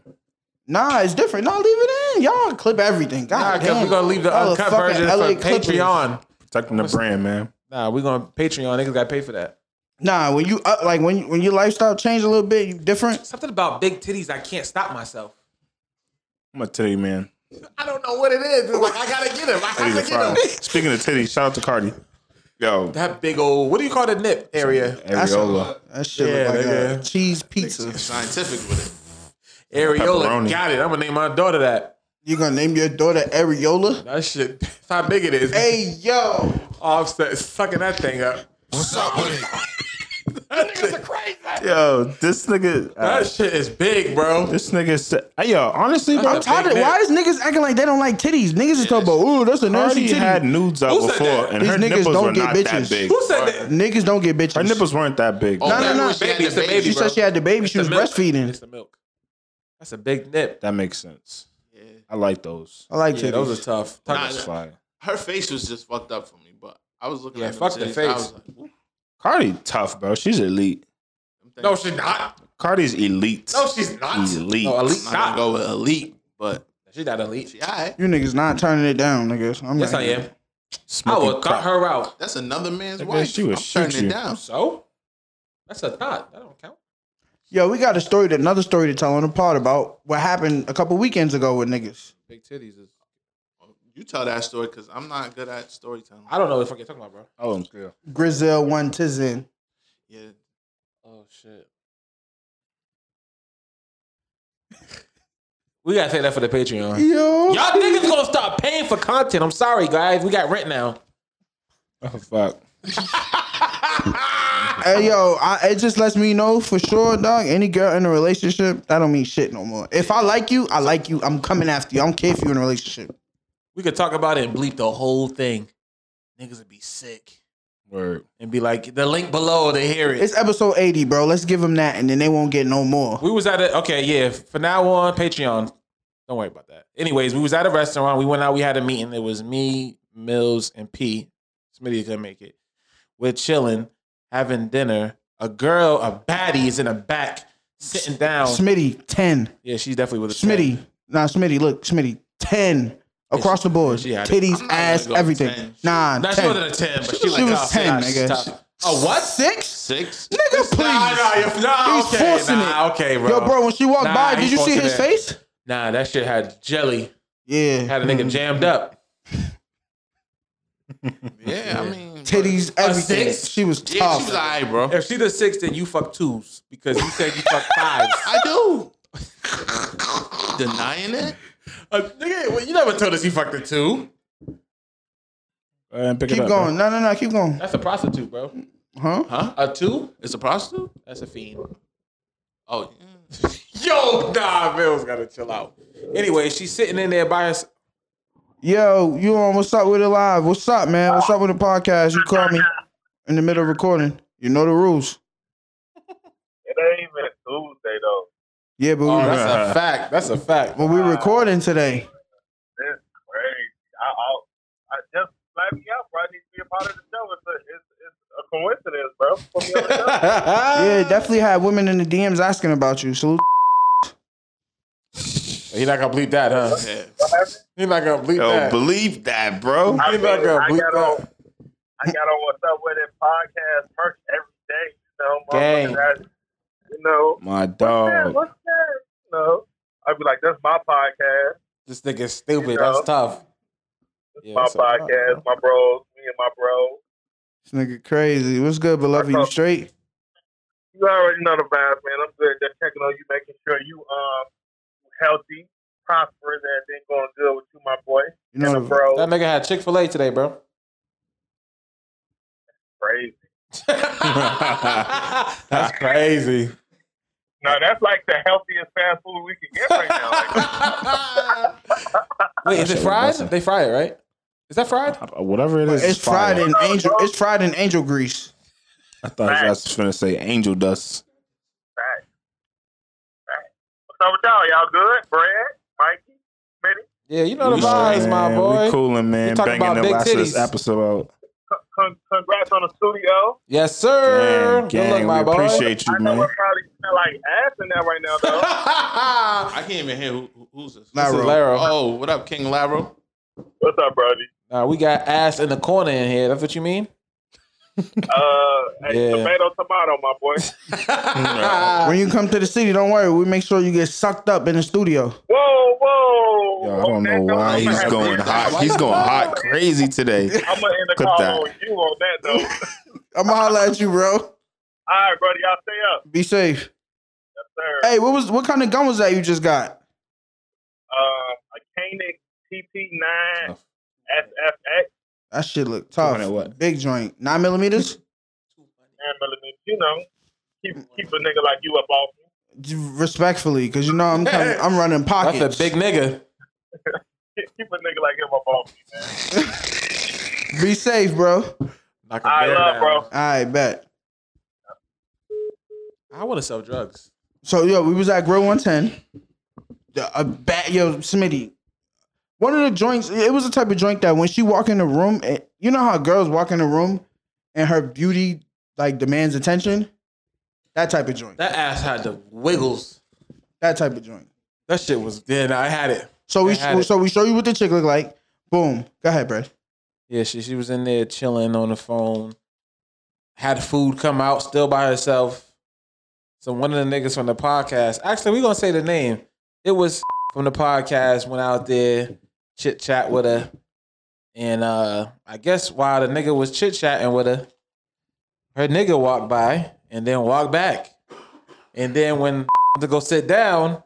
Speaker 4: nah, it's different. Nah, leave it in. Y'all clip everything.
Speaker 2: Nah,
Speaker 4: God
Speaker 2: 'cause
Speaker 4: Ah, damn.
Speaker 2: we're gonna leave the uncut
Speaker 4: Motherfucking
Speaker 2: version
Speaker 4: LA
Speaker 2: for
Speaker 4: Clippers.
Speaker 2: Patreon.
Speaker 5: Protecting the brand, man.
Speaker 2: Nah, we're gonna Patreon. Niggas gotta pay for that.
Speaker 4: Nah, when you up, like when when your lifestyle change a little bit, you different.
Speaker 2: Something about big titties. I can't stop myself.
Speaker 5: I'm a titty man.
Speaker 2: I don't know what it is. It's like I gotta get him. I
Speaker 5: Titties
Speaker 2: gotta
Speaker 5: are
Speaker 2: get him.
Speaker 5: fire. Speaking of titties, shout out to Cardi. Yo,
Speaker 2: That big old. What do you call the nip area?
Speaker 5: areola.
Speaker 4: That shit
Speaker 2: Yeah,
Speaker 4: look like
Speaker 2: nigga.
Speaker 4: a cheese pizza.
Speaker 3: Scientific with
Speaker 2: Areola.
Speaker 5: Pepperoni.
Speaker 2: Got it. I'm gonna name my daughter that.
Speaker 4: You gonna name your daughter Areola?
Speaker 2: That shit. That's how big it is.
Speaker 4: Hey yo,
Speaker 2: Offset sucking that thing up.
Speaker 5: Yo, this nigga. uh,
Speaker 2: That shit is big, bro.
Speaker 5: This nigga said, hey, yo, honestly, bro,
Speaker 4: I'm tired. of
Speaker 2: Big
Speaker 4: Why is niggas acting like they don't like titties? Niggas is talking about ooh, that's a nasty
Speaker 5: Cardi
Speaker 4: titty.
Speaker 5: had nudes out
Speaker 2: Who said
Speaker 5: before,
Speaker 2: that?
Speaker 5: and
Speaker 4: These
Speaker 5: her
Speaker 4: niggas
Speaker 5: nipples
Speaker 4: don't
Speaker 5: were
Speaker 4: get
Speaker 5: not
Speaker 4: bitches.
Speaker 5: that big.
Speaker 2: Who said that?
Speaker 4: Niggas don't get bitches.
Speaker 5: Her nipples weren't that big.
Speaker 3: Oh,
Speaker 4: No, no,
Speaker 3: that
Speaker 4: no.
Speaker 3: was- she had
Speaker 2: Baby, it's
Speaker 3: the
Speaker 2: the
Speaker 3: baby,
Speaker 2: baby,
Speaker 4: She
Speaker 2: bro.
Speaker 4: said she had the baby. She was
Speaker 2: It's the milk.
Speaker 4: breastfeeding.
Speaker 2: It's the milk. That's a big nip.
Speaker 5: That makes sense.
Speaker 3: it. Yeah.
Speaker 5: I like those.
Speaker 4: I like
Speaker 2: Yeah,
Speaker 4: titties.
Speaker 2: those are tough. Talk-
Speaker 3: Nah,
Speaker 5: That's fire.
Speaker 3: Her face was just fucked up for me, but I was looking
Speaker 2: Yeah,
Speaker 3: at them
Speaker 2: fuck the
Speaker 3: titties, I
Speaker 2: face.
Speaker 3: was like, "Ooh,
Speaker 5: Cardi tough, bro. She's elite.
Speaker 3: them things-
Speaker 2: No, she's not.
Speaker 5: Cardi's elite.
Speaker 2: No, she's not.
Speaker 5: elite.
Speaker 2: No, elite.
Speaker 3: I'm not gonna
Speaker 2: Not.
Speaker 3: go with elite, but
Speaker 2: She's not elite.
Speaker 3: she all right.
Speaker 4: You niggas not turning it down, niggas. I'm
Speaker 2: Yes,
Speaker 4: not
Speaker 2: I
Speaker 4: here.
Speaker 2: am. I
Speaker 5: Smoking
Speaker 2: will cut
Speaker 5: crack.
Speaker 2: her out.
Speaker 3: That's another man's
Speaker 5: That
Speaker 3: wife.
Speaker 5: bitch, she would
Speaker 3: I'm turning
Speaker 5: shoot
Speaker 3: it
Speaker 5: you.
Speaker 3: down.
Speaker 2: So? That's a thought. That don't count.
Speaker 4: Yo, we got a story, another story to tell on the pod about what happened a couple weekends ago with niggas.
Speaker 2: Big titties is.
Speaker 3: You tell that story because I'm not good at storytelling.
Speaker 2: I don't know what the fuck you're talking about, bro.
Speaker 5: Oh, I'm still.
Speaker 4: Grizel one tizen.
Speaker 3: Yeah,
Speaker 2: Oh shit. we gotta take that for the Patreon.
Speaker 4: Yo,
Speaker 2: Y'all niggas gonna start paying for content. I'm sorry, guys. We got rent now. [laughs]
Speaker 5: Oh, fuck.
Speaker 4: hey, yo, I, it just lets me know for sure, dog. Any girl in a relationship, that don't mean shit no more. If I like you, I like you. I'm coming after you. I don't care if you're in a relationship.
Speaker 2: We could talk about it and bleep the whole thing. Niggas would be sick
Speaker 5: Word.
Speaker 2: and be like, the link below to hear it.
Speaker 4: It's episode 80, bro. Let's give them that, and then they won't get no more.
Speaker 2: we was at a okay, yeah. For now on Patreon, don't worry about that. Anyways, we was at a restaurant. We went out. We had a meeting. It was me, Mills, and P. Smitty couldn't make it. We're chilling, having dinner. A girl, a baddie, is in the back sitting down.
Speaker 4: Smitty, 10.
Speaker 2: yeah, she's definitely with a
Speaker 4: Smitty, nah, Smitty, look, Smitty, 10. Across the board.
Speaker 2: she had it.
Speaker 4: Titties,
Speaker 3: I'm not
Speaker 4: ass,
Speaker 3: gonna go
Speaker 4: everything.
Speaker 3: 10.
Speaker 4: Nah,
Speaker 2: Now she
Speaker 4: 10.
Speaker 2: wasn't a ten, but she,
Speaker 4: She
Speaker 2: like
Speaker 4: was
Speaker 2: oh,
Speaker 4: 10,
Speaker 2: she's
Speaker 4: nigga.
Speaker 2: top. A what?
Speaker 4: Six?
Speaker 3: six.
Speaker 4: Nigga, please.
Speaker 2: Nah, nah, you're- nah,
Speaker 4: He's
Speaker 2: okay,
Speaker 4: forcing
Speaker 2: nah,
Speaker 4: it.
Speaker 2: okay, bro.
Speaker 4: Yo, bro, when she walked
Speaker 2: Nah,
Speaker 4: by, did
Speaker 2: he's
Speaker 4: you see
Speaker 2: forcing
Speaker 4: his
Speaker 2: it.
Speaker 4: face?
Speaker 2: Nah, that shit had jelly.
Speaker 4: Yeah.
Speaker 2: Had a nigga jammed up.
Speaker 3: Yeah, I mean,
Speaker 4: titties, everything.
Speaker 2: six?
Speaker 4: She was
Speaker 3: but- Yeah,
Speaker 4: tough.
Speaker 3: she was alright, bro.
Speaker 2: If she the six, then you fuck twos because you said you fuck [laughs] fives.
Speaker 3: I do. Denying it?
Speaker 2: Uh, nigga, well, you never told us you fucked a two.
Speaker 5: And pick it
Speaker 4: keep
Speaker 5: up,
Speaker 4: going. No, no, no. Keep going.
Speaker 2: That's a prostitute, bro.
Speaker 4: Huh?
Speaker 3: Huh?
Speaker 2: A two?
Speaker 3: It's a prostitute?
Speaker 2: That's a fiend.
Speaker 3: Oh, yeah.
Speaker 2: [laughs] Yo, nah, Mills gotta chill out. Anyway, she's sitting in there by herself.
Speaker 4: Yo, you on? What's up with it live? What's up, man? What's up with the podcast? You called me in the middle of recording. You know the rules.
Speaker 6: It today even a Tuesday though.
Speaker 4: Yeah, but we,
Speaker 2: Oh,
Speaker 4: were-
Speaker 6: [laughs]
Speaker 2: that's a fact. That's a fact. [laughs]
Speaker 4: but we recording today.
Speaker 6: This is crazy. I I, I just slapped me out, bro. I need to be a part of the show. It's a, it's, it's a coincidence, bro. Put me on
Speaker 2: [laughs]
Speaker 6: the show.
Speaker 4: Yeah, definitely had women in the DMs asking about you. Salute.
Speaker 2: He not gonna bleep that, huh?
Speaker 3: Yeah.
Speaker 2: He not gonna bleep
Speaker 5: Yo,
Speaker 2: that.
Speaker 5: believe that, bro.
Speaker 3: [laughs]
Speaker 6: I
Speaker 2: He
Speaker 6: mean,
Speaker 2: not gonna
Speaker 6: I
Speaker 2: bleep
Speaker 6: got on,
Speaker 2: that.
Speaker 6: I got on what's up with it podcast merch every day. You know,
Speaker 5: Gang.
Speaker 6: motherfuckers ask, You know,
Speaker 5: My
Speaker 6: man,
Speaker 2: Um,
Speaker 5: dog.
Speaker 6: what's that? You know, I'd be like, that's my podcast.
Speaker 2: This nigga's stupid.
Speaker 6: You know.
Speaker 2: That's tough. Yeah,
Speaker 6: my
Speaker 2: that's a fact,
Speaker 6: podcast,
Speaker 2: bro.
Speaker 6: my bros, me and my bros.
Speaker 4: This nigga crazy. What's good, beloved? You straight?
Speaker 6: You already know the vibes, man. I'm good. Just checking on you, making sure you um healthy, prosperous, everything going good with you, my boy.
Speaker 4: You
Speaker 6: and the
Speaker 4: know,
Speaker 6: bros,
Speaker 2: That nigga had Chick Fil A today, bro.
Speaker 6: crazy.
Speaker 2: That's crazy.
Speaker 6: No, that's like the healthiest fast food we can get right now.
Speaker 2: [laughs]
Speaker 6: Like,
Speaker 2: Wait, is it
Speaker 5: That shit was
Speaker 2: fried?
Speaker 5: bussin'.
Speaker 2: They fried it, right? Is that fried?
Speaker 5: Uh, Whatever it is,
Speaker 4: it's
Speaker 5: fire.
Speaker 4: fried in angel. It's fried in angel grease.
Speaker 5: I thought I was gonna say angel dust.
Speaker 6: right. Right. What's up with y'all? Y'all good? Brad, Mikey, Smitty,
Speaker 2: Yeah, you know the
Speaker 5: We
Speaker 2: vibes,
Speaker 5: straight,
Speaker 2: my
Speaker 5: man.
Speaker 2: boy.
Speaker 5: We cooling, man.
Speaker 2: We talking
Speaker 5: Banging
Speaker 2: about
Speaker 5: the
Speaker 2: big
Speaker 5: last of this
Speaker 2: titties.
Speaker 5: episode out.
Speaker 6: con- congrats on the studio.
Speaker 2: Yes, sir.
Speaker 5: Gang,
Speaker 2: Good luck,
Speaker 5: gang.
Speaker 2: my
Speaker 5: we
Speaker 2: boy.
Speaker 5: appreciate you,
Speaker 6: I know
Speaker 5: man.
Speaker 6: we're probably smell like ass in there right now, though.
Speaker 2: [laughs]
Speaker 3: I can't even hear who, who- who's this.
Speaker 2: This is
Speaker 4: Laro.
Speaker 2: Laro.
Speaker 3: Oh, what up, King [laughs] Laro?
Speaker 6: What's up, Brody?
Speaker 2: Nah, we got ass in the corner in here. That's what you mean?
Speaker 6: Uh, hey,
Speaker 2: Yeah.
Speaker 6: tomato, tomato, my boy.
Speaker 4: When you come to the city, don't worry. We make sure you get sucked up in the studio.
Speaker 6: Whoa, whoa!
Speaker 5: Yo, I don't know why he's going hot. He's going hot crazy today.
Speaker 6: I'm gonna end the
Speaker 5: Clip
Speaker 6: call
Speaker 5: that.
Speaker 6: on you on that
Speaker 5: [laughs]
Speaker 6: though.
Speaker 4: I'ma holla at you, bro.
Speaker 6: All right, buddy, y'all stay up.
Speaker 4: Be safe.
Speaker 6: Yes, sir.
Speaker 4: Hey, what was what kind of gun was that you just got?
Speaker 6: Uh, a Koenig PP9 SFX
Speaker 4: That shit look
Speaker 5: 200
Speaker 4: tough.
Speaker 5: what?
Speaker 4: Big joint, nine millimeters.
Speaker 6: 9 millimeter. You know, keep keep a nigga like you up off me.
Speaker 4: Respectfully, because you know I'm coming, I'm running pockets.
Speaker 2: That's a big nigga.
Speaker 6: Keep- Keep a nigga like him up off me.
Speaker 4: Be safe, bro. All
Speaker 2: Knock a
Speaker 6: I
Speaker 2: bear
Speaker 6: love,
Speaker 2: down.
Speaker 6: bro.
Speaker 4: right, bet.
Speaker 2: I want to sell drugs.
Speaker 4: So yo, we was at Grill 110. The- A bat, yo, Smitty. One of the joints, it was a type of joint that when she walk in the room, eh, you know how girls walk in the room and her beauty like demands attention. That type of joint. That,
Speaker 2: That ass had the wiggles.
Speaker 4: type of joint.
Speaker 2: That shit was. Yeah, nah, I had it.
Speaker 4: So we
Speaker 2: I had it.
Speaker 4: so we show you what the chick look like. Boom. Go ahead, Brad.
Speaker 2: Yeah, she she was in there chilling on the phone. Had food come out still by herself. So one of the niggas from the podcast, actually we gonna say the name. It was [laughs] from the podcast went out there chit chat with her, and uh I guess while the nigga was chit chatting with her, her nigga walked by and then walked back, and then when [laughs] to go sit down,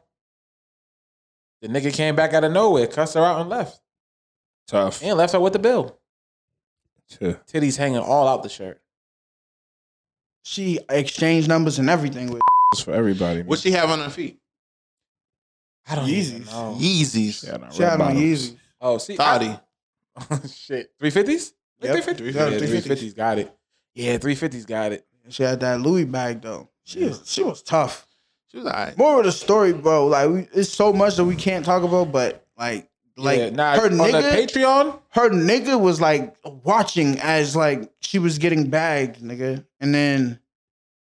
Speaker 2: the nigga came back out of nowhere, cussed her out and left,
Speaker 5: Tough.
Speaker 2: and left her with the bill
Speaker 5: Yeah.
Speaker 2: titties hanging all out the shirt.
Speaker 4: She exchanged numbers and everything with
Speaker 5: It's for everybody. Man.
Speaker 3: What she have on her feet?
Speaker 2: I don't even
Speaker 4: Yeezys.
Speaker 2: know.
Speaker 3: Yeezys.
Speaker 5: Shout out
Speaker 4: she had
Speaker 5: Red
Speaker 4: on
Speaker 5: Bottoms.
Speaker 4: Yeezy.
Speaker 2: Oh, see,
Speaker 3: Thotty.
Speaker 2: shit, three fifties.
Speaker 4: Yep. Yeah,
Speaker 2: Yeah, three
Speaker 4: 350s.
Speaker 2: fifties got it. Yeah, three fifties got it.
Speaker 4: She had that Louis bag though. She is she was tough.
Speaker 3: She was all right.
Speaker 4: More of the story, bro. Like we, it's so much that we can't talk about, but like like
Speaker 2: yeah, nah,
Speaker 4: her
Speaker 2: on the
Speaker 4: nigga
Speaker 2: Patreon.
Speaker 4: her nigga was like watching as like she was getting bagged, nigga. And then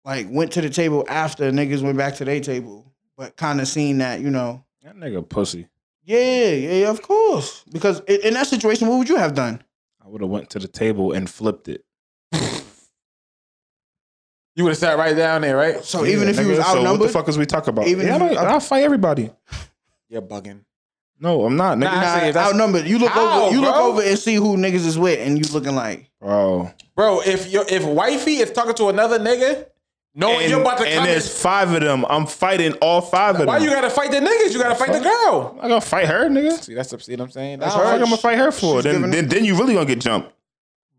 Speaker 4: like went to the table after niggas went back to their table. But kind of seen that, you know.
Speaker 5: That nigga pussy.
Speaker 4: Yeah, yeah, yeah, of course. Because in, in that situation, what would you have done?
Speaker 5: I would have went to the table and flipped it.
Speaker 2: You would have sat right down there, right?
Speaker 4: So even if you was
Speaker 5: Nigga, so what
Speaker 4: outnumbered,
Speaker 5: the fuck is we talking about?
Speaker 4: Even
Speaker 5: yeah,
Speaker 4: if
Speaker 5: I
Speaker 4: you-
Speaker 5: don't- I'll fight everybody.
Speaker 2: You're bugging.
Speaker 5: No, I'm not. Nigga.
Speaker 2: Nah.
Speaker 4: nah,
Speaker 2: Actually, if that's-
Speaker 4: outnumbered. You look
Speaker 2: How,
Speaker 4: over, you look
Speaker 2: bro?
Speaker 4: over and see who niggas is with, and you looking like
Speaker 5: Bro.
Speaker 2: Bro, if your if wifey is talking to another nigga, knowing
Speaker 5: and,
Speaker 2: Oh, you're about to
Speaker 5: and
Speaker 2: come, in,
Speaker 5: there's five of them. I'm fighting all five of
Speaker 2: why
Speaker 5: them.
Speaker 2: you gotta fight the niggas? You gotta fight the
Speaker 5: Fuck.
Speaker 2: girl.
Speaker 5: I gotta fight her, nigga.
Speaker 2: See, that's see what I'm saying.
Speaker 5: That's
Speaker 2: Nah,
Speaker 5: what I'm
Speaker 2: fuck
Speaker 5: gonna fight her for.
Speaker 4: she's
Speaker 5: Then,
Speaker 4: giving-
Speaker 5: then, then you really gonna get jumped.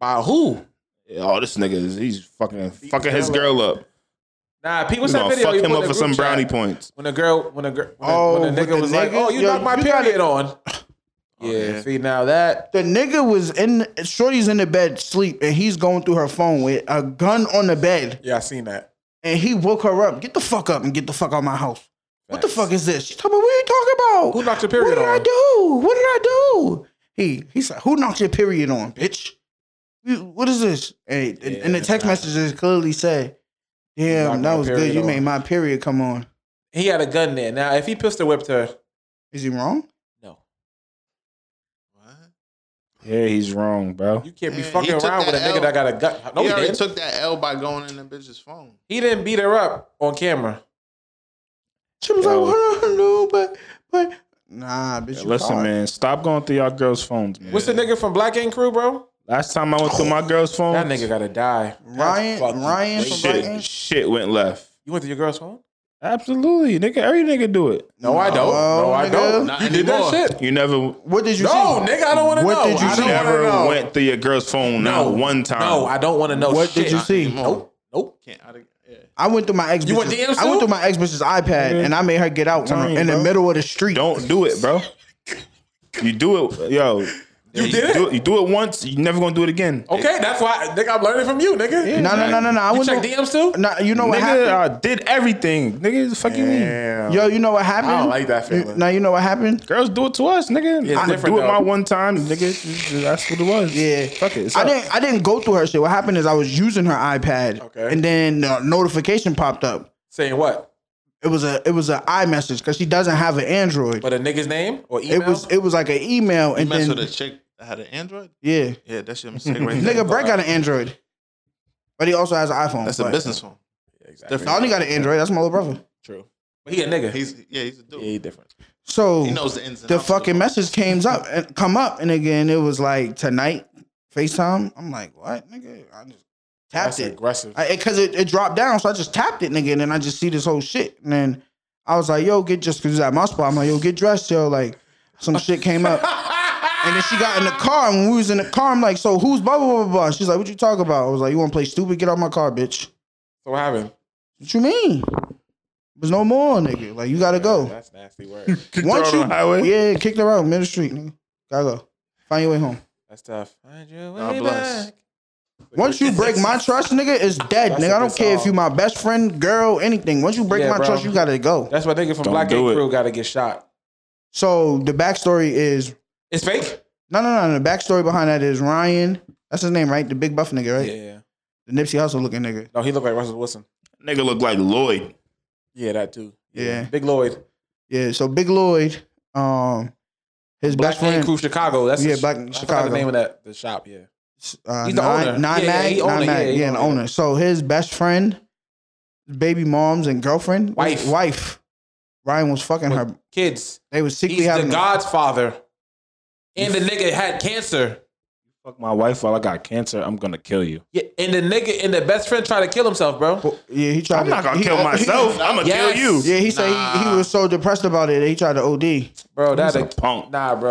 Speaker 2: By who?
Speaker 5: Yeah, Oh, this nigga, is- he's fucking fucking his girl up.
Speaker 2: Nah, people
Speaker 5: He's
Speaker 2: sent
Speaker 5: gonna
Speaker 2: video.
Speaker 5: fuck
Speaker 2: you
Speaker 5: him
Speaker 2: put
Speaker 5: up
Speaker 2: in
Speaker 5: for
Speaker 2: the
Speaker 5: some
Speaker 2: group
Speaker 5: brownie
Speaker 2: chat.
Speaker 5: points.
Speaker 2: When a girl, when a girl, when, a-
Speaker 4: Oh,
Speaker 2: when a
Speaker 4: with
Speaker 2: nigga
Speaker 4: the
Speaker 2: was like,
Speaker 4: niggas?
Speaker 2: "Oh, you
Speaker 4: Yo,
Speaker 2: knocked my
Speaker 4: you gotta-
Speaker 2: period on." yeah, see now that
Speaker 4: the nigga was in. Shorty's in the bed sleep, and he's going through her phone with a gun on the bed.
Speaker 2: yeah, I seen that.
Speaker 4: and he woke her up. Get the fuck up and get the fuck out of my house. What the fuck is this? She's talking about what are you talking about?
Speaker 2: Who knocked your
Speaker 4: What
Speaker 2: period
Speaker 4: did I
Speaker 2: on?
Speaker 4: do? What did I do? He he said, Who knocked your period on, bitch? You- What is this? And, and- and the
Speaker 2: Yeah,
Speaker 4: text
Speaker 2: nah.
Speaker 4: messages clearly say, Damn,
Speaker 2: Knocked
Speaker 4: that
Speaker 2: my
Speaker 4: was good.
Speaker 2: period
Speaker 4: You
Speaker 2: on."
Speaker 4: made my period come on.
Speaker 2: He had a gun there. Now, if he pistol whipped her,
Speaker 4: Is he wrong?
Speaker 2: no,
Speaker 3: What?
Speaker 5: Yeah, he's wrong, bro.
Speaker 2: you can't be
Speaker 3: Yeah, he
Speaker 2: fucking
Speaker 3: took
Speaker 2: around with a
Speaker 3: that
Speaker 2: nigga
Speaker 3: L.
Speaker 2: that got a gun. No,
Speaker 3: he
Speaker 2: he,
Speaker 3: already
Speaker 2: didn't.
Speaker 3: took that L by going in the bitch's phone.
Speaker 2: he didn't beat her up on camera.
Speaker 4: She was
Speaker 5: Yo.
Speaker 4: like, Well, [laughs] I don't know, but but nah, bitch. you
Speaker 5: Listen,
Speaker 4: fine.
Speaker 5: man, stop going through y'all girls' phones, man.
Speaker 2: What's the nigga from Black Gang Crew, bro?
Speaker 5: Last time I went through my girls' phone,
Speaker 2: That nigga gotta die. That's
Speaker 4: Ryan-
Speaker 2: fucking
Speaker 4: Ryan
Speaker 2: crazy.
Speaker 4: from Black Gang?
Speaker 5: shit, shit went left.
Speaker 2: You went to your girl's phone?
Speaker 5: Absolutely, nigga. Every nigga do it.
Speaker 2: No, I don't.
Speaker 4: No,
Speaker 2: No, I
Speaker 4: nigga.
Speaker 2: don't.
Speaker 3: Not
Speaker 2: you did that
Speaker 3: anymore.
Speaker 2: shit.
Speaker 5: You never,
Speaker 4: What did you
Speaker 2: No,
Speaker 4: see?
Speaker 2: nigga, I don't want to know.
Speaker 4: What did you
Speaker 2: I
Speaker 4: see?
Speaker 2: don't wanna
Speaker 5: never
Speaker 2: know.
Speaker 5: went through your girl's phone.
Speaker 2: No.
Speaker 5: not one time.
Speaker 2: No, I don't want to know.
Speaker 4: What
Speaker 2: shit.
Speaker 4: did you see?
Speaker 2: Nope. Nope.
Speaker 3: Can't. I, didn't- yeah.
Speaker 4: I went through my ex.
Speaker 2: You went
Speaker 4: bitch's-
Speaker 2: DMs
Speaker 4: I went
Speaker 2: too?
Speaker 4: through my ex bitch's iPad
Speaker 5: Mhm.
Speaker 4: and I made her get out
Speaker 5: telling you,
Speaker 4: in the
Speaker 5: bro.
Speaker 4: middle of the street.
Speaker 5: Don't do it, bro. You do it, yo. You,
Speaker 2: did
Speaker 5: do it. You do it once. You never gonna do it again.
Speaker 2: Okay, that's why, nigga, I'm learning from you, nigga.
Speaker 4: No, no, no, no, no. I
Speaker 2: You
Speaker 4: went
Speaker 2: check
Speaker 4: through,
Speaker 2: DMs too?
Speaker 4: nah, you know Oh, what
Speaker 5: nigga,
Speaker 2: uh,
Speaker 4: happened?
Speaker 5: I did everything. Nigga, the fuck you mean?
Speaker 2: Damn.
Speaker 4: Yo, you know what happened?
Speaker 2: I don't like that feeling.
Speaker 4: Now you know what happened?
Speaker 5: Girls do it to us, nigga.
Speaker 2: Yeah, it's
Speaker 5: I do
Speaker 2: different,
Speaker 5: it my
Speaker 2: though.
Speaker 5: one time, nigga. That's what it was.
Speaker 4: Yeah.
Speaker 5: Fuck it. It's
Speaker 4: I
Speaker 5: up.
Speaker 4: didn't. I didn't go through her shit. What happened is I was using her iPad,
Speaker 2: Okay.
Speaker 4: and then the notification popped up.
Speaker 2: Saying what?
Speaker 4: It was a it was an iMessage because she doesn't have an Android.
Speaker 2: But a nigga's name or email?
Speaker 4: it was it was like an email,
Speaker 3: You
Speaker 4: and
Speaker 3: mess
Speaker 4: then
Speaker 3: with a chick that had an Android?
Speaker 4: yeah,
Speaker 3: Yeah, that's your [laughs] mistake right there.
Speaker 4: nigga, Brett got an Android, but he also has an iPhone.
Speaker 3: That's a
Speaker 4: but-
Speaker 3: business phone.
Speaker 2: Yeah, exactly.
Speaker 4: No, I only got an Android. That's my little brother.
Speaker 2: True. But he a nigga.
Speaker 3: He's yeah, he's a
Speaker 2: yeah,
Speaker 3: dude.
Speaker 2: he different.
Speaker 4: So
Speaker 3: He knows the ins and
Speaker 4: the
Speaker 3: outs of the
Speaker 4: fucking
Speaker 3: phone.
Speaker 4: message came up and come up, and again it was like tonight FaceTime. I'm like, what, nigga? I just tapped
Speaker 2: That's
Speaker 4: it.
Speaker 2: aggressive.
Speaker 4: I, cause it, it dropped down, so I just tapped it, nigga, and then I just see this whole shit, and then I was like, "Yo, get just cause it's at my spot." I'm like, "Yo, get dressed, yo." Like some shit came up, and then she got in the car, and when we was in the car, I'm like, "So who's blah blah blah blah?" blah?" She's like, "What you talking about?" I was like, "You want to play stupid? Get out my car, bitch."
Speaker 2: so what happened?
Speaker 4: What you mean? There's no more, nigga. Like you gotta
Speaker 2: Yeah,
Speaker 4: go.
Speaker 2: That's nasty word.
Speaker 5: Kicked
Speaker 4: Once
Speaker 5: her out
Speaker 4: you,
Speaker 5: on the highway.
Speaker 4: yeah, kicked her out middle of the street, nigga. Gotta go. Find your way home.
Speaker 2: That's tough. Find your way
Speaker 3: God bless.
Speaker 2: back.
Speaker 4: Once you break my trust, nigga, it's dead,
Speaker 2: That's
Speaker 4: nigga.
Speaker 2: a
Speaker 4: I don't
Speaker 2: good
Speaker 4: care if
Speaker 2: song.
Speaker 4: you my best friend, girl, anything. Once you break
Speaker 2: Yeah,
Speaker 4: my
Speaker 2: bro.
Speaker 4: trust, you gotta go.
Speaker 2: That's why nigga from
Speaker 5: Don't
Speaker 2: Black
Speaker 5: do
Speaker 2: Gang
Speaker 5: it.
Speaker 2: Crew got to get shot.
Speaker 4: So the backstory is
Speaker 2: It's fake?
Speaker 4: no, no, no. The backstory behind that is Ryan. That's his name, right? The big buff nigga, right?
Speaker 2: Yeah.
Speaker 4: The Nipsey Hussle looking nigga.
Speaker 2: No, he looked like Russell Wilson.
Speaker 5: Nigga look like Lloyd.
Speaker 2: Yeah, that too.
Speaker 4: Yeah.
Speaker 2: Big Lloyd.
Speaker 4: Yeah. So Big Lloyd, um, his
Speaker 2: Black
Speaker 4: best
Speaker 2: Gang
Speaker 4: friend.
Speaker 2: Crew Chicago. That's
Speaker 4: Yeah,
Speaker 2: his-
Speaker 4: Black
Speaker 2: I forgot
Speaker 4: Chicago.
Speaker 2: The name of that the shop. Yeah.
Speaker 4: Uh,
Speaker 2: He's the
Speaker 4: nine,
Speaker 2: owner.
Speaker 4: Nine
Speaker 2: Yeah, yeah,
Speaker 4: mag,
Speaker 2: he
Speaker 4: nine
Speaker 2: owner,
Speaker 4: mag.
Speaker 2: yeah, he
Speaker 4: Yeah, an
Speaker 2: owner.
Speaker 4: owner. So his best friend, baby mom's and girlfriend,
Speaker 2: Wife.
Speaker 4: wife. Ryan was fucking her.
Speaker 2: Kids.
Speaker 4: They was secretly
Speaker 2: He's the
Speaker 4: having.
Speaker 2: God's father. And the nigga had cancer.
Speaker 5: Fuck my wife while I got cancer. I'm gonna kill you.
Speaker 2: Yeah, and the nigga and the best friend tried to kill himself, bro.
Speaker 4: yeah, he tried.
Speaker 5: I'm
Speaker 4: to,
Speaker 5: not gonna
Speaker 4: he-
Speaker 5: [laughs] kill myself. I'm gonna
Speaker 2: Yes.
Speaker 5: kill you.
Speaker 4: Yeah, he said he, he
Speaker 3: Nah.
Speaker 4: was so depressed about it that he tried to OD.
Speaker 2: Bro, that
Speaker 5: He's a
Speaker 2: a,
Speaker 5: punk.
Speaker 2: nah, bro.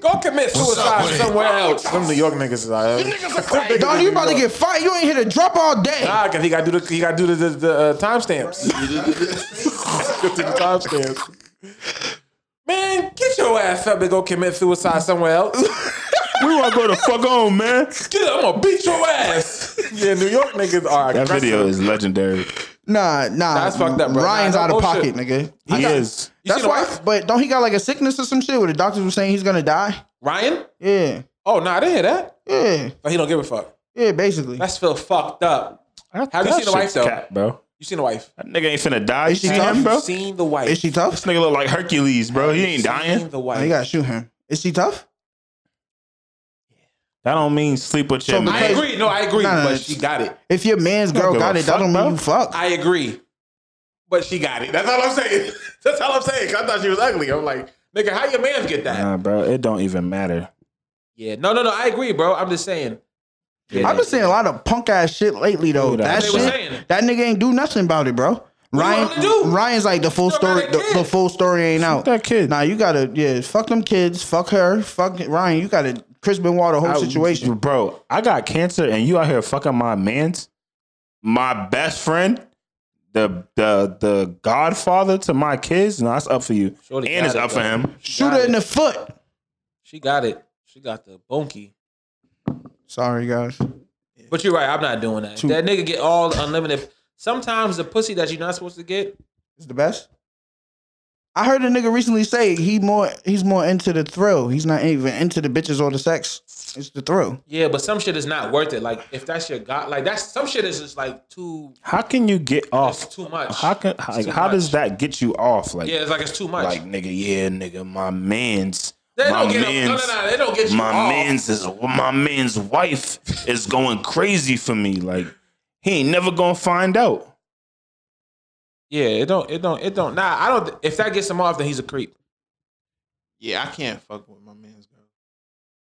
Speaker 2: Go commit suicide somewhere else. Some New York niggas is uh, out here. [laughs]
Speaker 4: Don, you about to get fired. You ain't here to drop all day.
Speaker 2: Nah, cause he got to do the he got to do the, the, the uh, timestamps. Go to the timestamps. Man, get your ass up and go commit suicide somewhere else.
Speaker 5: We wanna go the fuck on, man.
Speaker 2: Get up, I'm gonna beat your ass. Yeah, New York niggas are
Speaker 5: That
Speaker 2: aggressive.
Speaker 5: video is legendary.
Speaker 4: Nah, nah.
Speaker 2: That's fucked up, bro.
Speaker 4: Ryan's
Speaker 2: Nah,
Speaker 4: out
Speaker 2: no
Speaker 4: of
Speaker 2: bullshit.
Speaker 4: pocket, nigga.
Speaker 5: He is.
Speaker 2: You
Speaker 4: That's
Speaker 2: seen the
Speaker 4: why.
Speaker 2: wife?
Speaker 4: But don't he got like a sickness or some shit where the doctors were saying he's gonna die?
Speaker 2: Ryan.
Speaker 4: Yeah,
Speaker 2: Oh, nah, I didn't hear that.
Speaker 4: yeah,
Speaker 2: But he don't give a fuck.
Speaker 4: yeah. Basically,
Speaker 2: That's still fucked up. Have you
Speaker 5: That
Speaker 2: seen the wife,
Speaker 5: shit's
Speaker 2: though?
Speaker 5: Cap, bro.
Speaker 2: You seen the wife?
Speaker 5: That nigga ain't finna die. You
Speaker 4: Is she
Speaker 5: seen
Speaker 4: tough?
Speaker 5: him, bro?
Speaker 2: You
Speaker 5: This
Speaker 2: seen the wife?
Speaker 4: is she tough?
Speaker 5: nigga look like Hercules, bro. He ain't
Speaker 2: You seen
Speaker 5: dying.
Speaker 2: The
Speaker 4: Nah,
Speaker 2: wife.
Speaker 4: Oh, you gotta shoot him. Is she tough?
Speaker 5: That don't mean sleep with your
Speaker 4: So
Speaker 2: I
Speaker 5: man.
Speaker 4: because-
Speaker 2: agree. No, I agree.
Speaker 4: Nah, nah, nah.
Speaker 2: but she got it.
Speaker 4: If your man's girl
Speaker 5: give
Speaker 4: got
Speaker 5: a
Speaker 4: it, that
Speaker 5: fuck,
Speaker 4: don't
Speaker 5: bro.
Speaker 4: mean you fuck.
Speaker 2: I agree. But she got it.
Speaker 3: [laughs]
Speaker 2: That's all I'm saying. That's all I'm saying. 'Cause I thought she was ugly. I'm like, nigga, how your man get that?
Speaker 5: Nah, bro. It don't even matter.
Speaker 2: yeah. No, no, no. I agree, bro. I'm just saying. Yeah.
Speaker 4: I've been seeing a lot of punk ass shit lately though.
Speaker 5: Dude,
Speaker 4: that
Speaker 5: they
Speaker 4: shit,
Speaker 5: were
Speaker 2: saying.
Speaker 4: that nigga ain't do nothing about it, bro.
Speaker 2: want him to
Speaker 4: Ryan,
Speaker 2: do?
Speaker 4: Ryan's like the full
Speaker 2: Still got
Speaker 4: story.
Speaker 2: a
Speaker 4: The,
Speaker 2: kid.
Speaker 4: the full story ain't out.
Speaker 5: That kid.
Speaker 4: Nah, you gotta yeah, fuck them kids, fuck her, fuck Ryan. You gotta Chris Benoit the whole
Speaker 5: I-
Speaker 4: situation.
Speaker 5: Bro, I got cancer and you out here fucking my man's, my best friend, the the the godfather to my kids. No, that's up for you.
Speaker 2: Shorty
Speaker 5: and
Speaker 2: got
Speaker 5: it's
Speaker 2: it,
Speaker 5: up for
Speaker 2: bro.
Speaker 5: him.
Speaker 2: She
Speaker 4: Shoot
Speaker 2: got
Speaker 4: her
Speaker 2: it.
Speaker 4: in the foot.
Speaker 2: She got it. She got the bonky.
Speaker 4: Sorry guys.
Speaker 2: But you're right. I'm not doing that.
Speaker 4: Two.
Speaker 2: That nigga get all unlimited. Sometimes the pussy that you're not supposed to get.
Speaker 4: It's the best. I heard a nigga recently say he more he's more into the thrill. He's not even into the bitches or the sex. It's the thrill.
Speaker 2: Yeah, but some shit is not worth it. Like if that's your god, like that's some shit is just like too.
Speaker 5: How can you get
Speaker 2: It's
Speaker 5: off?
Speaker 2: too much.
Speaker 5: How can how,
Speaker 2: too
Speaker 5: how
Speaker 2: much.
Speaker 5: does that get you off? Like
Speaker 2: Yeah, it's like it's too much.
Speaker 5: like nigga, yeah, nigga, my man's
Speaker 2: they don't
Speaker 5: my
Speaker 2: get no, no,
Speaker 5: man's-
Speaker 2: no, no, They don't get you
Speaker 5: my
Speaker 2: off.
Speaker 5: man's is my man's wife is going crazy for me. Like he ain't never gonna find out.
Speaker 2: Yeah, it don't. It don't. It don't. Nah, I don't. If that gets him off, then he's a creep.
Speaker 3: Yeah, I can't fuck with my man's girl.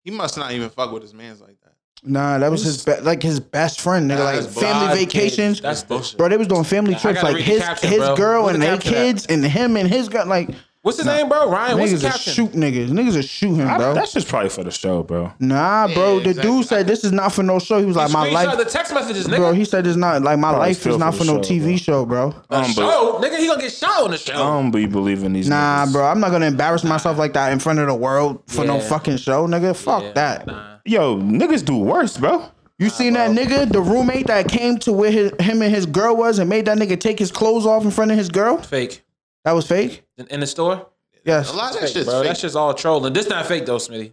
Speaker 3: He must not even fuck with his man's like that.
Speaker 4: Nah, that was his be- like his best friend, nigga.
Speaker 3: Nah,
Speaker 4: like
Speaker 3: that's
Speaker 4: family
Speaker 2: Five
Speaker 4: vacations.
Speaker 2: kids. That's bullshit.
Speaker 4: Bro, they was doing family
Speaker 2: Nah, I
Speaker 4: trips
Speaker 2: gotta
Speaker 4: like
Speaker 2: read the
Speaker 4: his
Speaker 2: caption,
Speaker 4: his
Speaker 2: bro.
Speaker 4: girl
Speaker 2: What's
Speaker 4: and
Speaker 2: the
Speaker 4: their
Speaker 2: caption at?
Speaker 4: kids and him and his girl. Like
Speaker 2: What's his name, bro? Ryan. What's
Speaker 4: niggas
Speaker 2: the
Speaker 4: will
Speaker 2: caption?
Speaker 4: shoot niggas. Niggas will shoot him,
Speaker 5: I-
Speaker 4: bro.
Speaker 5: that's just probably for the show, bro.
Speaker 4: nah,
Speaker 3: Yeah,
Speaker 4: bro. the
Speaker 3: exactly.
Speaker 4: dude said this is not for no show. He was like my
Speaker 2: Screenshot
Speaker 4: life,
Speaker 2: The text messages, nigga.
Speaker 4: bro. He said it's not like my
Speaker 5: Bro, it's
Speaker 4: life
Speaker 5: still
Speaker 4: is not
Speaker 5: for
Speaker 4: for
Speaker 5: the
Speaker 4: no
Speaker 5: show,
Speaker 4: TV
Speaker 5: bro.
Speaker 4: show, bro.
Speaker 5: I don't, be- I
Speaker 2: show, nigga. He gonna get shot on the show.
Speaker 4: Oh,
Speaker 5: don't be believing these.
Speaker 4: Nah,
Speaker 5: niggas.
Speaker 4: bro. I'm not gonna embarrass myself like that in front of the world for no
Speaker 2: Yeah.
Speaker 4: fucking show, nigga. Fuck
Speaker 2: Yeah,
Speaker 4: that.
Speaker 2: Nah.
Speaker 5: Yo, niggas do worse, bro.
Speaker 4: You seen that nigga, the roommate that came to where his, him and his girl was and made that nigga take his clothes off in front of his girl?
Speaker 2: Fake.
Speaker 4: That was fake.
Speaker 2: In, in the store.
Speaker 4: Yes.
Speaker 3: A lot of that
Speaker 2: Fake,
Speaker 3: shit's
Speaker 2: bro.
Speaker 3: fake.
Speaker 2: That shit's all trolling. This not fake though, Smitty.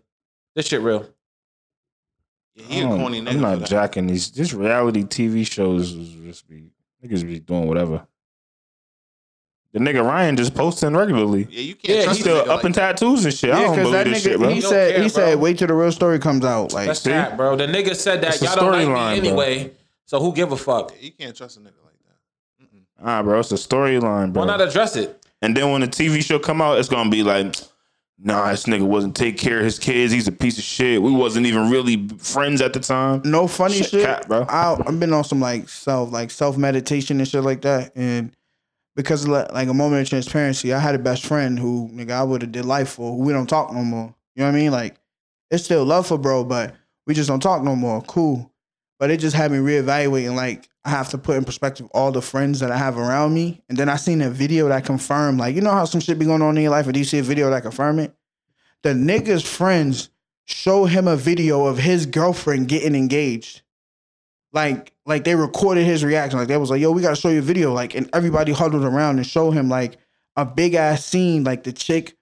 Speaker 2: This shit real.
Speaker 3: yeah, he a
Speaker 5: I don't-
Speaker 3: corny nigga.
Speaker 5: I'm
Speaker 3: for
Speaker 5: not
Speaker 3: that.
Speaker 5: jacking these. This reality TV shows is just be niggas be doing whatever. The nigga Ryan just posting regularly.
Speaker 3: Yeah, you can't
Speaker 2: Yeah,
Speaker 3: trust
Speaker 5: He's
Speaker 3: a
Speaker 5: still
Speaker 3: nigga
Speaker 5: up
Speaker 3: like
Speaker 5: in tattoos and shit. I don't believe
Speaker 4: that
Speaker 5: this
Speaker 4: nigga,
Speaker 5: shit, bro.
Speaker 4: he
Speaker 2: Don't
Speaker 4: said,
Speaker 2: care,
Speaker 4: he
Speaker 2: bro.
Speaker 4: said, wait till the real story comes out. Like,
Speaker 2: That's
Speaker 5: see?
Speaker 2: that, bro. The nigga said that
Speaker 5: It's a
Speaker 2: y'all don't like
Speaker 5: storyline,
Speaker 2: me
Speaker 5: bro.
Speaker 2: anyway. So who give a fuck?
Speaker 3: that. You can't trust a nigga like that. Mm-mm.
Speaker 5: Ah, bro, it's a storyline,
Speaker 2: Why
Speaker 5: bro.
Speaker 2: not address it?
Speaker 5: and then when the TV show come out, it's gonna be like, nah, this nigga wasn't take care of his kids. He's a piece of shit. We wasn't even really friends at the time.
Speaker 4: no funny
Speaker 5: Shit,
Speaker 4: shit.
Speaker 5: cat, bro.
Speaker 4: I, I've been on some like self, like self meditation and shit like that. And because of like, like a moment of transparency, I had a best friend who, nigga, I would have did life for. Who we don't talk no more. You know what I mean? Like, it's still love for bro, but we just don't talk no more. Cool. But it just had me reevaluating. Like, I have to put in perspective all the friends that I have around me. And then I seen a video that confirmed, like, you know how some shit be going on in your life, and do you see a video that confirm it? The nigga's friends show him a video of his girlfriend getting engaged. Like, like they recorded his reaction. Like they was like, yo, we gotta show you a video. Like, and everybody huddled around and show him like a big ass scene, like the chick,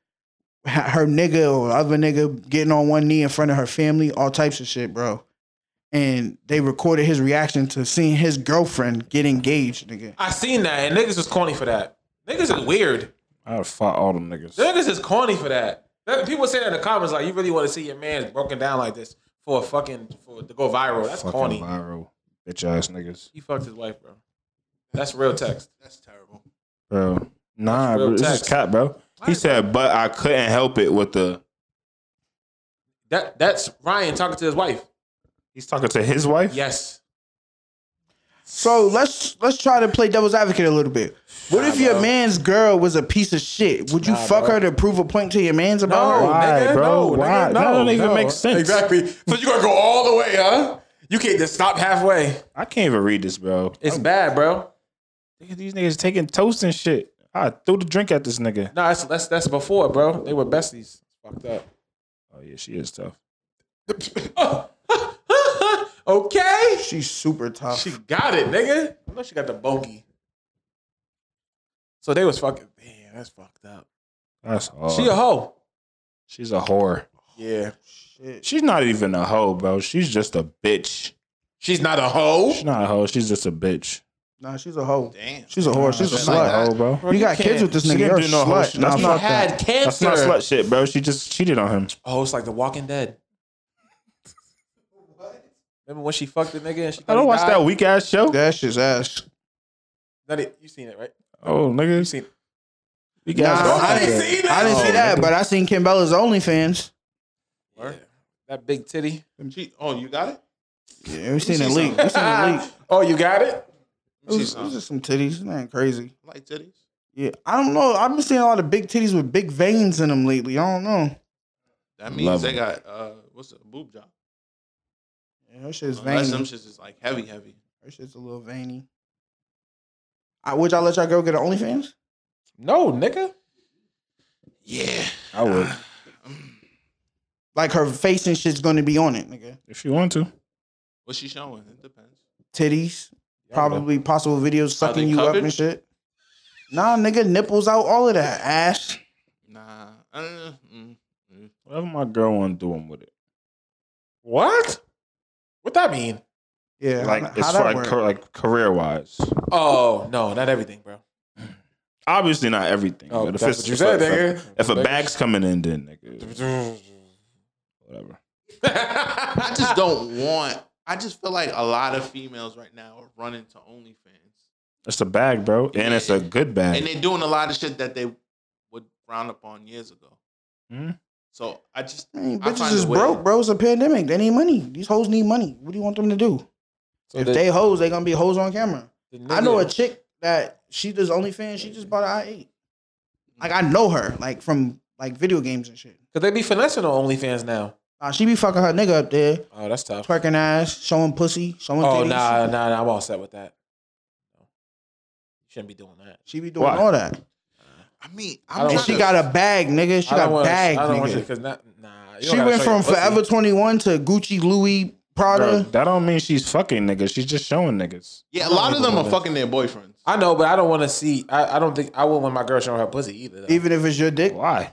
Speaker 4: ha- her nigga or other nigga getting on one knee in front of her family, all types of shit, bro. And they recorded his reaction to seeing his girlfriend get engaged, nigga.
Speaker 2: I seen that, and niggas is corny for that. Niggas is weird.
Speaker 5: I fought all them niggas.
Speaker 2: Niggas is corny for that. That- People say that in the comments, like you really want to see your man broken down like this for a fucking for to go viral. That's
Speaker 5: Fucking
Speaker 2: corny.
Speaker 5: viral, bitch ass niggas.
Speaker 2: He fucked his wife, bro. That's real text.
Speaker 3: That's terrible.
Speaker 5: Bro. Nah,
Speaker 2: That's real
Speaker 5: bro. This
Speaker 2: text.
Speaker 5: is cat, bro. He said, but I couldn't help it with the.
Speaker 2: That that's Ryan talking to his wife.
Speaker 5: He's talking to his wife?
Speaker 2: Yes.
Speaker 4: So let's let's try to play devil's advocate a little bit. What if your man's girl was a piece of shit? Would you fuck her to prove a point to your man's about
Speaker 2: No,
Speaker 4: her?
Speaker 5: Why,
Speaker 2: nigga,
Speaker 5: bro?
Speaker 2: no, nigga,
Speaker 5: Why? That
Speaker 2: no,
Speaker 5: don't even
Speaker 2: no.
Speaker 5: make sense.
Speaker 2: Exactly. So you gonna go all the way, huh? You can't just stop halfway.
Speaker 5: I can't even read this, bro.
Speaker 2: It's bad, bro.
Speaker 5: Nigga, These niggas taking toast and shit. I threw the drink at this nigga.
Speaker 2: No, that's that's that's before, bro. They were besties. Fucked up.
Speaker 5: Oh, yeah, she is tough.
Speaker 2: [laughs] okay.
Speaker 4: She's super tough.
Speaker 2: She got it, nigga. I know she got the bogey. So they was fucking. Damn, that's fucked up.
Speaker 5: That's hard.
Speaker 2: She a hoe.
Speaker 5: She's a whore.
Speaker 2: Yeah.
Speaker 5: She's not even a hoe, bro. She's just a bitch.
Speaker 2: She's not a hoe.
Speaker 5: She's not a hoe. She's just a bitch.
Speaker 4: nah, she's a hoe.
Speaker 3: Damn.
Speaker 4: She's a whore. She's a
Speaker 5: She's not
Speaker 4: slut.
Speaker 5: a hoe, bro.
Speaker 4: You got
Speaker 2: can't-
Speaker 4: kids with this
Speaker 5: She
Speaker 4: nigga.
Speaker 5: didn't
Speaker 4: You're a
Speaker 5: do no hoe
Speaker 4: slut.
Speaker 5: shit.
Speaker 4: Nah,
Speaker 5: That's
Speaker 2: You
Speaker 4: fuck that.
Speaker 2: had
Speaker 5: That's not
Speaker 2: cancer.
Speaker 5: slut shit, bro. She just cheated on him.
Speaker 2: Oh, it's like The Walking Dead. Remember when she fucked the nigga and she?
Speaker 5: I don't watch that weak ass show.
Speaker 4: That shit's ass.
Speaker 2: that. It, you seen it, right?
Speaker 5: Oh, nigga.
Speaker 2: You seen it.
Speaker 5: Weak
Speaker 4: Nah,
Speaker 5: ass show.
Speaker 4: I
Speaker 2: didn't see that. Oh,
Speaker 4: I didn't see that, but I seen Kim Bella's OnlyFans.
Speaker 2: Yeah. That big titty.
Speaker 3: She, oh, you got it?
Speaker 4: Yeah, we seen it leak. We seen it leak.
Speaker 2: oh, [laughs] you got it.
Speaker 4: It was, it was just some titties. Nothing crazy.
Speaker 3: Like titties?
Speaker 4: Yeah, I don't know. I've been seeing a lot of big titties with big veins in them lately. I don't know.
Speaker 3: That means
Speaker 5: Love
Speaker 3: they
Speaker 5: it.
Speaker 3: got, uh, what's a boob job?
Speaker 4: Yeah, her shit's
Speaker 3: Unless
Speaker 4: veiny.
Speaker 3: them shits is like heavy, heavy.
Speaker 4: Her shit's a little veiny. I, would y'all let y'all girl get an OnlyFans?
Speaker 2: No, nigga.
Speaker 3: Yeah.
Speaker 5: I would.
Speaker 4: Like her face and shit's gonna be on it, nigga.
Speaker 5: If you want to.
Speaker 3: What's she showing? It depends.
Speaker 4: titties, probably possible videos sucking you up
Speaker 3: covered?
Speaker 4: and shit. Nah, nigga, nipples out, all of that ass.
Speaker 3: Nah. Uh, mm, mm.
Speaker 5: Whatever my girl want to do, I'm with it.
Speaker 2: What? What that mean?
Speaker 4: Yeah,
Speaker 5: Like
Speaker 4: how,
Speaker 5: it's
Speaker 4: how that
Speaker 5: like
Speaker 4: work?
Speaker 5: car- like career wise.
Speaker 2: Oh no, not everything, [laughs] bro.
Speaker 5: Obviously not everything.
Speaker 2: Oh,
Speaker 5: but if
Speaker 2: that's
Speaker 5: it's-
Speaker 2: what you
Speaker 5: if a-
Speaker 2: said,
Speaker 5: if a-
Speaker 2: nigga.
Speaker 5: If a bag's coming in, then nigga, whatever.
Speaker 3: I just don't want. I just feel like a lot of females right now are running to OnlyFans,
Speaker 5: It's a bag, bro, and it's a good bag.
Speaker 3: and they're doing a lot of shit that they would round up on years ago.
Speaker 4: Mm-hmm.
Speaker 5: Hmm.
Speaker 3: So I just
Speaker 4: I mean,
Speaker 3: I
Speaker 4: bitches
Speaker 3: find
Speaker 4: is
Speaker 3: a way.
Speaker 4: broke, bro. It's a pandemic. They need money. These hoes need money. What do you want them to do?
Speaker 2: So
Speaker 4: if
Speaker 2: the-
Speaker 4: they hoes, they gonna be hoes on camera.
Speaker 2: the
Speaker 4: I know a
Speaker 2: nigga-
Speaker 4: chick that she does OnlyFans. She just bought an i eight. Like I know her, like from like video games and shit.
Speaker 2: Cause they be finessing on OnlyFans now.
Speaker 4: Nah, she be fucking her nigga up there,
Speaker 2: Oh, that's tough.
Speaker 4: twerking ass, showing pussy, showing
Speaker 2: Oh
Speaker 4: titties.
Speaker 2: nah, nah, nah, I'm all set with that. You shouldn't be doing that.
Speaker 4: She be doing
Speaker 5: Why?
Speaker 4: all that.
Speaker 3: I mean,
Speaker 2: I
Speaker 3: I'm
Speaker 4: And
Speaker 2: don't
Speaker 3: trying
Speaker 2: want
Speaker 4: she
Speaker 3: to-
Speaker 4: got a bag, nigga. She
Speaker 2: I don't
Speaker 4: got a
Speaker 2: wanna-
Speaker 4: bag,
Speaker 2: I don't want you
Speaker 4: nigga.
Speaker 2: because nah, nah. you
Speaker 4: She
Speaker 2: don't gotta
Speaker 4: went
Speaker 2: show your
Speaker 4: from
Speaker 2: pussy.
Speaker 4: Forever 21 to Gucci, Louis,
Speaker 5: Bro,
Speaker 4: Prada.
Speaker 5: that don't mean she's fucking niggas. She's just showing niggas.
Speaker 3: Yeah, a lot of them are
Speaker 2: that.
Speaker 3: fucking their boyfriends.
Speaker 2: I know, but I don't want to see. I, I don't think I wouldn't want my girl showing her pussy either. though.
Speaker 4: Even if it's your dick.
Speaker 5: Why?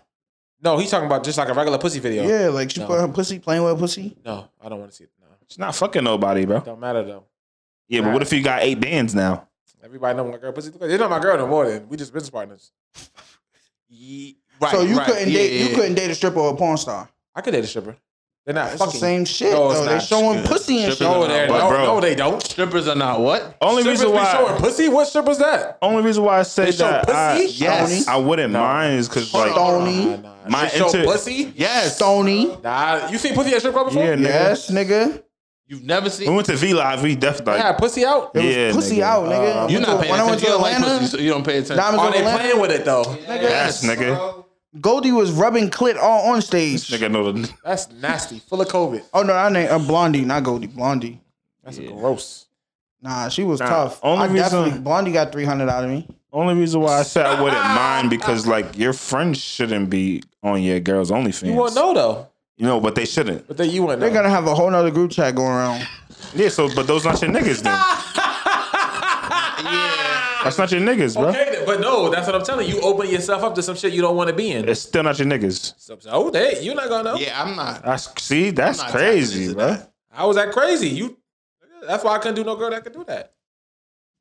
Speaker 2: no, he's talking about just like a regular pussy video.
Speaker 4: Yeah, like she
Speaker 2: No.
Speaker 4: put her pussy playing with her pussy.
Speaker 2: No, I don't want to see it. No,
Speaker 5: She's not fucking nobody, bro.
Speaker 2: don't matter though.
Speaker 5: Yeah, but what if you got eight bands now?
Speaker 2: Everybody know my girl pussy. They're not my girl no more. Then we just business partners.
Speaker 3: Ye- right,
Speaker 4: so you
Speaker 3: right,
Speaker 4: couldn't
Speaker 3: yeah,
Speaker 4: date
Speaker 3: yeah,
Speaker 4: you couldn't date a stripper or a porn star.
Speaker 2: I could date a stripper. They're not
Speaker 4: It's the
Speaker 2: fucking.
Speaker 4: same shit.
Speaker 2: No, it's
Speaker 4: though. They
Speaker 2: not.
Speaker 4: showing
Speaker 3: Yeah.
Speaker 4: pussy and shit.
Speaker 3: Strippers
Speaker 2: No,
Speaker 3: are
Speaker 2: they're
Speaker 3: not
Speaker 5: But,
Speaker 2: no,
Speaker 5: bro-
Speaker 2: no, they don't.
Speaker 3: Strippers are not what?
Speaker 5: Only
Speaker 2: Strippers
Speaker 5: reason
Speaker 2: be showing
Speaker 5: why.
Speaker 2: pussy. What stripper's that?
Speaker 5: Only reason why I say
Speaker 2: They show
Speaker 5: that I,
Speaker 2: pussy?
Speaker 5: yes, I wouldn't
Speaker 2: No.
Speaker 5: mind is because like
Speaker 4: Hold on. Tony.
Speaker 2: Nah, nah.
Speaker 5: My
Speaker 2: They show
Speaker 5: inter-
Speaker 2: pussy.
Speaker 3: Yes.
Speaker 4: Stony.
Speaker 2: Nah, you seen pussy at a strip club before?
Speaker 5: Yeah, nigga.
Speaker 4: Yes, nigga.
Speaker 3: You've never
Speaker 5: we
Speaker 3: seen.
Speaker 5: went to V Live. We definitely
Speaker 2: They had
Speaker 5: like,
Speaker 2: pussy out.
Speaker 4: It was
Speaker 5: Yeah,
Speaker 4: pussy
Speaker 5: nigga.
Speaker 4: out, nigga.
Speaker 2: Uh,
Speaker 3: You're
Speaker 4: When
Speaker 3: not
Speaker 4: I-
Speaker 3: paying
Speaker 4: when I
Speaker 3: attention.
Speaker 4: went
Speaker 3: You
Speaker 4: to
Speaker 3: don't like
Speaker 4: Atlanta,
Speaker 3: pussy, so you don't pay attention.
Speaker 4: Diamonds
Speaker 2: Are
Speaker 4: of
Speaker 2: they
Speaker 4: Atlanta,
Speaker 2: playing with it though?
Speaker 5: yes, nigga.
Speaker 4: Goldie was rubbing clit all on stage.
Speaker 5: Nigga know the
Speaker 2: That's nasty. Full of COVID.
Speaker 4: Oh no, I name uh, Blondie, not Goldie. Blondie.
Speaker 2: That's gross.
Speaker 4: Nah, she was
Speaker 5: Nah,
Speaker 4: tough.
Speaker 5: only
Speaker 4: I
Speaker 5: reason-
Speaker 4: definitely Blondie got three hundred out of me.
Speaker 5: only reason why I said I
Speaker 2: [laughs]
Speaker 5: wouldn't mind because like your friends shouldn't be on your girls OnlyFans.
Speaker 2: You won't know though.
Speaker 5: You know, but they shouldn't.
Speaker 2: But then you won't know.
Speaker 4: They're
Speaker 2: [laughs]
Speaker 4: gonna have a whole nother group chat going around.
Speaker 5: Yeah, so but those not your niggas then.
Speaker 3: [laughs] yeah.
Speaker 5: That's not your niggas, bro.
Speaker 2: Okay, then- but no, that's what I'm telling you. You open yourself up to some shit you don't want to be in.
Speaker 5: It's still not your niggas.
Speaker 2: So, so hey, you're not gonna know.
Speaker 3: Yeah, I'm not.
Speaker 5: That's see, that's
Speaker 3: I'm not tapping
Speaker 5: crazy,
Speaker 3: into
Speaker 5: bro.
Speaker 3: that.
Speaker 2: How was that crazy? You. That's why I couldn't do no girl that could do that.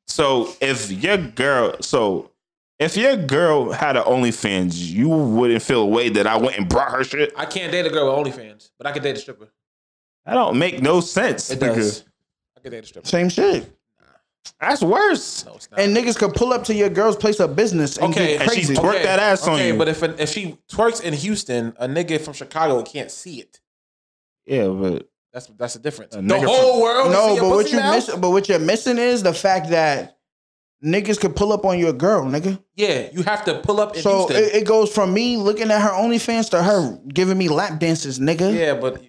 Speaker 5: So if your girl, so if your girl had an OnlyFans, you wouldn't feel a way that I went and brought her shit.
Speaker 2: I can't date a girl with OnlyFans, but I could date a stripper.
Speaker 5: That don't make no sense.
Speaker 2: It
Speaker 5: nigga.
Speaker 2: does. I could date a stripper.
Speaker 4: Same shit.
Speaker 5: That's worse.
Speaker 2: No, it's not.
Speaker 4: And niggas could pull up to your girl's place of business and
Speaker 2: Okay,
Speaker 4: get
Speaker 5: and she
Speaker 4: crazy.
Speaker 5: twerk that ass on
Speaker 2: okay,
Speaker 5: you.
Speaker 2: But if if she twerks in Houston, a nigga from Chicago can't see it.
Speaker 5: Yeah, but
Speaker 2: That's that's the difference.
Speaker 5: A
Speaker 2: the
Speaker 5: nigga
Speaker 2: whole world. can see
Speaker 4: no,
Speaker 2: your
Speaker 4: but what
Speaker 2: pussy
Speaker 4: you
Speaker 2: now?
Speaker 4: miss, but what you're missing is the fact that niggas could pull up on your girl, nigga.
Speaker 2: Yeah, you have to pull up in
Speaker 4: So
Speaker 2: Houston.
Speaker 4: it, it goes from me looking at her OnlyFans to her giving me lap dances, nigga.
Speaker 2: yeah, but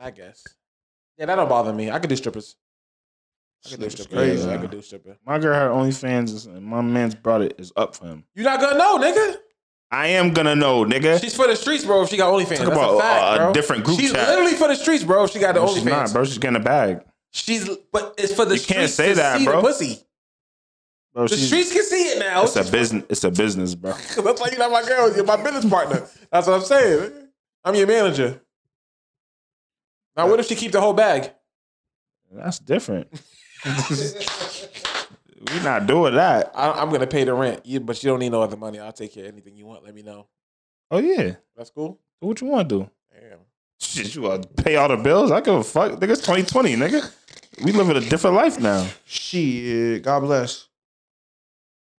Speaker 2: I guess. Yeah, that don't bother me. I could do strippers. I could do strippers.
Speaker 5: crazy.
Speaker 2: I could do stripper.
Speaker 5: my girl had OnlyFans, is- and my man's brought it is up for him.
Speaker 2: You're not gonna know, nigga.
Speaker 5: I am gonna know, nigga.
Speaker 2: She's for the streets, bro. If she got OnlyFans,
Speaker 5: Talk
Speaker 2: that's
Speaker 5: about
Speaker 2: a fact,
Speaker 5: a- a
Speaker 2: bro.
Speaker 5: different group
Speaker 2: She's
Speaker 5: chat.
Speaker 2: literally for the streets, bro. If she got the
Speaker 5: No,
Speaker 2: OnlyFans,
Speaker 5: she's not, bro. She's getting a bag,
Speaker 2: She's but it's for the
Speaker 5: You
Speaker 2: streets.
Speaker 5: can't say
Speaker 2: to
Speaker 5: that,
Speaker 2: see the
Speaker 5: bro.
Speaker 2: pussy.
Speaker 5: bro.
Speaker 2: The
Speaker 5: she's,
Speaker 2: streets can see it now.
Speaker 5: it's a business. It's a business, bro.
Speaker 2: [laughs] That's why you're not my girl. You're my business partner. That's what I'm saying. I'm your manager. Now, what if she keep the whole bag? [laughs]
Speaker 5: That's different. we not doing that.
Speaker 2: I, I'm gonna pay the rent, yeah, but you don't need no other money. I'll take care of anything you want. Let me know.
Speaker 5: Oh yeah,
Speaker 2: That's cool.
Speaker 5: do what you want to do.
Speaker 2: Damn.
Speaker 5: Shit, you want to pay all the bills? I give a fuck. Nigga, it's 2020, nigga. We living a different life now.
Speaker 4: Shit. God bless.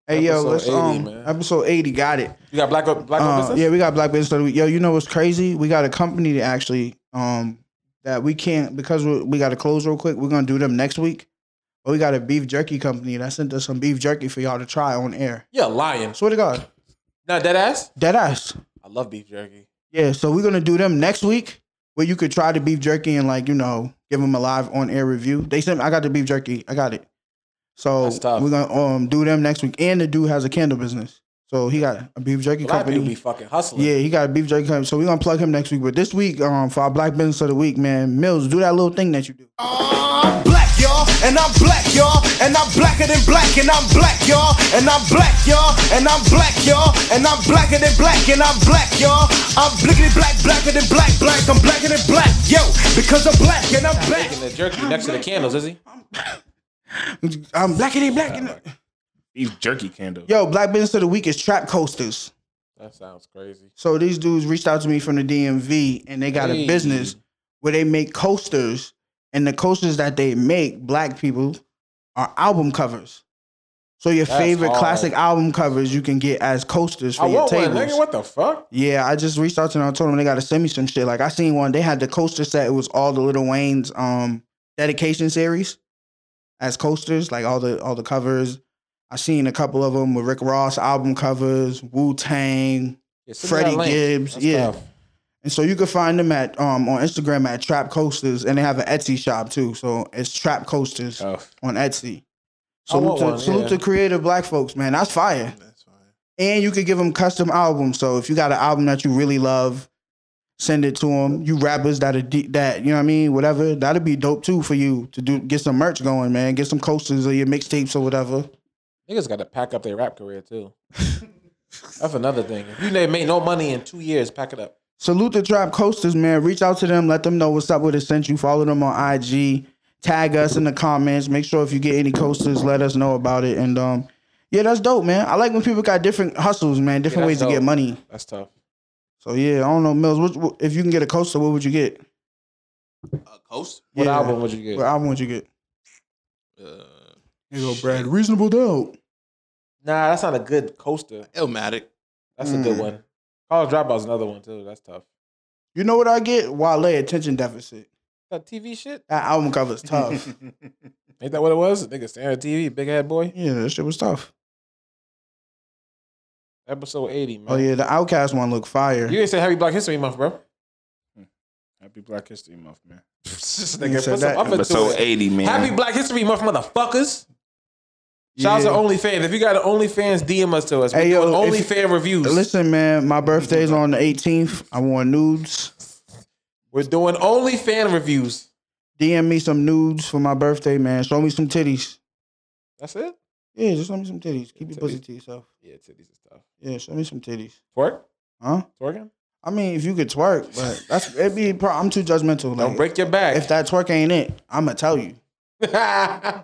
Speaker 4: Hey yo,
Speaker 2: Episode
Speaker 4: let's
Speaker 2: 80,
Speaker 4: um
Speaker 2: man.
Speaker 4: episode eighty. Got it.
Speaker 2: You got black up, black
Speaker 4: Uh,
Speaker 2: owned business.
Speaker 4: Yeah, we got Black Business of the Week. Yo, you know what's crazy? We got a company that actually um that we can't because we, we got to close real quick. We're gonna do them next week. But we got a beef jerky company that sent us some beef jerky for y'all to try on air.
Speaker 2: Yeah, lying.
Speaker 4: Swear to God,
Speaker 2: Not dead ass.
Speaker 4: dead ass.
Speaker 2: I love beef jerky.
Speaker 4: Yeah, so we're gonna do them next week where you could try the beef jerky and like you know give them a live on air review. They sent I got the beef jerky. I got it. So
Speaker 2: That's tough.
Speaker 4: we're gonna um do them next week. And the dude has a candle business. So he got a beef jerky
Speaker 7: Black people
Speaker 4: company.
Speaker 7: be fucking hustling.
Speaker 4: Yeah, he got a beef jerky company. So we're gonna plug him next week. But this week, um, for our black business of the week, man, Mills, do that little thing that you do.
Speaker 8: I'm black, y'all, and I'm black, y'all, and I'm blacker than black, and I'm black, y'all, and I'm black, y'all, and I'm black, y'all, and I'm blacker than black, and I'm black, y'all. I'm blickety black, blacker than black, black, I'm blacker than black, yo, because I'm black, and I'm black.
Speaker 7: Making the jerky next to the candles, is he?
Speaker 4: I'm blackity Um, black. and-
Speaker 5: Beef jerky candle.
Speaker 4: Yo, black business of the week is trap coasters.
Speaker 2: That sounds crazy.
Speaker 4: So these dudes reached out to me from the DMV, and they got a
Speaker 2: Hey.
Speaker 4: business where they make coasters, and the coasters that they make, black people, are album covers. So your
Speaker 2: That's
Speaker 4: favorite
Speaker 2: hard.
Speaker 4: classic album covers you can get as coasters for
Speaker 2: I
Speaker 4: your
Speaker 2: want one,
Speaker 4: tables.
Speaker 2: nigga. What the fuck?
Speaker 4: Yeah, I just reached out to them. I told them they got to send me some shit. Like I seen one. They had the coaster set. It was all the Little Wayne's um dedication series as coasters, like all the all the covers. I seen a couple of them with Rick Ross album covers, Wu Tang,
Speaker 2: Yeah, send me that
Speaker 4: Freddie
Speaker 2: link.
Speaker 4: Gibbs.
Speaker 2: That's
Speaker 4: yeah,
Speaker 2: tough.
Speaker 4: and so you can find them at um on Instagram at Trap Coasters, and they have an Etsy shop too. So it's Trap Coasters
Speaker 2: Oh.
Speaker 5: Tough.
Speaker 4: on Etsy.
Speaker 2: I
Speaker 4: Salute
Speaker 2: want
Speaker 4: to,
Speaker 2: one,
Speaker 4: salute
Speaker 2: yeah.
Speaker 4: to creative black folks, man. That's fire.
Speaker 3: That's fine.
Speaker 4: And you could give them custom albums. So if you got an album that you really love, send it to them. You rappers that are de- that you know what I mean, whatever. That'd be dope too for you to do get some merch going, man. Get some coasters or your mixtapes or whatever.
Speaker 2: Niggas got to pack up their rap career too. That's another thing. If you ain't made no money in two years, pack it up.
Speaker 4: Salute the Trap Coasters, man. Reach out to them. Let them know what's up with it. Sent you. Follow them on IG. Tag us in the comments. Make sure if you get any coasters, let us know about it. And um, yeah, that's dope, man. I like when people got different hustles, man. Different
Speaker 2: that's
Speaker 4: ways to get
Speaker 2: dope.
Speaker 4: money.
Speaker 2: That's tough.
Speaker 4: So yeah, I don't know, Mills. What, what, if you can get a coaster, what would you get?
Speaker 3: A coaster.
Speaker 2: What
Speaker 4: Yeah.
Speaker 2: album would you get?
Speaker 4: What album would you get?
Speaker 3: Uh,
Speaker 4: You go, Brad. Reasonable doubt.
Speaker 2: Nah, that's not a good coaster.
Speaker 3: Illmatic.
Speaker 2: That's a good
Speaker 4: Mm.
Speaker 2: one. College Dropout's another one too. That's tough.
Speaker 4: You know what I get? Wale attention deficit.
Speaker 2: That TV shit?
Speaker 4: That album cover's tough.
Speaker 2: Ain't that what it was? Nigga staring at TV, big head boy.
Speaker 4: [laughs] yeah, that shit was tough.
Speaker 2: Episode eighty, man.
Speaker 4: Oh yeah, the Outcast one looked fire.
Speaker 2: You didn't say Happy Black History Month, bro. [laughs]
Speaker 5: Happy Black History Month, man.
Speaker 2: This
Speaker 4: You
Speaker 2: nigga put
Speaker 4: said
Speaker 2: some
Speaker 4: that.
Speaker 2: effort to
Speaker 5: Episode
Speaker 2: it.
Speaker 5: 80, man.
Speaker 2: Happy Black History Month, motherfuckers. Shout
Speaker 4: Yeah.
Speaker 2: out to OnlyFans. If you got an OnlyFans, DM us to us.
Speaker 4: Hey,
Speaker 2: Hey,
Speaker 4: yo,
Speaker 2: yo,
Speaker 4: if-
Speaker 2: OnlyFans reviews.
Speaker 4: Listen, man, my birthday's on the 18th. I want nudes.
Speaker 2: We're doing OnlyFans reviews.
Speaker 4: DM me some nudes for my birthday, man. Show me some titties.
Speaker 2: That's it.
Speaker 4: Yeah, just show me some titties. Keep your
Speaker 2: Titties.
Speaker 4: pussy to yourself.
Speaker 2: Yeah, titties is tough.
Speaker 4: Yeah, show me some titties.
Speaker 2: Twerk,
Speaker 4: Huh?
Speaker 2: twerking.
Speaker 4: I mean, if you could twerk, but that's it'd be. Pro- I'm too judgmental.
Speaker 2: Don't
Speaker 4: like,
Speaker 2: break your back.
Speaker 4: If that twerk ain't it, I'ma tell you.
Speaker 2: [laughs]
Speaker 3: I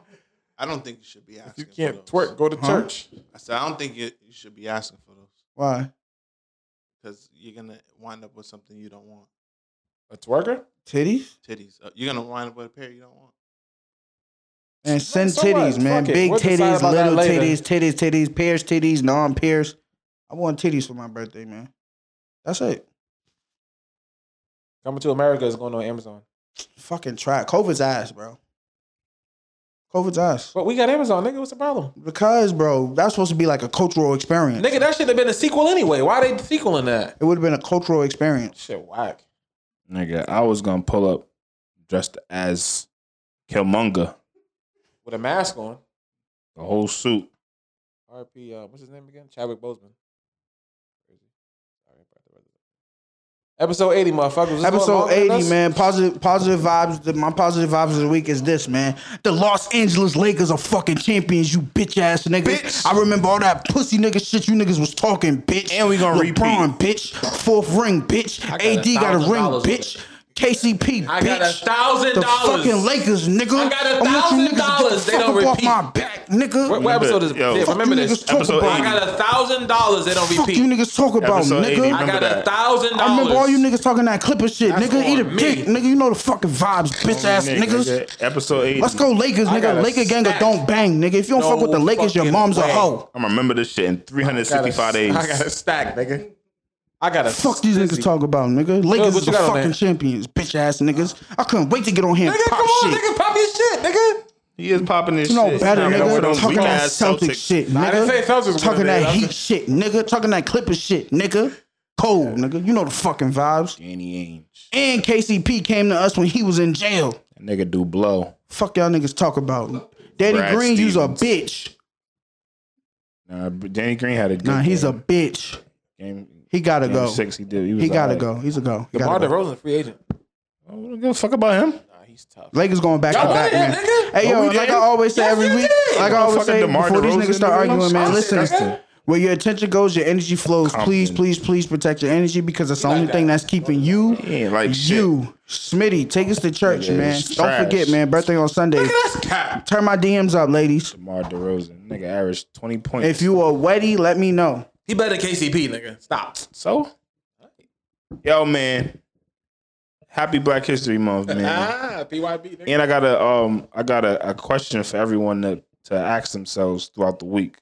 Speaker 3: don't think you should be asking.
Speaker 2: you can't
Speaker 3: for those.
Speaker 2: twerk. Go to
Speaker 4: Huh?
Speaker 2: church.
Speaker 3: I said I don't think you, you should be asking for those
Speaker 4: Why?
Speaker 3: because you're gonna wind up with something you don't want.
Speaker 2: A twerker.
Speaker 4: Titties
Speaker 3: Titties. Uh, You're gonna wind up with a pair you don't want.
Speaker 4: and send
Speaker 2: so what?
Speaker 4: titties, man.
Speaker 2: Fuck it.
Speaker 4: Big
Speaker 2: We'll decide
Speaker 4: titties,
Speaker 2: about that
Speaker 4: little
Speaker 2: later.
Speaker 4: titties, titties, titties, pierced titties, non-pierced. I want titties for my birthday, man. That's it.
Speaker 2: Coming to America is going on Amazon.
Speaker 4: Fucking try. COVID's ass, bro. COVID's ass.
Speaker 2: But we got Amazon, nigga. What's the problem?
Speaker 4: Because, bro, that's supposed to be like a cultural experience.
Speaker 2: Nigga, that should have been a sequel anyway. Why they sequeling that?
Speaker 4: It would have been a cultural experience.
Speaker 2: Shit, whack.
Speaker 5: Nigga, I was gonna pull up dressed as Killmonger,
Speaker 2: With a mask on.
Speaker 5: the whole suit.
Speaker 2: R.P. Uh, what's his name again? Chadwick Boseman. Crazy. Sorry about the weather. Episode eighty, motherfuckers. Is this
Speaker 4: Episode
Speaker 2: going longer than
Speaker 4: 80,
Speaker 2: us?
Speaker 4: man. Positive positive vibes. The- my positive vibes of the week is this, man. The Los Angeles Lakers are fucking champions, you bitch ass niggas. I remember all that pussy nigga shit you niggas was talking, bitch. And we gonna LeBron, bitch. Fourth ring, bitch.
Speaker 2: got
Speaker 4: AD got a
Speaker 2: $1,000
Speaker 4: ring,
Speaker 2: with
Speaker 4: bitch.
Speaker 2: it.
Speaker 4: KCP,
Speaker 2: I got a
Speaker 4: bitch.
Speaker 2: thousand
Speaker 4: The fucking
Speaker 2: dollars.
Speaker 4: Lakers, nigga.
Speaker 2: I got a
Speaker 4: want you
Speaker 2: thousand
Speaker 4: niggas to get
Speaker 2: dollars.
Speaker 4: the
Speaker 2: They
Speaker 4: fuck
Speaker 2: don't
Speaker 4: up off
Speaker 2: repeat.
Speaker 4: my back, nigga.
Speaker 2: What, what episode is it?
Speaker 5: Yo.
Speaker 2: Yeah,
Speaker 5: Fuck
Speaker 2: remember
Speaker 4: you
Speaker 2: this.
Speaker 4: niggas talk
Speaker 5: Episode
Speaker 4: about.
Speaker 2: I got a thousand dollars. They don't
Speaker 4: Fuck
Speaker 2: repeat.
Speaker 4: you niggas talk about,
Speaker 5: Episode
Speaker 4: nigga.
Speaker 5: 80, man.
Speaker 2: I got
Speaker 5: Remember
Speaker 2: a
Speaker 5: that.
Speaker 2: thousand dollars.
Speaker 4: I remember all you niggas talking that clipper shit,
Speaker 2: That's
Speaker 4: nigga. Eat a
Speaker 2: on
Speaker 4: dick,
Speaker 2: me.
Speaker 4: nigga. You know the fucking vibes, bitch ass
Speaker 5: Nigga,
Speaker 4: niggas.
Speaker 5: nigga, Episode 80.
Speaker 4: Let's go Lakers,
Speaker 2: I got
Speaker 4: nigga.
Speaker 2: a
Speaker 4: Laker gang or
Speaker 2: stack.
Speaker 4: don't bang, nigga. If you don't fuck with the
Speaker 2: No
Speaker 4: Lakers, your
Speaker 2: fucking
Speaker 4: mom's a
Speaker 2: way.
Speaker 4: hoe.
Speaker 5: I'm gonna remember this shit in
Speaker 2: I got a-
Speaker 5: 365 days.
Speaker 2: I got a stack, nigga. I got a
Speaker 4: Fuck these
Speaker 2: stizzy.
Speaker 4: niggas talk about, nigga. Lakers
Speaker 2: what
Speaker 4: is
Speaker 2: you
Speaker 4: the
Speaker 2: got on
Speaker 4: fucking
Speaker 2: there?
Speaker 4: champions, bitch ass niggas. I couldn't wait to get on here and
Speaker 2: Nigga,
Speaker 4: pop
Speaker 2: come on,
Speaker 4: shit.
Speaker 2: nigga, pop your shit, nigga.
Speaker 5: he is popping this
Speaker 4: You know
Speaker 5: shit.
Speaker 4: better,
Speaker 5: Now,
Speaker 4: nigga.
Speaker 5: with those
Speaker 4: Talking
Speaker 5: weak-ass
Speaker 4: that Celtic shit,
Speaker 2: I
Speaker 4: nigga.
Speaker 2: didn't say Celtics were
Speaker 4: Talking
Speaker 2: gonna
Speaker 4: that
Speaker 2: win.
Speaker 4: heat shit, nigga. Talking that clipper shit, nigga. Cold, nigga. You know the fucking vibes.
Speaker 5: Danny Ainge.
Speaker 4: And KCP came to us when he was in jail.
Speaker 5: That nigga do blow.
Speaker 4: Fuck y'all niggas talk about. Daddy
Speaker 5: Brad
Speaker 4: Green, you's a
Speaker 5: Stevens.
Speaker 4: bitch.
Speaker 5: Nah, but Danny Green had a good
Speaker 1: Nah, he's a
Speaker 5: game.
Speaker 1: bitch.
Speaker 5: game,
Speaker 1: He gotta
Speaker 5: game
Speaker 1: go.
Speaker 5: six. He did. He, was
Speaker 1: He gotta
Speaker 5: alright.
Speaker 1: go. He's a go. He
Speaker 2: DeMar
Speaker 1: gotta go.
Speaker 2: DeRozan, a free agent.
Speaker 5: I don't give a fuck about him.
Speaker 2: Nah, he's tough.
Speaker 1: Lakers going back
Speaker 2: Y'all
Speaker 1: to back,
Speaker 2: won it,
Speaker 1: man.
Speaker 2: nigga.
Speaker 1: Hey yo,
Speaker 5: No, we
Speaker 1: like I
Speaker 5: didn't.
Speaker 1: always say
Speaker 2: Yes,
Speaker 1: every
Speaker 2: you
Speaker 1: week,
Speaker 2: did.
Speaker 1: like I always
Speaker 5: Motherfucking
Speaker 1: say,
Speaker 5: DeMar
Speaker 1: before these
Speaker 5: DeRozan,
Speaker 1: niggas start
Speaker 5: nigga,
Speaker 1: arguing, man,
Speaker 5: I'm
Speaker 1: listen.
Speaker 5: sorry.
Speaker 1: Where your attention goes, your energy flows. Please,
Speaker 5: Compton.
Speaker 1: please, please protect your energy because that's the only
Speaker 2: like
Speaker 1: thing
Speaker 2: that.
Speaker 1: that's keeping you,
Speaker 5: He ain't like shit.
Speaker 1: you, Smitty. Take us to church,
Speaker 5: Nigga,
Speaker 1: man.
Speaker 5: it's
Speaker 1: Don't
Speaker 5: trash.
Speaker 1: forget, man. Birthday on Sunday.
Speaker 2: That's cap.
Speaker 1: Turn my DMs up, ladies.
Speaker 5: DeMar DeRozan, nigga, averaged twenty points.
Speaker 1: If you are wetty, let me know.
Speaker 2: He better than KCP, nigga. Stop.
Speaker 5: so, yo, man, happy Black History Month, [laughs] man.
Speaker 2: Ah, PYB, nigga.
Speaker 5: And I got a um I got a, a question for everyone to, to ask themselves throughout the week.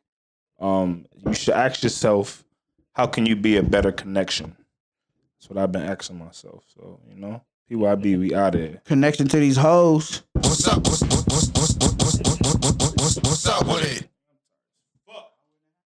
Speaker 5: Um you should ask yourself, how can you be a better connection? That's what I've been asking myself. So, you know, PYB, we out here.
Speaker 1: Connection to these hoes.
Speaker 9: What's up? What's, what's, what's, what's, what's, what's, what's, what's, what's up with it?